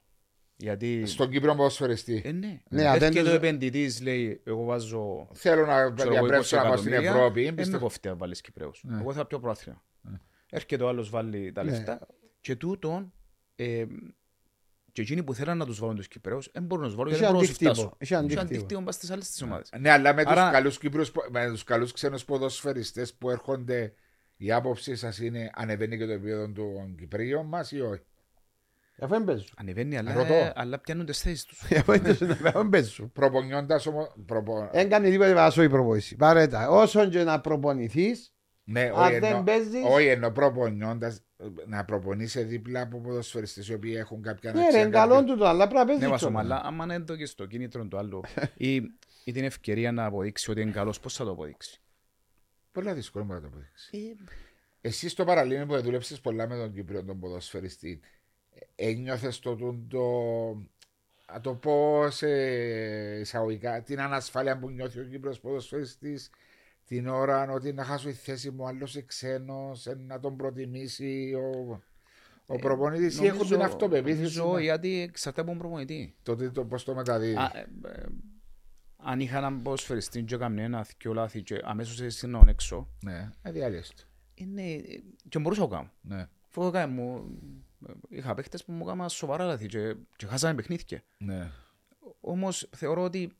Speaker 3: Γιατί.
Speaker 1: Στον Κύπριο ποδοσφαιριστή.
Speaker 3: Ε, ναι.
Speaker 2: Ναι,
Speaker 3: ναι
Speaker 2: αν
Speaker 3: και
Speaker 2: δεν-
Speaker 3: το επενδυτής λέει: Εγώ βάζω.
Speaker 1: Θέλω να
Speaker 3: ξέρω εγώ, 20
Speaker 1: διαπρέψω να πάω στην
Speaker 3: εκατομμύρια,
Speaker 2: Ε,
Speaker 1: Ευρώπη.
Speaker 3: Δεν με
Speaker 1: πιστεύω.
Speaker 3: κοφτεί να βάλεις Κυπρέους. Εγώ θα πιω πρόθυρα. Έρχεται ο άλλος, βάλει τα
Speaker 2: Ναι.
Speaker 3: λεφτά. Και τούτον. ε, και εκείνοι που θέλαν να τους βάλουν τους Κυπρέους, δεν μπορούν να τους βάλουν γιατί
Speaker 2: Έχει
Speaker 3: δεν μπορούν
Speaker 2: αντίκτυπο,
Speaker 3: να τους φτάσουν.
Speaker 2: έχει αντίκτυπο.
Speaker 3: μπα στι άλλες τις ομάδες.
Speaker 1: Ναι, αλλά με
Speaker 3: Άρα-
Speaker 1: του καλού Κύπριου, με τους καλούς ξένους ποδοσφαιριστές που έρχονται, η άποψή σας είναι ανεβαίνει και το επίπεδο των Κυπρίων μας ή όχι.
Speaker 2: Ε, Αφού δεν παίζουν.
Speaker 3: Ανεβαίνει, αλλά,
Speaker 1: Ρωτώ.
Speaker 3: αλλά πιάνουν τις θέσεις τους.
Speaker 2: Αφού Ε, δεν παίζουν.
Speaker 1: Προπονιώντας όμως. Προπο...
Speaker 2: Δεν κάνει τίποτα βάσο η προπονήση. Παρέτα. Όσον και να προπονηθείς,
Speaker 1: ναι,
Speaker 2: αν
Speaker 1: όχι
Speaker 2: δεν
Speaker 1: εννοώ,
Speaker 2: παίζεις-
Speaker 1: όχι εννοώ προπονιώντας να προπονείσαι δίπλα από ποδοσφαιριστές οι οποίοι έχουν κάποια
Speaker 2: ναι, ρε,
Speaker 1: αναξία,
Speaker 2: είναι καλό
Speaker 1: κάποια-
Speaker 2: του το, αλλά πρέπει
Speaker 3: Ναι,
Speaker 2: να παίζεις.
Speaker 3: Βάσο, αλλά άμα είναι το και στο κίνητρο του άλλου ή, ή την ευκαιρία να αποδείξει ότι είναι καλός, πώς θα το αποδείξει.
Speaker 1: Πολλά δύσκολο μπορεί να το αποδείξει.
Speaker 3: Ε,
Speaker 1: Εσύ στο παραλίμνη που δούλεψε πολλά με τον Κύπριο τον ποδοσφαιριστή, ένιωθες το τούντο. Να το πω σε εισαγωγικά, την ανασφάλεια που νιώθει ο Κύπρος ποδοσφαιριστής την ώρα ότι να χάσω τη θέση μου, άλλος είναι ξένος, ε, να τον προτιμήσει ο, ο προπονητής ή έχουν την αυτοπεποίθηση ναι.
Speaker 3: νομίζω,
Speaker 1: να-
Speaker 3: γιατί εξαρτάται από τον προπονητή.
Speaker 1: τότε το πώς το μεταδίδει.
Speaker 3: Α, ε, ε, αν είχα έναν ποδοσφαιριστή και έκανε ένα δυο λάθη και αμέσως εσύ να τον έξω,
Speaker 1: Ναι, αδιάλεστο.
Speaker 3: είναι, ε, και μπορούσα να το κάνω.
Speaker 1: Ναι,
Speaker 3: Φόβο κάνω, μου, είχα παίχτες που μου έκαναν σοβαρά λάθη και, και χάσανε παιχνίδια.
Speaker 1: ναι.
Speaker 3: Όμως θεωρώ ότι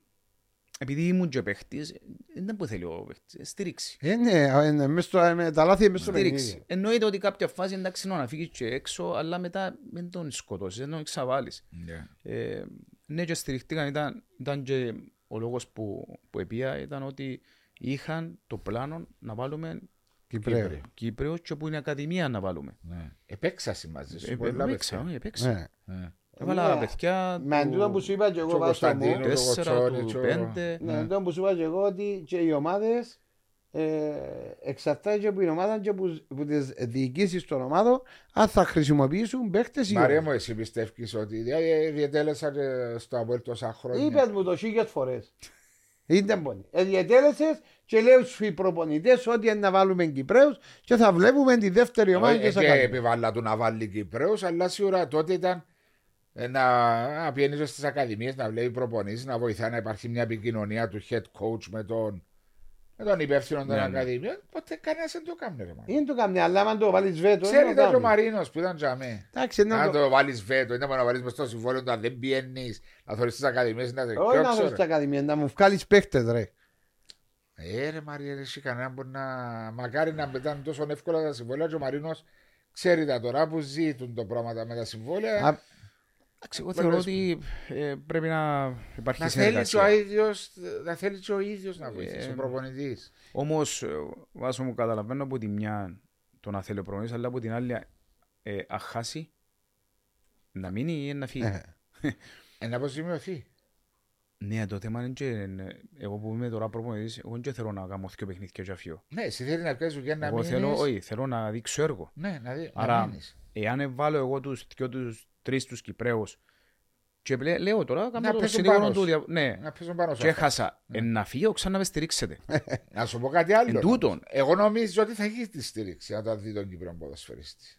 Speaker 3: επειδή ήμουν και παίχτης, δεν είναι που θέλει ο παίχτης, στήριξη.
Speaker 2: Ε, ναι, ε, ναι, μες στο- με τα λάθη μες στο
Speaker 3: στήριξη.
Speaker 2: παιχνίδι.
Speaker 3: Εννοείται ότι κάποια φάση εντάξει να φύγεις και έξω, αλλά μετά δεν τον σκοτώσεις, δεν τον ξαβάλει.
Speaker 1: ναι.
Speaker 3: Ε, ναι, και στηριχτήκαν. Ήταν, ήταν και ο λόγος που, που επία ήταν ότι είχαν το πλάνο να βάλουμε
Speaker 2: Κυπρέο.
Speaker 3: Κύπριο και που είναι Ακαδημία να βάλουμε.
Speaker 1: ναι. Επέξασε μαζί σου.
Speaker 3: Ε,
Speaker 1: πολλά
Speaker 3: Έπαιξα,
Speaker 1: παιδιά.
Speaker 3: όχι, έπαιξα.
Speaker 2: Ναι.
Speaker 1: Ναι.
Speaker 3: Έβαλα
Speaker 2: Ναι.
Speaker 3: παιδιά
Speaker 2: Με αντίον που
Speaker 3: του
Speaker 2: σου είπα και
Speaker 1: και ο
Speaker 2: εγώ βάσο
Speaker 1: Κωνσταντίνος.
Speaker 2: μου,
Speaker 1: το
Speaker 3: τέσσερα,
Speaker 1: Κοτσόνι, Ναι. και
Speaker 3: του
Speaker 1: ο-
Speaker 3: πέντε.
Speaker 2: με αντίον Ναι, που σου είπα και εγώ ότι και οι ομάδες ε, εξαρτάται και από την ομάδα και από από τις διοικήσεις των ομάδων αν θα χρησιμοποιήσουν παίχτες ή
Speaker 1: Μαρία
Speaker 2: όχι.
Speaker 1: μου, εσύ πιστεύεις ότι δια- ε, διετέλεσα και στο Αποέλ τόσα χρόνια.
Speaker 2: Είπες μου το χίλιες φορές. Ήταν πονή. Εδιατέλεσες και λέω στους προπονητές ότι είναι να βάλουμε Κυπρέους και θα βλέπουμε τη δεύτερη ομάδα
Speaker 1: Ε,
Speaker 2: και θα
Speaker 1: και
Speaker 2: κάνουμε.
Speaker 1: επιβάλλα του να βάλει Κυπρέους, αλλά σίγουρα τότε ήταν ε, να να πηγαίνει στις ακαδημίες, να βλέπει προπονήσεις, να βοηθάει να υπάρχει μια επικοινωνία του head coach με τον, με τον υπεύθυνο των
Speaker 3: Ναι, ναι.
Speaker 1: ακαδημίων. Ποτέ κανένας δεν το κάνει ρε μάνα.
Speaker 2: Είναι το καμιά, αλλά αν το βάλεις βέτο. είναι
Speaker 1: ε. Ξέρετε
Speaker 2: το
Speaker 1: και ο
Speaker 2: κάνουμε.
Speaker 1: Μαρίνος που ήταν τζαμί.
Speaker 2: Εντάξει, να
Speaker 1: Αν
Speaker 2: το...
Speaker 1: το βάλεις βέτο, είναι μόνο να βάλεις μες στο συμβόλαιο όταν δεν πιένεις, να θωρείς τις ακαδημίες, να
Speaker 2: Όχι να
Speaker 1: δεν
Speaker 2: δώσεις τα ακαδημία, να μου βγάλεις παίχτες ρε.
Speaker 1: Ε, ρε Μαρία, ρε, εσύ κανένα μπορεί να. Μακάρι να πετάνε τόσο εύκολα τα συμβόλαια. Και ο Μαρίνος ξέρει τα τώρα που ζητούν τα πράγματα με τα συμβόλαια.
Speaker 2: Α,
Speaker 3: Εντάξει, Εγώ θεωρώ ότι ε, πρέπει να υπάρχει
Speaker 1: να, θέλει και ο
Speaker 3: συνεργασία. Ε,
Speaker 1: ίδιος, να θέλει και ο ίδιος να βοηθήσει, ο προπονητής.
Speaker 3: Όμως, βάσο ε, μου, καταλαβαίνω από τη μια το να θέλει ο προπονητής, αλλά από
Speaker 1: Ναι.
Speaker 3: την άλλη, ε, αχάσει, να μείνει ή να φύγει.
Speaker 1: Ένα αποζημιωθεί.
Speaker 3: Ναι, το θέμα είναι και εγώ που είμαι τώρα προπονητής, εγώ δεν θέλω να κάνω δύο παιχνίδια και αφιώ.
Speaker 1: Ναι, εσύ θέλεις να κάνεις δουλειά να
Speaker 3: Εγώ
Speaker 1: μείνεις.
Speaker 3: θέλω, όχι, θέλω να δείξω έργο.
Speaker 1: Ναι, να, δει, να
Speaker 3: Άρα,
Speaker 1: μείνεις.
Speaker 3: εάν βάλω εγώ τους δυο τους τρεις τους Κυπρέους και πλέ- λέω τώρα, κάνω το
Speaker 1: παίζουν
Speaker 3: συνήγορο
Speaker 1: πάνω
Speaker 3: του,
Speaker 1: σου.
Speaker 3: δια- ναι,
Speaker 1: Να παίζουν πάνω Ναι. σου.
Speaker 3: και έχασα, ε, να φύγω ξανά μες στηρίξετε.
Speaker 1: Να σου πω κάτι άλλο.
Speaker 3: Εν τούτον,
Speaker 1: Εγώ νομίζω ότι θα έχεις τη στήριξη όταν δει τον Κύπρο ποδοσφαιριστή.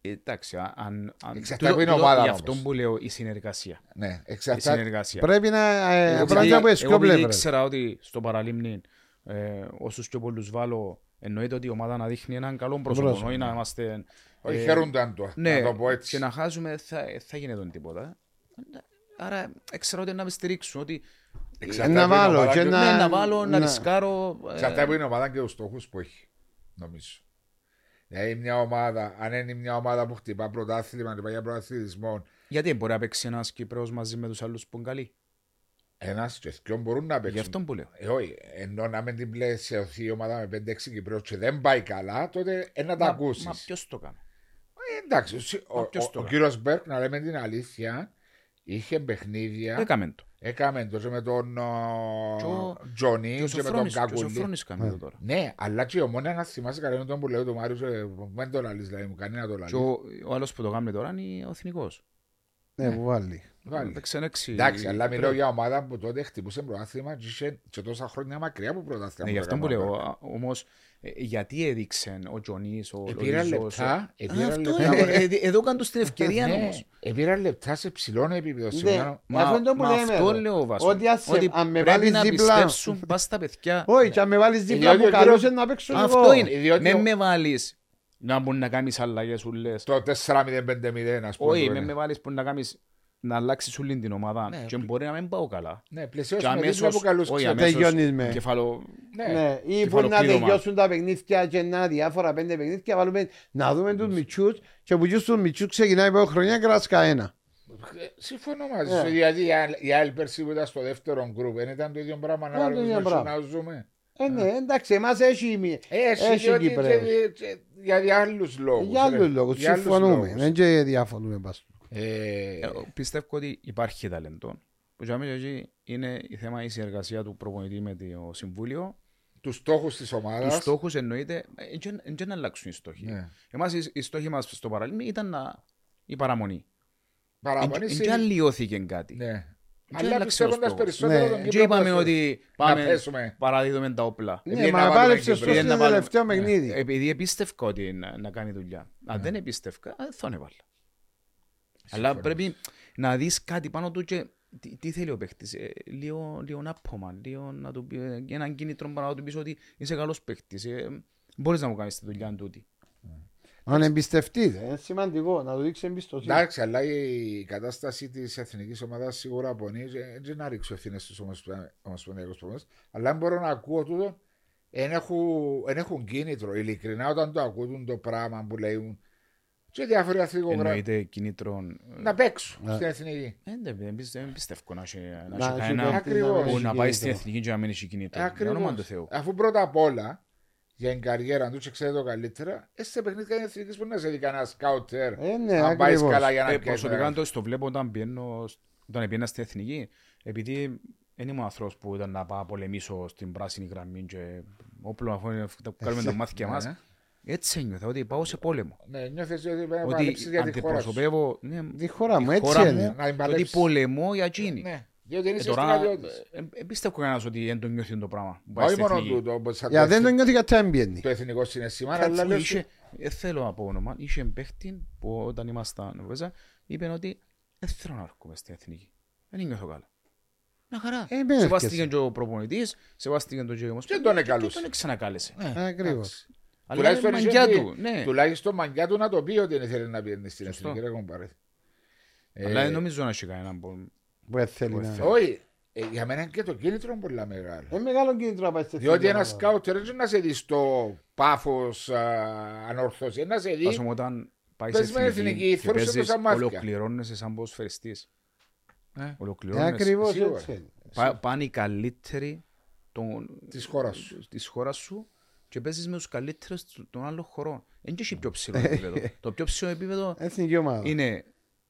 Speaker 3: εντάξει, α- αν... αν-
Speaker 1: Εξαρτάται
Speaker 3: τούτο-
Speaker 1: που είναι
Speaker 3: τούτο-
Speaker 1: ομάδα
Speaker 3: Γι'
Speaker 1: όμως.
Speaker 3: αυτό που λέω η συνεργασία.
Speaker 1: Ναι,
Speaker 3: Η
Speaker 1: εξαρτάται.
Speaker 3: συνεργασία.
Speaker 2: Πρέπει να. ε,
Speaker 3: Εγώ
Speaker 2: Πρέπει να
Speaker 3: επειδή-
Speaker 2: πω
Speaker 3: εγώ
Speaker 2: εσύ
Speaker 3: επειδή
Speaker 2: πλευρές.
Speaker 3: ήξερα ότι στο παραλίμνη ε, όσους πιο πολλούς βάλω εννοείται ότι η ομάδα να δείχνει έναν καλό πρόσωπο
Speaker 2: Πρόσωπο,
Speaker 3: όχι να είμαστε
Speaker 1: ναι. Όχι
Speaker 3: ε,
Speaker 1: χαίρονταν το,
Speaker 3: ναι,
Speaker 1: να το πω έτσι.
Speaker 3: και να χάσουμε θα, θα γίνεται τίποτα άρα ήξερα ότι να με στηρίξουν ότι
Speaker 1: Εξαρτάται
Speaker 2: Ε, να
Speaker 1: που είναι
Speaker 2: βάλω
Speaker 1: ομάδα
Speaker 2: και
Speaker 1: και-
Speaker 2: να-
Speaker 3: ναι, να βάλω,
Speaker 2: να-
Speaker 3: να ρισκάρω ε,
Speaker 1: Εξαρτάται που είναι η ομάδα και τους στόχους που έχει, νομίζω. Δηλαδή μια ομάδα, αν είναι μια ομάδα που χτυπά πρωτάθλημα, χτυπά για πρωταθλητισμό,
Speaker 3: γιατί μπορεί να παίξει ένας Κυπρέος μαζί με τους άλλους που είναι καλοί
Speaker 1: ένας και δυο μπορούν να
Speaker 3: γι'
Speaker 1: παίξουν.
Speaker 3: αυτό που λέω
Speaker 1: Ε, όχι, ενώ να μην την πλαισιωθεί η ομάδα με 5-6 Κυπρέους και δεν πάει καλά, τότε ε, να τα
Speaker 3: Μα-
Speaker 1: ακούσεις.
Speaker 3: μα ποιος το κάνει
Speaker 1: Ε, εντάξει, ο, συ- ο,
Speaker 3: Μα ποιος
Speaker 1: ο-
Speaker 3: το
Speaker 1: ο
Speaker 3: κάνει.
Speaker 1: κύριος Μπέρκ, να λέμε την αλήθεια, είχε παιχνίδια,
Speaker 3: έκαμε το
Speaker 1: έκαμε το και με τον
Speaker 3: Και ο-
Speaker 1: Τζονί
Speaker 3: και
Speaker 1: και,
Speaker 3: ο
Speaker 1: με τον
Speaker 3: Σοφρόνης- και ο
Speaker 1: Κακουλή.
Speaker 3: Σοφρόνης κάνει το τώρα
Speaker 1: Ναι, αλλά και η ομόνια να θυμάσαι καλά είναι τον που λέω του Μάριου, ε, δεν το λαλείς, δηλαδή μου κανένα το
Speaker 3: και
Speaker 1: λαλείς.
Speaker 3: ο, ο άλλος που το κάνει τώρα είναι ο Εθνικός
Speaker 2: Ναι, που βάλει.
Speaker 1: Βάλει.
Speaker 3: Παίξε έξι Ε,
Speaker 1: Εντάξει, αλλά
Speaker 3: Κυπρέους.
Speaker 1: μιλώ για ομάδα που τότε χτυπούσε πρωτάθλημα και είχε και τόσα χρόνια μακριά από πρωτάθλημα.
Speaker 3: Ναι, γι' αυτό που
Speaker 1: τα
Speaker 3: λέω.
Speaker 1: πράγματα.
Speaker 3: α, Όμως, ε, γιατί έδειξε ο Τζονής, ο
Speaker 1: Ε, πήραν
Speaker 3: Λοριζός, ο-
Speaker 1: λεπτά, ε,
Speaker 3: Α,
Speaker 1: πήραν
Speaker 3: αυτό
Speaker 1: λεπτά.
Speaker 3: είναι, ε, ε, Εδώ κάνουν την ευκαιρία
Speaker 1: Ναι,
Speaker 3: όμως.
Speaker 1: ε, πήραν λεπτά σε ψηλό επίπεδο.
Speaker 2: Ναι,
Speaker 1: σημειώνω.
Speaker 3: Μα,
Speaker 2: αυτό είναι το που
Speaker 3: μα
Speaker 2: λέμε.
Speaker 3: αυτό
Speaker 2: ρε.
Speaker 3: λέω Βάσο.
Speaker 2: Ότι ας σε-
Speaker 3: Ότι
Speaker 2: αν με
Speaker 3: πρέπει
Speaker 2: βάλεις
Speaker 3: να
Speaker 2: δίπλα.
Speaker 3: πιστέψουν πας τα παιδιά.
Speaker 2: Όχι, και αν με βάλεις δίπλα
Speaker 1: διότι ο
Speaker 2: μου καλό
Speaker 1: κύριος-
Speaker 2: είναι να παίξω εγώ.
Speaker 3: Αυτό είναι.
Speaker 1: διότι ο-
Speaker 3: Δεν με βάλεις να μπορεί να κάνεις αλλαγές που λες.
Speaker 1: Το 4-0-5-0, ας πούμε.
Speaker 3: Όχι,
Speaker 1: το
Speaker 3: με
Speaker 1: είναι.
Speaker 2: ναι.
Speaker 3: με βάλεις που να κάνεις να αλλάξεις όλη την ομάδα
Speaker 1: Ναι,
Speaker 3: και μπορεί να μην πάω καλά.
Speaker 1: Ναι,
Speaker 3: Και
Speaker 1: πλαισιώσουμε δίπλα από
Speaker 3: αμέσως,
Speaker 1: καλούς
Speaker 3: όχι,
Speaker 1: ξένους.
Speaker 3: αμέσως
Speaker 2: Τελειώνεις με.
Speaker 3: κεφαλό-
Speaker 1: Ναι.
Speaker 2: Ναι, ή που να
Speaker 3: κεφαλοκλείδωμα.
Speaker 2: τελειώσουν τα παιχνίδια και να διάφορα πέντε παιχνίδια βάλουμε να δούμε τους μητσούς και που τους μητσούς ξεκινάει η πρώτη χρονιά κράσκα ένα.
Speaker 1: Συμφωνώ μαζί
Speaker 2: Ναι.
Speaker 1: σου, γιατί η Al- η άλλη πέρσι που ήταν στο δεύτερο γκρουπ, δεν ήταν το ίδιο πράγμα να
Speaker 2: Ναι, το ίδιο
Speaker 1: βάλουμε
Speaker 2: πράγμα.
Speaker 1: να ζούμε.
Speaker 2: Ε, ναι, εντάξει, εμάς έχει η μία.
Speaker 1: Έχει,
Speaker 2: Έχει
Speaker 1: Ε, διότι
Speaker 2: Κυπρέους.
Speaker 1: και- και- για άλλους λόγους.
Speaker 2: Για
Speaker 1: ρε.
Speaker 2: άλλους λόγους,
Speaker 1: Για άλλους
Speaker 2: συμφωνούμε,
Speaker 1: λόγους.
Speaker 2: δεν και διαφωνούμε πας.
Speaker 1: Ε,
Speaker 3: Ε, πιστεύω ότι υπάρχει ταλέντο. Που για μένα εκεί είναι η θέμα η συνεργασία του προπονητή με το Συμβούλιο.
Speaker 1: Τους στόχους της
Speaker 3: Του
Speaker 1: ομάδας.
Speaker 3: στόχους εννοείται. Δεν να αλλάξουν οι στόχοι.
Speaker 1: Ναι.
Speaker 3: Εμάς οι, οι στόχοι μας στο παραλίμνη ήταν να, η παραμονή.
Speaker 1: Παραπονείς
Speaker 3: Δεν αλλοιώθηκε κάτι.
Speaker 1: Ναι.
Speaker 3: Και
Speaker 1: Αλλά
Speaker 3: άλλαξε ο
Speaker 1: πιστεύοντας
Speaker 3: στόχος.
Speaker 1: περισσότερο
Speaker 2: Ναι.
Speaker 1: τον
Speaker 3: Και
Speaker 1: Κύπρο
Speaker 3: είπαμε
Speaker 1: Ποδοσφαίρο.
Speaker 3: ότι
Speaker 1: Να
Speaker 3: πάμε,
Speaker 1: πέσουμε.
Speaker 3: παραδίδουμε τα όπλα.
Speaker 1: Επειδή
Speaker 2: Ναι,
Speaker 1: να
Speaker 2: μα
Speaker 1: βάλουμε
Speaker 2: επάλεψες
Speaker 1: την
Speaker 2: το
Speaker 1: Κύπρο.
Speaker 2: στην
Speaker 3: Να βάλουμε- Ε,
Speaker 2: τελευταίο παιχνίδι.
Speaker 3: Επειδή επίστευκα ότι να, να κάνει δουλειά. Αν
Speaker 1: Ναι.
Speaker 3: δεν επίστευκα, ε, θα ανεβάλα. Αλλά
Speaker 1: Συμφωνώ.
Speaker 3: πρέπει να δεις κάτι πάνω του και τι, τι θέλει ο παίχτης. Ε, λίγο, λίγο να πούμε, λίγο να του πει, ε, έναν κίνητρο πάνω να του πεις ότι είσαι καλός παίχτης. Ε, μπορείς να μου κάνεις τη δουλειά τούτη.
Speaker 2: Αν εμπιστευτείτε, είναι σημαντικό να του δείξει εμπιστοσύνη.
Speaker 1: Εντάξει, αλλά η κατάσταση της εθνικής ομάδας σίγουρα απονεί. Δεν να ρίξω ευθύνες στους ομοσπονδιακούς προπονητές. Αλλά αν μπορώ να ακούω τούτο, δεν έχουν, εν έχουν κίνητρο. Ειλικρινά, όταν το ακούουν το πράγμα που λέουν, και διάφοροι αθλητικογράφοι
Speaker 3: Εννοείται κίνητρο...
Speaker 1: να παίξουν
Speaker 2: Ναι.
Speaker 1: στην εθνική.
Speaker 3: Δεν πιστεύω να έχει
Speaker 2: Να έχει
Speaker 3: κανένα
Speaker 1: παίχτη
Speaker 2: παίχτη
Speaker 1: ακριβώς.
Speaker 2: μην
Speaker 3: που
Speaker 2: έχει
Speaker 3: να πάει στην
Speaker 2: κίνητρο.
Speaker 3: εθνική και να μην έχει κίνητρο. Ε, Για όνομα του Θεού.
Speaker 1: Ακριβώς. Αφού πρώτα απ' όλα για την καριέρα τους, και ξέρετε το καλύτερα, ε, σε παιχνίδια είναι εθνική που να σε δει κανένα σκάουτερ.
Speaker 2: Ε, ναι,
Speaker 1: αν πάει
Speaker 2: ακριβώς.
Speaker 1: καλά για να
Speaker 3: Ε,
Speaker 1: πιάσεις
Speaker 3: Προσωπικά
Speaker 1: ένα-
Speaker 3: το το βλέπω όταν πιένω, όταν πήγαινα στην εθνική, επειδή δεν ήμουν άνθρωπος που ήταν να πάω να πολεμήσω στην πράσινη γραμμή και όπλο αφού είναι αυτά που κάνουμε τα μάθηκια
Speaker 1: ναι,
Speaker 3: μας.
Speaker 1: ναι.
Speaker 3: Έτσι ένιωθα ότι πάω σε πόλεμο.
Speaker 1: Ναι, νιώθεις ότι πρέπει να παλέψεις
Speaker 3: Ότι
Speaker 1: για τη χώρα σου.
Speaker 3: αντιπροσωπεύω ναι,
Speaker 2: Τη χώρα μου,
Speaker 3: τη
Speaker 2: έτσι
Speaker 3: χώρα
Speaker 2: είναι.
Speaker 3: μου
Speaker 1: Να την
Speaker 3: και ότι
Speaker 1: παλέψεις.
Speaker 3: πολεμώ για εκείνη.
Speaker 1: Ναι, διότι
Speaker 3: Ε,
Speaker 1: είναι
Speaker 3: Τώρα
Speaker 1: στρατιώτης.
Speaker 3: εμπίστευκο κανένας ότι δεν το νιώθει το πράγμα. που πάει
Speaker 1: Όχι
Speaker 3: στην
Speaker 1: μόνο
Speaker 3: εθνική.
Speaker 1: τούτο, όπως σαν
Speaker 2: Για
Speaker 1: το
Speaker 2: δεν
Speaker 1: εθνικό-
Speaker 2: τον νιώθει γιατί δεν πιένει.
Speaker 1: το εθνικό συναισθήμα,
Speaker 3: Κάτι
Speaker 1: αλλά
Speaker 3: που
Speaker 1: λέω σου,
Speaker 3: είχε- ε, θέλω να πω όνομα, είχε παίχτη που όταν ήμασταν βέβαια, είπε ότι δεν θέλω να έρχομαι στην εθνική. Δεν νιώθω καλά. Μια χαρά.
Speaker 2: Ε, μην
Speaker 3: Σεβάστηκε
Speaker 2: έρχεσαι.
Speaker 3: και ο προπονητής, σεβάστηκε το κύριος
Speaker 1: Και τον εκαλούσε.
Speaker 3: Και τον εξανακάλεσε.
Speaker 2: Ακριβώς.
Speaker 3: Αλλά είναι
Speaker 1: τουλάχιστον είχε
Speaker 3: μαγιά
Speaker 1: πει-
Speaker 3: του. Ναι.
Speaker 1: Τουλάχιστον μαγιά του να το πει ότι δεν ήθελε να πιένει στην
Speaker 3: Σωστό.
Speaker 1: εθνική. ρε κομπάρε. Ε,
Speaker 3: Αλλά δεν νομίζω να έχει κανέναν που...
Speaker 2: Που δεν θέλει
Speaker 3: Που
Speaker 2: να-
Speaker 3: δεν θέλει.
Speaker 1: Όχι, ε, για μένα είναι και το κίνητρο πολύ μεγάλο.
Speaker 2: Είναι Ε, μεγάλο κίνητρο να πάει στην
Speaker 1: Διότι
Speaker 2: εθνική
Speaker 1: ένα
Speaker 2: ομάδα.
Speaker 1: σκάουτερ δεν να σε δεις στο πάφο ανόρθωση. Ένα σε
Speaker 3: Πας
Speaker 1: δει.
Speaker 3: όμως όταν πάει
Speaker 1: Πες
Speaker 3: σε
Speaker 1: με εθνική,
Speaker 3: Ε, εθνική και
Speaker 1: θεωρούσε το
Speaker 3: παίζεις,
Speaker 1: σαν μάθηκα.
Speaker 3: ολοκληρώνεσαι σαν ποδοσφαιριστής.
Speaker 1: Ε.
Speaker 2: Ε,
Speaker 3: Ολοκληρώνεσαι.
Speaker 2: Ακριβώς
Speaker 1: σίγουρα.
Speaker 2: έτσι είναι.
Speaker 3: Πα- Πάνε οι καλύτεροι των-
Speaker 1: Της χώρας σου.
Speaker 3: της χώρας σου και παίζεις με τους καλύτερους
Speaker 1: Ε.
Speaker 3: του- των άλλων χωρών. Δεν έχει πιο ψηλό επίπεδο. Το πιο ψηλό επίπεδο
Speaker 2: Εθνική ομάδα.
Speaker 3: είναι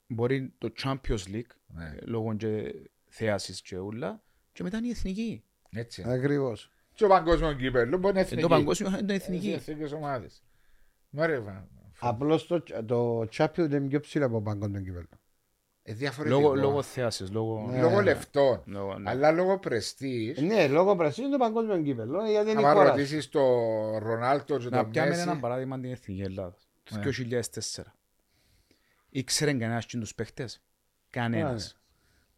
Speaker 3: μπορεί το Champions League ε,
Speaker 1: Ναι.
Speaker 3: λόγω και θέασης και ούλα και μετά είναι η εθνική.
Speaker 1: Έτσι. είναι.
Speaker 2: Ακριβώς.
Speaker 1: Και ο παγκόσμιος κύπελος μπορεί να
Speaker 3: Ε,
Speaker 1: εθνική.
Speaker 3: Το παγκόσμιο είναι το
Speaker 1: Ε,
Speaker 3: εθνική.
Speaker 1: εθνικές ομάδες. Μα ρε, βα-
Speaker 2: Απλώς το, το Champions είναι πιο ψηλό από παγκόσμιο κύπελο.
Speaker 1: ε,
Speaker 3: Λόγω,
Speaker 1: Διαφορετικό. Ναι.
Speaker 3: λόγω θέασης, λόγω...
Speaker 1: Λόγω λεφτών.
Speaker 3: Ναι, λόγω- ναι.
Speaker 1: Αλλά λόγω πρεστής.
Speaker 2: Ναι, λόγω πρασίνου είναι το παγκόσμιο κύπελο. Γιατί είναι η
Speaker 1: Αν
Speaker 2: χώρα.
Speaker 1: ρωτήσεις τον Ρονάλτο και
Speaker 3: Να
Speaker 1: τον
Speaker 3: πιάμε ένα
Speaker 1: Μέση.
Speaker 3: παράδειγμα την Εθνική Ελλάδας. Το
Speaker 1: Ναι.
Speaker 3: 2004. Ήξερε κανένας και τους
Speaker 1: Ναι.
Speaker 3: παίχτες. Κανένας.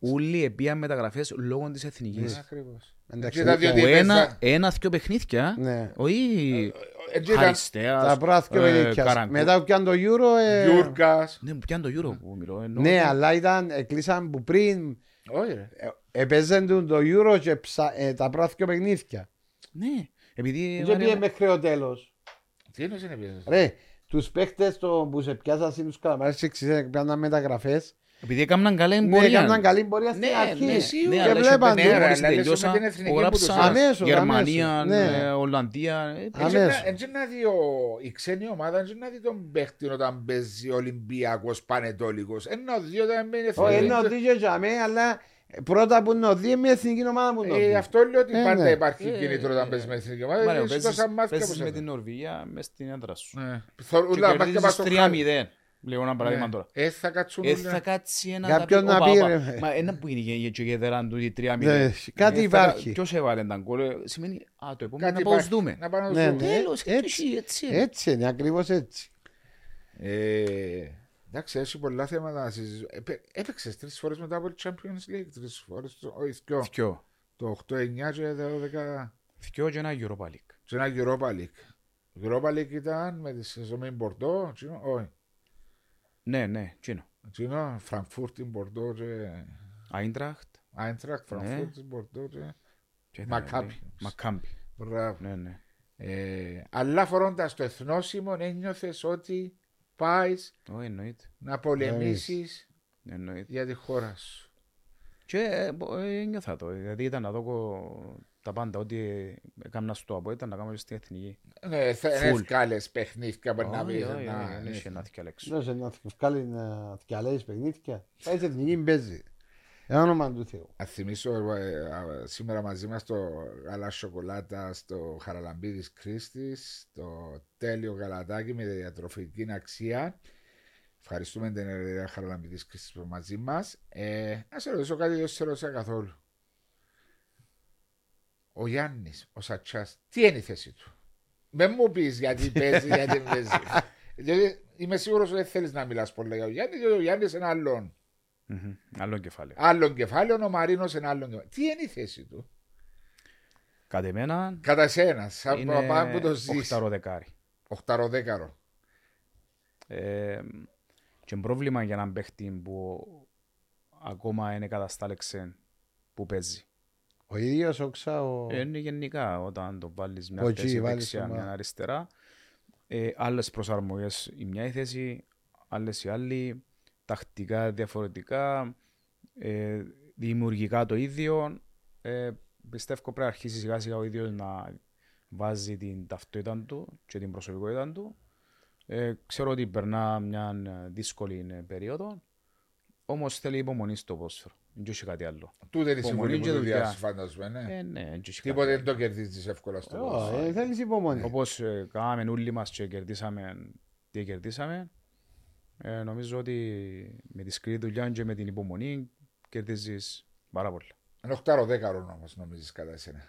Speaker 3: Όλοι επίαν μεταγραφές λόγω της
Speaker 1: Ναι,
Speaker 3: εθνικής.
Speaker 1: ακριβώς.
Speaker 2: Εντάξει,
Speaker 1: Και τα δύο
Speaker 2: ε,
Speaker 3: Ο
Speaker 1: διαιτητές,
Speaker 3: ένα,
Speaker 1: α,
Speaker 3: ένα δυο παιχνίδια,
Speaker 2: Ναι.
Speaker 3: όχι
Speaker 1: έτσι ήταν
Speaker 2: Τα
Speaker 3: Χαριστέας,
Speaker 2: πράθηκια
Speaker 3: ε,
Speaker 2: παιδιά.
Speaker 3: Καραγκού.
Speaker 2: Μετά που πιάνει το Euro. ε,
Speaker 1: Γιούρκας.
Speaker 3: Ναι, μου πιάνει το Euro που μιλώ. εννοώ
Speaker 2: Ναι,
Speaker 3: ότι-
Speaker 2: αλλά ήταν, εκλείσαν που πριν
Speaker 1: Όχι ρε.
Speaker 2: έπαιζαν το Euro και ψα, ε, τα πράθηκια παιχνίδια.
Speaker 3: Ναι, επειδή...
Speaker 2: Και πήγε μέχρι ο τέλος.
Speaker 1: Τι είναι σε επίπεδο.
Speaker 2: Ρε, τους παίχτες το, που σε πιάσαν ή τους καλαμάρες και ξέρετε πιάνναν μεταγραφές
Speaker 3: Επειδή έκαναν καλή
Speaker 2: μου Ναι, έκαναν
Speaker 3: πορεία.
Speaker 2: καλή πορεία
Speaker 3: ναι,
Speaker 2: στην αρχή
Speaker 1: σίγουρα,
Speaker 2: και
Speaker 3: αλλά
Speaker 2: βλέπαν
Speaker 1: είχε
Speaker 2: το.
Speaker 1: πενέρα.
Speaker 3: μόλις
Speaker 1: αλλά λες
Speaker 3: τελειώσα,
Speaker 1: ότι είναι εθνική που
Speaker 3: γράψα
Speaker 1: τους άρεσε.
Speaker 2: Αμέσως,
Speaker 3: Γερμανία,
Speaker 2: αμέσως, ναι.
Speaker 3: ε, Ολλανδία. ε,
Speaker 2: Αμέσως.
Speaker 1: Έτσι να δει ο- η ξένη ομάδα, έτσι να δει τον παίχτη όταν παίζει Ολυμπιακός Πανετόλικος. Ένα δει όταν είναι
Speaker 2: Όχι,
Speaker 1: εθνική.
Speaker 2: είναι ο Δίγιο Τζαμέ, αλλά πρώτα που είναι ο Δίγιο με εθνική ομάδα που είναι ο
Speaker 1: Ε,
Speaker 2: Δίγιο.
Speaker 1: Αυτό λέω ότι
Speaker 2: Ε,
Speaker 1: πάντα
Speaker 2: ναι.
Speaker 1: υπάρχει
Speaker 3: Ε,
Speaker 1: κίνητρο
Speaker 3: ε,
Speaker 1: όταν παίζεις με εθνική ομάδα.
Speaker 3: Μάριο,
Speaker 1: Είναι τόσα
Speaker 3: παίζεις-
Speaker 1: μάτια
Speaker 3: παίζεις
Speaker 1: που Ναι.
Speaker 3: με την Νορβήγια μες στην έδρα σου. Και
Speaker 1: Ε, Ούλα μάτια
Speaker 3: κερδίζεις
Speaker 1: πας στο χάρι.
Speaker 3: 3-0. Λέω ένα παράδειγμα
Speaker 1: Ναι.
Speaker 3: τώρα.
Speaker 1: Ε, θα κάτσουν
Speaker 3: Ε,
Speaker 1: όλοι
Speaker 3: θα
Speaker 1: να-
Speaker 3: κάτσει ένα
Speaker 2: Κάποιον
Speaker 3: τα
Speaker 2: να
Speaker 3: πει- ο
Speaker 2: πει,
Speaker 3: Πάπα.
Speaker 2: ρε.
Speaker 3: Μα ένα που είναι και- και- και γεδεράν του
Speaker 2: Ναι,
Speaker 3: 3-0.
Speaker 2: κάτι
Speaker 3: Ε, θα-
Speaker 2: υπάρχει.
Speaker 3: Ποιος έβαλε τα γκολ, ε, σημαίνει α, το επόμενο
Speaker 1: Κάτι
Speaker 3: να πάω
Speaker 1: υπάρχει.
Speaker 3: δούμε.
Speaker 1: Να πάμε να
Speaker 2: Ναι,
Speaker 1: δούμε.
Speaker 2: ναι.
Speaker 3: Τέλος,
Speaker 2: Έτσι.
Speaker 3: έτσι, έτσι. είναι.
Speaker 2: Έτσι είναι, ακριβώς έτσι. ναι.
Speaker 1: Ε, εντάξει, έχει πολλά θέματα να Ε, συζητήσω. Έπαιξες τρεις φορές μετά από το Champions League. Τρεις φορές. Όχι, δυο.
Speaker 3: Θκυο.
Speaker 1: Το 8-9 και το 12.
Speaker 3: Θκυο και ένα Europa League.
Speaker 1: Σε ένα Europa League. Europa League ήταν με τη σεζόν με την Μπορντό. τσινό, Όχι.
Speaker 3: Ναι, ναι, τσίνο.
Speaker 1: Τσινό, Φραγκφούρτη, Μπορντό και.
Speaker 3: Άιντραχτ.
Speaker 1: Άιντρακ,
Speaker 3: Ναι.
Speaker 1: Φραγκφούρτη, Μπορντό και.
Speaker 3: και ήταν
Speaker 1: Μακάμπι.
Speaker 3: άλλη. Μακάμπι.
Speaker 1: Μπράβο.
Speaker 3: Ναι, ναι.
Speaker 1: Ε, αλλά φορώντας το εθνόσημο, ένιωθες ότι πάεις
Speaker 3: Όχι, εννοείται.
Speaker 1: να πολεμήσεις
Speaker 3: εννοείται.
Speaker 1: για τη χώρα σου.
Speaker 3: Και ε, μπο- ε, νιώθα το. Δηλαδή ήταν να δω κο- τα πάντα. Ό,τι ε, έκανα στο από ήταν να κάνω και στην εθνική.
Speaker 1: Ναι, θα
Speaker 3: Full.
Speaker 1: είναι καλές παιχνίδια μπορεί να
Speaker 3: Όχι,
Speaker 1: πεις,
Speaker 3: όχι,
Speaker 1: να-
Speaker 3: όχι, δεν είχε να διαλέξω.
Speaker 2: Δεν σε να βγάλει να θυκιαλέεις ε, παιχνίδια. Πάει σε εθνική μπέζει. Εν όνομα του Θεού.
Speaker 1: Να θυμίσω ε, α, σήμερα μαζί μας το γαλά σοκολάτα στο Χαραλαμπίδης Κρίστης, το τέλειο γαλατάκι με διατροφική αξία. Ευχαριστούμε την Ερευνητή Χαραλαμπίδης Κρίστης που είναι μαζί μας. Ε, να σε ρωτήσω κάτι, δεν σε ρώτησα καθόλου. Ο Γιάννης, ο Σατσάς, τι είναι η θέση του. Δεν μου πεις γιατί παίζει, γιατί δεν παίζει. Διότι είμαι σίγουρος ότι δεν θέλεις να μιλάς πολλά για τον Γιάννη, διότι ο Γιάννης είναι άλλον
Speaker 3: Μμμ. Άλλο κεφάλαιο.
Speaker 1: άλλον κεφάλαιο, ο Μαρίνος ένα άλλον κεφάλαιο. Τι είναι η θέση του.
Speaker 3: Κατ' εμένα
Speaker 1: Κατά σένα, σαν
Speaker 3: είναι
Speaker 1: παπά που το ζεις.
Speaker 3: οχταροδεκάρι.
Speaker 1: Οχταροδέκαρο.
Speaker 3: Ε, και πρόβλημα για έναν παίχτη που ακόμα είναι καταστάλεξε που παίζει.
Speaker 2: Ο ίδιος ο Ξα, ο...
Speaker 3: Ε, Είναι γενικά όταν το βάλεις μια
Speaker 2: Ο
Speaker 3: θέση
Speaker 2: G, βάλεις
Speaker 3: δεξιά,
Speaker 2: το
Speaker 3: μια
Speaker 2: μα-
Speaker 3: αριστερά. Ε, άλλες προσαρμογές η μια η θέση, άλλες η άλλη, τακτικά διαφορετικά, ε, δημιουργικά το ίδιο. Ε, πιστεύω πρέπει να αρχίσει σιγά σιγά ο ίδιος να βάζει την ταυτότητα του και την προσωπικότητα του. Ε, ξέρω ότι περνά μια ε, δύσκολη ε, περίοδο, όμως θέλει υπομονή στο πόσφαιρο. Δεν έχει κάτι άλλο.
Speaker 1: Τούτε είναι η
Speaker 3: Υπομονή
Speaker 1: συμβουλή
Speaker 3: και
Speaker 1: που του
Speaker 3: δουλειά.
Speaker 1: διάσει, φαντάζομαι. Ναι.
Speaker 3: Ε, ναι, δεν έχει κάτι
Speaker 1: Τίποτε
Speaker 3: άλλο.
Speaker 1: δεν το κερδίζεις εύκολα στο
Speaker 2: Ω,
Speaker 1: ποδόσφαιρο.
Speaker 2: ε, Θέλεις υπομονή.
Speaker 3: Όπως ε, κάναμε όλοι μας και κερδίσαμε τι κερδίσαμε, ε, νομίζω ότι με τη σκληρή δουλειά και με την υπομονή κερδίζεις πάρα πολύ.
Speaker 1: Είναι οχταροδέκαρο όμως, νομίζεις κατά σένα.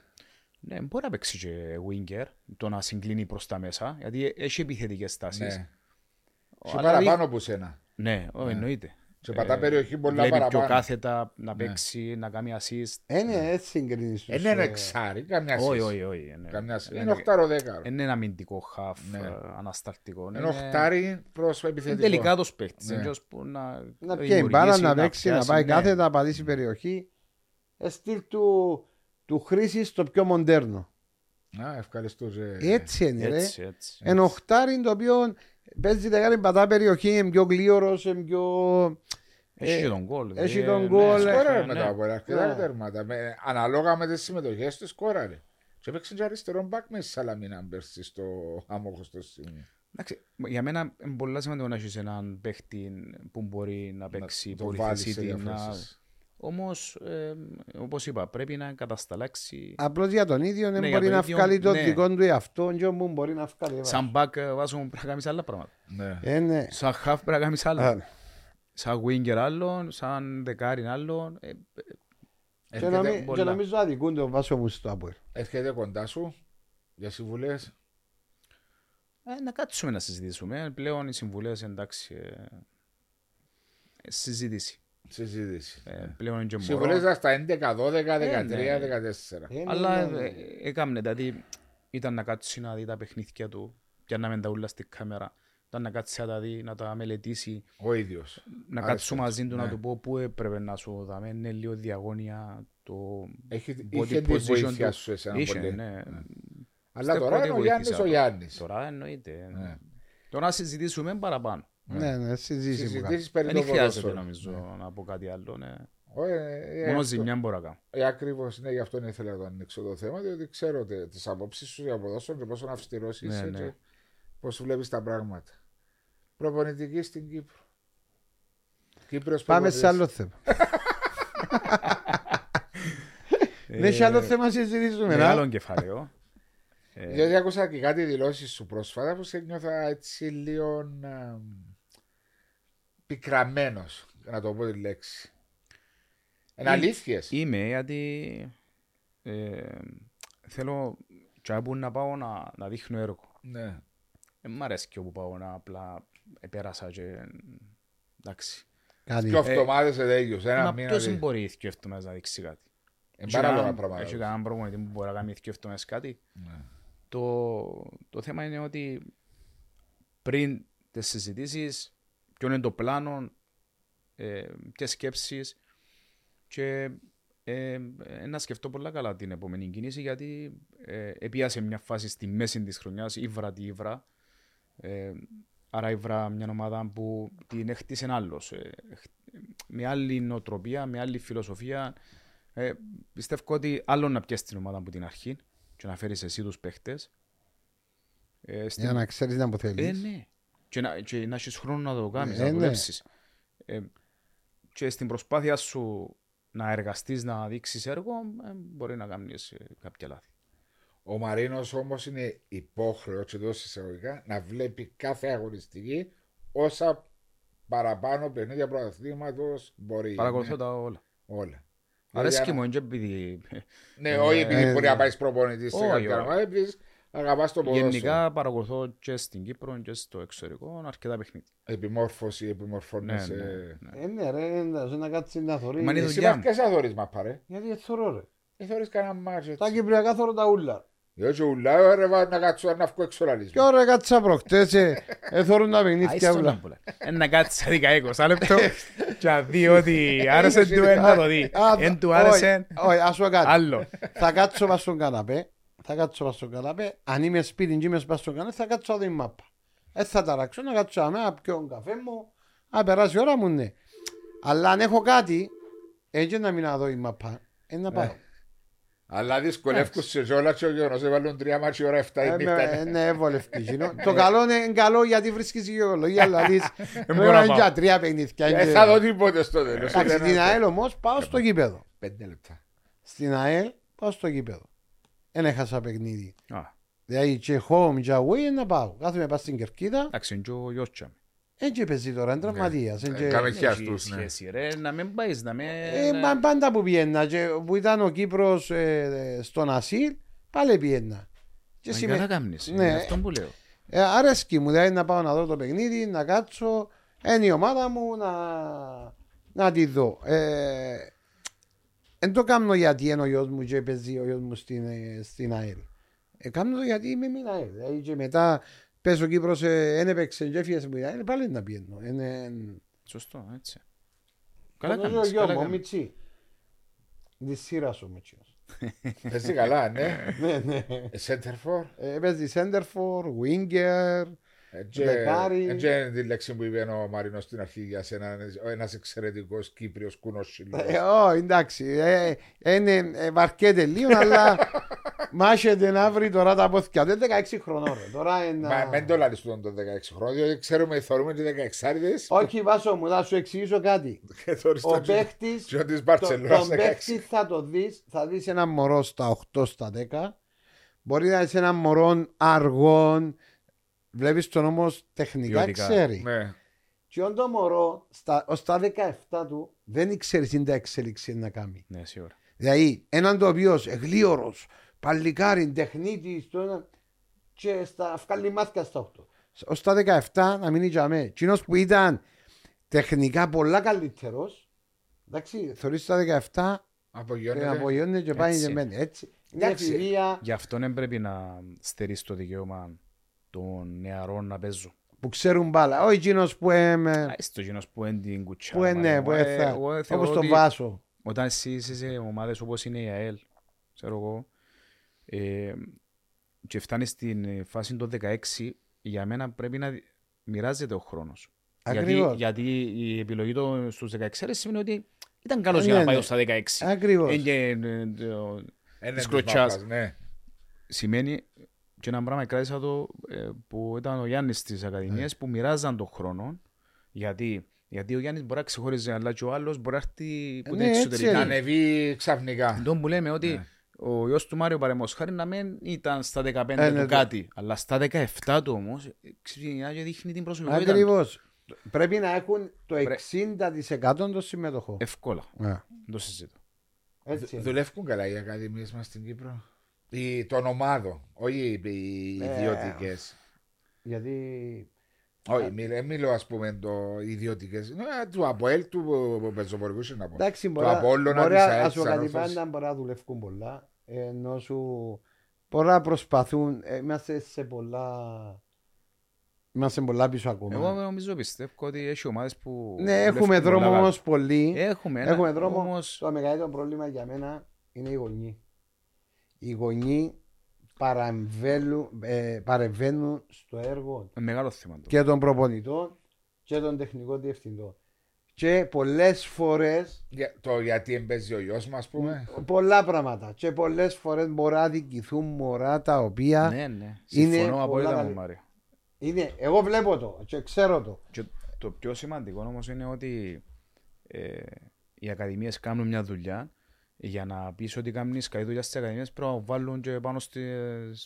Speaker 3: Ναι, μπορεί να παίξει και winger, το να συγκλίνει προς τα μέσα, γιατί ε, έχει επιθετικές τάσεις.
Speaker 1: Ναι.
Speaker 3: Ο-
Speaker 1: Σε
Speaker 3: αλλά
Speaker 1: παραπάνω από σένα.
Speaker 3: δι- Ναι, ο,
Speaker 1: Ναι.
Speaker 3: εννοείται.
Speaker 1: Σε πατά περιοχή πολλά
Speaker 3: Βλέπει πιο
Speaker 1: παραπάνω.
Speaker 3: κάθετα να
Speaker 1: Ναι.
Speaker 3: παίξει, να κάνει assist.
Speaker 2: Είναι ε, έτσι συγκρίνεις τους.
Speaker 1: Δεν είναι
Speaker 2: ε,
Speaker 1: εξάρι, καμιά
Speaker 3: Όχι,
Speaker 1: σχέση.
Speaker 3: όχι, όχι. ναι.
Speaker 1: Καμιά σχέση.
Speaker 3: Είναι-
Speaker 1: Είναι οχταροδέκαρο.
Speaker 3: Είναι ένα αμυντικό χαφ,
Speaker 1: Ναι.
Speaker 3: ε, ανασταλτικό.
Speaker 1: Είναι οχτάρι προς επιθετικό.
Speaker 3: Είναι τελικάτος παίχτης.
Speaker 1: Ναι.
Speaker 3: Είναι ποιος που να,
Speaker 2: Να πιέει
Speaker 3: δημιουργήσει,
Speaker 2: μπάλα, να παίξει, να
Speaker 3: πιάσει,
Speaker 2: πάει
Speaker 3: ναι.
Speaker 2: κάθετα, να πατήσει περιοχή. Ε, Στυλ του, του χρήση στο πιο μοντέρνο.
Speaker 1: Α, ευχαριστώ. σε-
Speaker 2: Έτσι είναι, ρε.
Speaker 3: Έτσι, έτσι.
Speaker 2: Εν οχτάρι το οποίο παίζει δεκάρι πατά περιοχή, είναι πιο γλίωρος, είναι πιο...
Speaker 3: Έχει
Speaker 2: Ε,
Speaker 3: και τον γκολ. δε,
Speaker 2: έχει τον ε.
Speaker 3: ναι,
Speaker 2: γκολ,
Speaker 3: ναι,
Speaker 1: Σκόραρε
Speaker 3: ναι.
Speaker 1: μετά από αρκετά
Speaker 2: Ναι.
Speaker 1: τέρματα. Με- Ανάλογα με τις συμμετοχές του, σκόραρε. Και έπαιξε και αριστερό μπακ με τη Σαλαμίνα πέρσι στο αμόχωστο σημείο.
Speaker 3: Εντάξει, για μένα είναι πολύ σημαντικό να έχεις έναν παίχτη που μπορεί να παίξει
Speaker 1: το βάλεις σε
Speaker 3: πολυθεσίτη. Να...
Speaker 1: διαφορετικές.
Speaker 3: Όμως, ε, όπως είπα, πρέπει να κατασταλάξει
Speaker 2: Απλώς για τον ίδιο δεν
Speaker 3: Ναι, για
Speaker 2: μπορεί
Speaker 3: τον
Speaker 2: να
Speaker 3: ίδιο,
Speaker 2: βγάλει το
Speaker 3: ναι.
Speaker 2: δικό του εαυτό και όπου μπορεί να βγάλει.
Speaker 3: σαν μπακ ε, βάζω μου πρέπει να κάνεις άλλα πράγματα.
Speaker 1: Ναι.
Speaker 2: Ε, ναι.
Speaker 3: Σαν χαφ πρέπει να κάνεις άλλα.
Speaker 2: Άρα.
Speaker 3: Σαν winger άλλον, σαν δεκάρι άλλον. Ε, ε,
Speaker 2: Και
Speaker 1: Έρχεται-
Speaker 2: νομι-
Speaker 3: πολλά.
Speaker 2: Και νομίζω αδικούν τον Βάσο μου στο Αποέλ.
Speaker 1: Έρχεται κοντά σου για συμβουλές.
Speaker 3: Ε, να κάτσουμε να συζητήσουμε. Ε, Πλέον οι συμβουλές εντάξει. Ε, ε, συζήτηση.
Speaker 1: Συζήτηση.
Speaker 3: Ε, πλέον είναι και μπορώ.
Speaker 1: Ναι. Συμβουλές ήταν στα 11, 12, 13,
Speaker 3: ναι.
Speaker 1: 14.
Speaker 2: Ε, ναι,
Speaker 3: Αλλά
Speaker 2: ναι, ναι.
Speaker 3: ε, ε, έκαμνε. Δηλαδή ήταν να κάτσει να δει τα παιχνίδια του. Και να μην τα ούλα στην κάμερα. Ήταν να κάτσει να τα δει, να τα μελετήσει.
Speaker 1: Ο ίδιος.
Speaker 3: Να
Speaker 1: Άρεσε
Speaker 3: κάτσω
Speaker 1: του,
Speaker 3: μαζί του να
Speaker 1: ναι.
Speaker 3: του πω πού έπρεπε να σου δάμε. Είναι λίγο διαγώνια το
Speaker 1: Έχει,
Speaker 3: body
Speaker 1: είχε τη
Speaker 3: position
Speaker 1: βοήθεια
Speaker 3: του.
Speaker 1: σου εσένα
Speaker 3: Είχε,
Speaker 1: πολύ.
Speaker 3: ναι.
Speaker 1: Αλλά
Speaker 3: Πιστεύω
Speaker 1: τώρα
Speaker 3: ότι
Speaker 1: είναι ο
Speaker 3: βοήθησε
Speaker 1: Γιάννης ο
Speaker 3: άλλο.
Speaker 1: Γιάννης.
Speaker 3: Τώρα εννοείται.
Speaker 1: Ναι.
Speaker 3: Τώρα συζητήσουμε παραπάνω.
Speaker 2: Ναι, ναι, συζήτηση μου κάνεις.
Speaker 1: Συζητήσεις περί
Speaker 3: Δεν
Speaker 1: το
Speaker 3: χρειάζεται
Speaker 1: ποδόσφαιρο.
Speaker 3: νομίζω να πω κάτι άλλο. Ναι.
Speaker 1: Ω, ε, ε,
Speaker 3: Μόνο
Speaker 1: αυτό.
Speaker 3: ζημιά μπορώ να κάνω.
Speaker 1: Ε, Ακριβώς, ναι, γι' αυτό ήθελα να το ανοίξω το θέμα, διότι ξέρω τις απόψεις σου για ποδόσφαιρο και πόσο αυστηρός είσαι
Speaker 3: ναι.
Speaker 1: και πώς βλέπεις τα πράγματα. Προπονητική στην Κύπρο. Κύπρος
Speaker 2: Πάμε
Speaker 1: προπονητής.
Speaker 2: σε άλλο θέμα.
Speaker 1: Ναι,
Speaker 2: Δεν έχει Ναι, άλλο θέμα να συζητήσουμε. να.
Speaker 3: Με ε, ναι, άλλο κεφάλαιο. Ε,
Speaker 1: Γιατί άκουσα και κάτι δηλώσεις σου πρόσφατα που σε νιώθα έτσι λίγο πικραμένο, να το πω τη λέξη. Είναι
Speaker 3: Ε,
Speaker 1: αλήθειες.
Speaker 3: Είμαι γιατί ε, θέλω τσάπου να πάω να, να δείχνω έργο.
Speaker 1: Ναι.
Speaker 3: Ε, μ' αρέσει όπου πάω να απλά επέρασα και ε, εντάξει.
Speaker 2: Κάνει.
Speaker 1: Και εβδομάδε σε τέλειου. Ένα
Speaker 3: Ε, Μα
Speaker 1: μήνα.
Speaker 3: ποιος δεν
Speaker 1: δηλαδή.
Speaker 3: μπορεί οι εβδομάδες να δείξει κάτι.
Speaker 1: Ε,
Speaker 3: Έχει
Speaker 1: Παράλογα
Speaker 3: κανέναν-
Speaker 1: πράγματα.
Speaker 3: Έχει κανέναν προπονητή που μπορεί να κάνει οι εβδομάδες κάτι.
Speaker 1: Ναι.
Speaker 3: Το, το θέμα είναι ότι πριν τις συζητήσεις, ποιο είναι το πλάνο, ε, ποιες σκέψεις. Και ε, ε, να σκεφτώ πολλά καλά την επόμενη κίνηση γιατί ε, επίασε μια φάση στη μέση της χρονιάς, ύβρα τη ύβρα. Ε, άρα η Βρα μια ομάδα που την έχτισε άλλο. με άλλη νοοτροπία, με άλλη φιλοσοφία. Ε, πιστεύω ότι άλλο να πιέσεις την ομάδα από την αρχή και να φέρεις εσύ τους παίχτες. Ε, στην-
Speaker 2: Για να ξέρεις να που
Speaker 3: ε,
Speaker 2: θέλεις.
Speaker 3: ναι. Και να, και να έχεις χρόνο να το κάνεις,
Speaker 2: Ε,
Speaker 3: να
Speaker 2: ναι.
Speaker 3: δουλέψεις. Ε, και στην προσπάθεια σου να εργαστείς, να δείξεις έργο, ε, μπορεί να κάνεις ε, κάποια λάθη.
Speaker 1: Ο Μαρίνος όμως είναι υπόχρεος, και εδώ εισαγωγικά, να βλέπει κάθε αγωνιστική όσα παραπάνω παιχνίδια πρωταθλήματο
Speaker 2: Ε,
Speaker 1: μπορεί.
Speaker 3: Παρακολουθώ
Speaker 1: Ναι,
Speaker 3: τα όλα.
Speaker 1: όλα.
Speaker 3: Αρέσει
Speaker 1: Δηλαδή,
Speaker 3: και μου, είναι και επειδή...
Speaker 1: Ναι, όχι επειδή
Speaker 2: ε,
Speaker 1: μπορεί
Speaker 2: ναι.
Speaker 1: να πάει προπονητής σε
Speaker 3: Όχι, όχι.
Speaker 1: κάποια ομάδα, επειδή αγαπάς το ποδόσφαιρο.
Speaker 3: Γενικά παρακολουθώ και στην Κύπρο και στο εξωτερικό αρκετά παιχνίδια.
Speaker 1: Επιμόρφωση, επιμορφώνεσαι.
Speaker 3: Ναι, ναι,
Speaker 1: Ναι,
Speaker 3: ναι.
Speaker 2: Ε, ναι, ρε, εντάξει, να κάτσει να
Speaker 3: Μα είναι
Speaker 2: θωρεί.
Speaker 3: δουλειά.
Speaker 1: Εσύ μα ποιες αθωρείς μα πάρε.
Speaker 2: Γιατί έτσι θωρώ, ρε.
Speaker 1: Δεν θωρείς κανένα μάτς
Speaker 2: Τα
Speaker 1: έτσι.
Speaker 2: κυπριακά θωρώ τα ούλα.
Speaker 1: Έτσι ουλάω ρε βάζω να κάτσω να βγω έξω λαλής
Speaker 2: Και ώρα κάτσα προχτές, ε, ε, θωρούν τα παιχνίδια
Speaker 3: Άιστο να
Speaker 2: ούλα.
Speaker 3: πουλά. Ένα κάτσε δικά είκοσι λεπτό και να δει ότι άρεσε του ένα το δει.
Speaker 2: Α,
Speaker 3: Εν του
Speaker 2: όχι,
Speaker 3: άρεσε
Speaker 2: Όχι, ας σου πω κάτι.
Speaker 3: άλλο.
Speaker 2: Θα κάτσω πας στον καναπέ. Θα κάτσω πας στον καναπέ. Αν είμαι σπίτι και είμαι πας στον καναπέ, θα κάτσω να δω η μάπα. Ε, θα ταράξω να κάτσω αμέ, να πιω τον καφέ μου. Α, περάσει η ώρα μου, ναι. Αλλά αν έχω κάτι, έτσι να μην να δω η μάπα. Ε, να πάω.
Speaker 1: Αλλά δυσκολεύκουσε όλα και ο Γιώργος έβαλουν τρία μάτς η ώρα 7 η
Speaker 2: Ε,
Speaker 1: νύχτα.
Speaker 2: με- Ναι, βολευτή. γίνω. Το καλό είναι είναι καλό γιατί βρίσκεις γεωλογία, αλλά δεις.
Speaker 3: μπορώ να
Speaker 2: Τώρα είναι
Speaker 3: πάω.
Speaker 2: για τρία παιχνίδια.
Speaker 1: Ε,
Speaker 2: είναι-
Speaker 1: Θα δω Ναι, τίποτε στο τέλος.
Speaker 2: Εντάξει,
Speaker 1: Ήταν
Speaker 2: την
Speaker 1: αυτό.
Speaker 2: ΑΕΛ όμως πάω στο γήπεδο.
Speaker 1: Πέντε λεπτά.
Speaker 2: Στην ΑΕΛ πάω στο γήπεδο. Δεν έχασα παιχνίδι.
Speaker 3: Α,
Speaker 2: Δηλαδή και home και away να πάω. Κάθομαι πάω στην Κερκίδα.
Speaker 3: Εντάξει, είναι και ο γιος τσάμε.
Speaker 2: Δεν και παίζει τώρα, είναι τραυματίας. εν
Speaker 1: Ε, κάμε-
Speaker 2: και-
Speaker 1: Έχει
Speaker 3: Έχει
Speaker 1: αυτούς, ναι.
Speaker 3: σχέση, ρε, να μην πάεις, να μην...
Speaker 2: Ε, μα Πάντα που πιένα. και Που ήταν ο Κύπρος ε, στον Ασίλ, πάλι πιένα. Και
Speaker 3: Μα
Speaker 2: σημαίνει-
Speaker 3: για να κάνεις,
Speaker 2: Ναι.
Speaker 3: είναι αυτό που λέω.
Speaker 2: Ε, αρέσκει μου, δηλαδή να πάω να δω το παιχνίδι, να κάτσω, είναι η ομάδα μου, να, να τη δω. Ε, εν το κάνω γιατί είναι ο γιος μου και παίζει ο γιος μου στην, ε, στην ΑΕΛ. Ε, κάνω το γιατί είμαι με την ΑΕΛ. Δηλαδή και μετά πες ο Κύπρος ε, εν έπαιξε και έφυγες στην ΑΕΛ, πάλι να πιένω. Εν, εν,
Speaker 3: Σωστό, έτσι. Καλά
Speaker 2: Γνωρίζω
Speaker 3: κάνεις,
Speaker 2: γιο
Speaker 3: καλά
Speaker 2: μου, ο
Speaker 3: κάνεις.
Speaker 2: Μιτσί. Τη σειράς ο Μιτσίος.
Speaker 1: Εσύ καλά, ναι.
Speaker 2: ναι, ναι.
Speaker 1: Σέντερφορ.
Speaker 2: Ε, παίζει σέντερφορ, winger, Δεκάρι.
Speaker 1: Εντζέ τη λέξη που είπε ο Μαρινό στην αρχή για σένα. Ένας εξαιρετικός Κύπριος κουνό
Speaker 2: Ε, ω, εντάξει, ε, είναι, ε, βαρκέται λίγο, ε, αλλά Μάχεται να βρει τώρα τα πόθηκια. Δεν είναι 16 χρονών. ρε. Τώρα ε,
Speaker 1: Μα
Speaker 2: είναι.
Speaker 1: μην το λαλείς τον 16 χρόνο, διότι ξέρουμε, θεωρούμε ότι 16άριδες
Speaker 2: Όχι, Βάσο μου, θα σου εξηγήσω κάτι.
Speaker 1: και θεωρείς
Speaker 2: Ο
Speaker 1: τον τζι-
Speaker 2: παίχτη.
Speaker 1: τζιόν της
Speaker 2: Τον
Speaker 1: Μπαρτσελόνας 16.
Speaker 2: παίχτη θα το δεις. Θα δεις ένα μωρό στα 8 στα 10. Μπορεί να είσαι ένα μωρό αργών. Βλέπεις τον όμως τεχνικά
Speaker 3: Ποιοτικά.
Speaker 2: ξέρει.
Speaker 1: Ναι.
Speaker 2: Και όταν το μωρό στα, ως τα 17 του δεν ήξερε τι τα εξέλιξη να κάνει.
Speaker 3: Ναι, σίγουρα.
Speaker 2: Δηλαδή, έναν το οποίος γλίωρο, παλικάρι, τεχνίτης, το ένα. Και στα βγάλει μάθηκα στα 8. Ως τα 17 να μην είχαμε. Κοινό που ήταν τεχνικά πολλά καλύτερος, εντάξει, θεωρείς τα 17 και
Speaker 1: Απογειώνεται.
Speaker 2: να ε, απογειώνεται και πάει
Speaker 3: Ναι, Έτσι.
Speaker 2: για μένα. Έτσι. Είναι
Speaker 1: Εντάξει.
Speaker 2: εφηβεία
Speaker 3: Γι' αυτό δεν πρέπει να στερείς το δικαίωμα των νεαρών να παίζουν.
Speaker 2: που ξέρουν μπάλα. Όχι εκείνος που είναι.
Speaker 3: Ας το γίνος που είναι την κουτσιά.
Speaker 2: Ναι.
Speaker 3: ε,
Speaker 2: Που είναι, που έθα. Όπως τον Βάσο.
Speaker 3: Όταν εσύ είσαι σε ομάδες όπως είναι η ΑΕΛ, ξέρω εγώ, ε, και φτάνεις στην ε, φάση των 16, για μένα πρέπει να δι- μοιράζεται ο χρόνος.
Speaker 2: Ακριβώς.
Speaker 3: Γιατί, γιατί η επιλογή των στους 16 σημαίνει ότι ήταν καλός
Speaker 2: Ε,
Speaker 3: για
Speaker 2: ναι,
Speaker 3: να πάει
Speaker 2: ναι.
Speaker 3: ως τα 16.
Speaker 2: Ακριβώ.
Speaker 3: Ε, και, ε, το-
Speaker 1: Είναι
Speaker 3: της
Speaker 1: της
Speaker 3: κλωτσιάς.
Speaker 1: μάπας, ναι.
Speaker 3: σημαίνει και ένα πράγμα κράτησα το ε, που ήταν ο Γιάννης της Ακαδημίας
Speaker 2: Ναι.
Speaker 3: που μοιράζαν τον χρόνο γιατί, γιατί ο Γιάννης μπορεί να ξεχώριζε αλλά και ο άλλος μπορεί να έρθει που
Speaker 2: Ναι,
Speaker 3: είναι
Speaker 1: Να
Speaker 2: έτσι
Speaker 3: εξωτερικά.
Speaker 2: είναι.
Speaker 3: Ναι.
Speaker 1: ανεβεί ξαφνικά.
Speaker 3: Τον που λέμε ότι
Speaker 1: Ναι.
Speaker 3: ο γιος του Μάριο Παρεμοσχάρη να μην ήταν στα 15
Speaker 2: Ε,
Speaker 3: του
Speaker 2: ναι,
Speaker 3: κάτι αλλά στα 17 του όμως ε, ξεκινά και δείχνει την προσωπικότητα του.
Speaker 2: Ακριβώς. Πρέπει να έχουν το
Speaker 3: Πρέ- Ε,
Speaker 2: 60% των συμμετοχών.
Speaker 3: Εύκολα,
Speaker 2: Ναι.
Speaker 3: δεν το συζητώ.
Speaker 2: Έτσι. είναι.
Speaker 1: Δουλεύουν καλά οι ακαδημίες μας στην Κύπρο. Ή των ομάδων, όχι οι
Speaker 2: Ε.
Speaker 1: ιδιωτικές.
Speaker 2: Γιατί.
Speaker 1: Όχι, μιλ- μιλώ ας πούμε το ιδιωτικές. Ναι, Του Αποέλ, του Πεζοπορικούς είναι από.
Speaker 2: Εντάξει, μπορεί
Speaker 1: Το Απόλλωνα,
Speaker 2: μπορεί
Speaker 1: της
Speaker 2: να-
Speaker 1: ΑΕΚ,
Speaker 2: να σου
Speaker 1: της
Speaker 2: κάνει
Speaker 1: Ανόρθωσης.
Speaker 2: πάντα, μπορεί να δουλεύουν πολλά. Ενώ σου. Μπορεί να προσπαθούν. ε, Είμαστε σε πολλά. Είμαστε πολλά πίσω ακόμα.
Speaker 3: Εγώ νομίζω πιστεύω ότι έχει ομάδες που...
Speaker 2: Ναι, έχουμε
Speaker 3: δουλεύουν
Speaker 2: δρόμο
Speaker 3: πολλά Ε-
Speaker 2: όμω
Speaker 3: καλά.
Speaker 2: πολύ.
Speaker 3: Έχουμε, ένα-
Speaker 2: Έχουμε δρόμο.
Speaker 3: όμως-
Speaker 2: Το μεγαλύτερο πρόβλημα για μένα είναι οι γονείς. Οι γονεί παρεμβαίνουν, ε, παρεμβαίνουν στο έργο
Speaker 3: Μεγάλο θέμα το.
Speaker 2: και των προπονητών και των τεχνικών διευθυντών. Και πολλές φορές
Speaker 1: Για- Το γιατί εμπέζει ο γιος μας, ας
Speaker 2: Ναι.
Speaker 1: πούμε.
Speaker 2: πολλά πράγματα. Και πολλές φορές μπορεί να δικηθούν μωρά τα οποία
Speaker 3: Ναι, ναι.
Speaker 2: είναι
Speaker 3: Συμφωνώ
Speaker 2: πολλά
Speaker 3: απόλυτα με
Speaker 2: καλή-
Speaker 3: τον Μάριο.
Speaker 2: είναι. Εγώ βλέπω το και ξέρω το.
Speaker 3: Και το πιο σημαντικό όμως είναι ότι ε, οι ακαδημίες κάνουν μια δουλειά για να πεις ότι κάνει καλή δουλειά στις ακαδημίες πρέπει να βάλουν και πάνω στις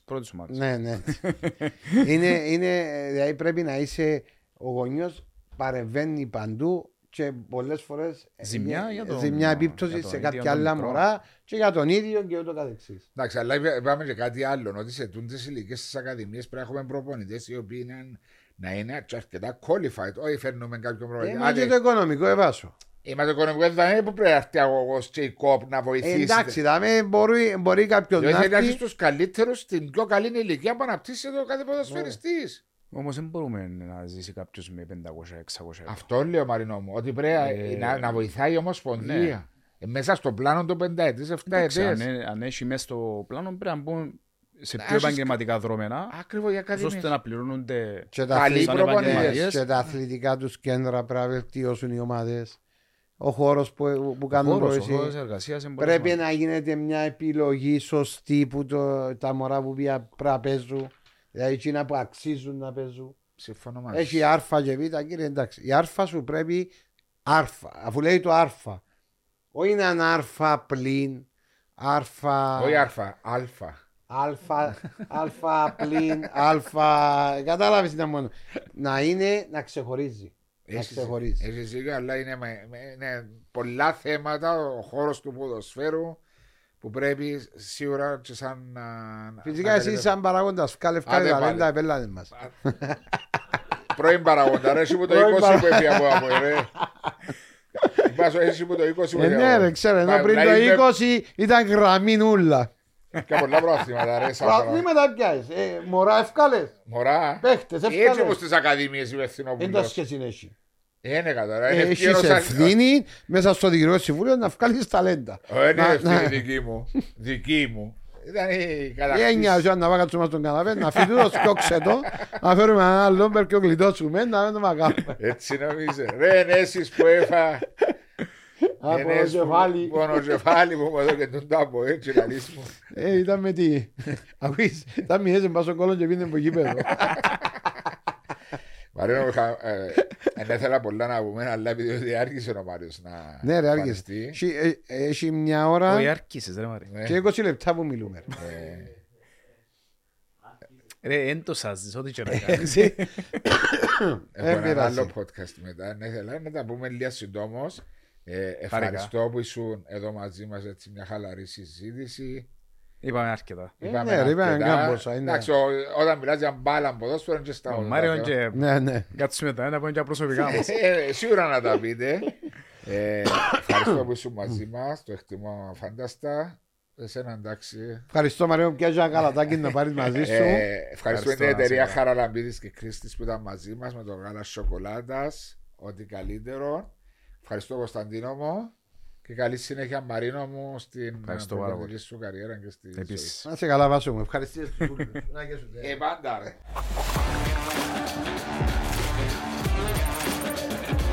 Speaker 3: πρώτες ομάδες.
Speaker 2: Ναι, ναι. είναι, είναι, δηλαδή πρέπει να είσαι ο γονιός παρεμβαίνει παντού και πολλές φορές.
Speaker 3: Ζημιά για τον-
Speaker 2: Ζημιά
Speaker 3: για
Speaker 2: επίπτωση
Speaker 3: τον
Speaker 2: σε
Speaker 3: ίδιο
Speaker 2: κάποια
Speaker 3: τον
Speaker 2: άλλα
Speaker 3: μικρό.
Speaker 2: μωρά και για τον ίδιο και ούτω καθεξής.
Speaker 1: Εντάξει, αλλά είπα- είπαμε και κάτι άλλο. Ότι σε τούντες ηλικίε τη Ακαδημία πρέπει να έχουμε προπονητές οι οποίοι είναι, να είναι και αρκετά qualified. Όχι, φέρνουμε κάποιον προπονητή.
Speaker 2: Είμαι Ε, και
Speaker 1: Άντε,
Speaker 2: το οικονομικό, ε, εβάσω.
Speaker 1: Είμαστε οικονομικό, δεν είναι που πρέπει να έρθει αγωγός και η κόπ να βοηθήσει.
Speaker 2: Ε, Εντάξει, δάμε, μπορεί, μπορεί κάποιο να
Speaker 1: Διότι είναι
Speaker 2: έρθει.
Speaker 1: ένας στους καλύτερους στην πιο καλή ηλικία που αναπτύσσει το
Speaker 2: Ναι.
Speaker 1: κάθε ποδοσφαιριστής.
Speaker 3: Όμως δεν μπορούμε να ζήσει κάποιος με 500-600 ευρώ.
Speaker 1: Αυτό λέω Μαρινό μου, ότι πρέπει
Speaker 3: Ε,
Speaker 1: να, να βοηθάει η
Speaker 2: ναι.
Speaker 1: Ομοσπονδία. Ε, μέσα στο πλάνο των πενταετής,
Speaker 3: Εντάξει,
Speaker 1: εφταετές.
Speaker 3: αν, ε- αν έχει μέσα στο πλάνο πρέπει να μπουν σε
Speaker 1: Να
Speaker 3: πιο
Speaker 1: έχεις-
Speaker 3: επαγγελματικά δρόμενα
Speaker 1: Ακριβώς για
Speaker 3: ώστε
Speaker 1: Ακαδημία.
Speaker 3: να πληρώνονται.
Speaker 2: Και τα,
Speaker 1: Καλοί
Speaker 2: αθλητικά-
Speaker 1: προπονητές.
Speaker 2: και τα αθλητικά τους κέντρα πρέπει να βελτιώσουν οι ομάδες. Ο χώρος που, που
Speaker 3: Ο
Speaker 2: κάνουν
Speaker 3: χώρος- ο
Speaker 2: προπονήσεις.
Speaker 3: χώρος εργασίας είναι πολύ
Speaker 2: Πρέπει
Speaker 3: σημαντικός.
Speaker 2: να γίνεται μια επιλογή σωστή που το, τα μωρά που πια πρέπει να παίζουν, δηλαδή εκείνα που αξίζουν να παίζουν.
Speaker 1: Συμφωνώ μαζί.
Speaker 2: Έχει Α και Β, κύριε εντάξει. Η Α σου πρέπει Α, αφού λέει το Α. Όχι να είναι Α πλην, Α.
Speaker 1: Όχι αρφα, αλφα.
Speaker 2: Αλφα, αλφα πλην, αλφα. Κατάλαβες ήταν μόνο. Να είναι να ξεχωρίζει. Να
Speaker 1: Έχεις-
Speaker 2: ξεχωρίζει.
Speaker 1: έχεις δίκιο, αλλά είναι, με- με- είναι πολλά θέματα ο χώρος του ποδοσφαίρου που πρέπει σίγουρα και σαν να.
Speaker 2: Φυσικά
Speaker 1: να
Speaker 2: εσύ
Speaker 1: καλύπτει.
Speaker 2: σαν παράγοντας, βγάλε
Speaker 1: Άντε
Speaker 2: ευκάλε
Speaker 1: πάλι.
Speaker 2: ταλέντα, επέλανε μα.
Speaker 1: Πρώην παραγόντα, ρε, εσύ που το
Speaker 2: Πρώην
Speaker 1: 20
Speaker 2: παρα-
Speaker 1: που έφυγε από από ρε. Πάσο, εσύ που το 20 που
Speaker 2: Ε,
Speaker 1: έφυγε
Speaker 2: ναι,
Speaker 1: από-
Speaker 2: ρε, ξέρω, ενώ
Speaker 1: Πάει,
Speaker 2: πριν
Speaker 1: να είμαι-
Speaker 2: το 20 ήταν γραμμινούλα.
Speaker 1: Και πολλά προαθήματα, ρε. σαν παρα-
Speaker 2: Προαθλήματα πιάσεις, ε, μωρά ευκάλες,
Speaker 1: Μωρά.
Speaker 2: παίχτες,
Speaker 1: Έτσι όπως
Speaker 2: ευκάλες.
Speaker 1: στις ακαδημίες
Speaker 2: Εν τα
Speaker 1: υπευθυνόπουλος.
Speaker 2: σχέση έχει. Ε,
Speaker 1: Είναι κατά, ρε. Είναι
Speaker 2: Έχεις
Speaker 1: ευκαιρός Ε, αν-
Speaker 2: ευθύνη μέσα στο διοικητικό συμβούλιο να βγάλεις ταλέντα.
Speaker 1: Ω, Είναι
Speaker 2: Να-
Speaker 1: Ε, ναι, ευθύνη
Speaker 2: να-
Speaker 1: δική μου. Δική μου. Ήταν η
Speaker 2: Ε,
Speaker 1: κατακτήση.
Speaker 2: Δεν νοιάζει αν να πάει κάτσουμε στον καναπέ, να φύγουμε το σκόξε το, να φέρουμε ένα λόμπερ και ο
Speaker 1: Ε,
Speaker 2: γλιτώσουμε, να μην το μαγάμε.
Speaker 1: ναι, Έτσι νομίζω. Ρε, είναι ναι, εσείς που έφα.
Speaker 2: Από το
Speaker 1: Γενές μου,
Speaker 2: κεφάλι.
Speaker 1: Μόνο κεφάλι μου, μόνο και τον τάπο, έτσι να λύσεις μου.
Speaker 2: Ε, ήταν με τη... Ακούεις, ήταν μιέζε μπας στον κόλλο και πήγαινε από εκεί πέρα.
Speaker 1: Μαρίνο, είχα- ε, εν ήθελα πολλά να πούμε, αλλά επειδή ότι άργησε ο Μάριος να
Speaker 2: Ναι ρε, άργησε.
Speaker 1: εμφανιστεί,
Speaker 2: Έχει- ε, Έχει μια
Speaker 3: Ο
Speaker 2: ώρα
Speaker 3: Ιάρκης, ρε Μαρή.
Speaker 1: ναι,
Speaker 2: και 20 λεπτά που μιλούμε. ρε.
Speaker 1: ε,
Speaker 3: Ρε, εν το σάζεις, ό,τι και να
Speaker 2: Ε,
Speaker 3: κάνεις.
Speaker 1: Έχω
Speaker 2: Δεν
Speaker 1: ένα
Speaker 2: Ε, πειράζει.
Speaker 1: άλλο podcast μετά. Ναι, θέλω να τα πούμε λίγα συντόμως. Ε, ευχαριστώ που ήσουν εδώ μαζί μας έτσι μια χαλαρή συζήτηση.
Speaker 3: Είπαμε αρκετά.
Speaker 2: Ε, ναι, ρε, είπαμε κάμποσα, είναι.
Speaker 1: Εντάξει, ο- όταν μιλάς για μπάλα ποδόσφαιρο και στα
Speaker 3: Ο
Speaker 1: όλα τα
Speaker 3: Μάριον
Speaker 1: θέματα.
Speaker 3: και
Speaker 2: Ναι, ναι.
Speaker 3: κάτσουμε τα ένα που είναι και προσωπικά μας.
Speaker 1: Ε, Σίγουρα να τα πείτε. Ε, ευχαριστώ που ήσουν μαζί μας. Το εκτιμώ φανταστά. Εσένα εντάξει.
Speaker 2: Ευχαριστώ Μαρία που πιάζει ένα καλατάκι να πάρεις μαζί σου.
Speaker 1: Ε, ευχαριστούμε την
Speaker 3: Ευχαριστώ,
Speaker 1: εταιρεία
Speaker 3: Νάση,
Speaker 1: Χαραλαμπίδης και Κρίστης που ήταν μαζί μας με το γάλα σοκολάτας. Ό,τι καλύτερο. Ευχαριστώ Κωνσταντίνο μου και καλή συνέχεια Μαρίνο μου στην
Speaker 3: Ευχαριστώ πάρα
Speaker 1: προπονητική σου καριέρα και στη
Speaker 3: Επίσης.
Speaker 2: Να σε καλά Βάσο μου. Ευχαριστίες τους όλους. Να και σου.
Speaker 1: ζωή. Ε, πάντα ρε.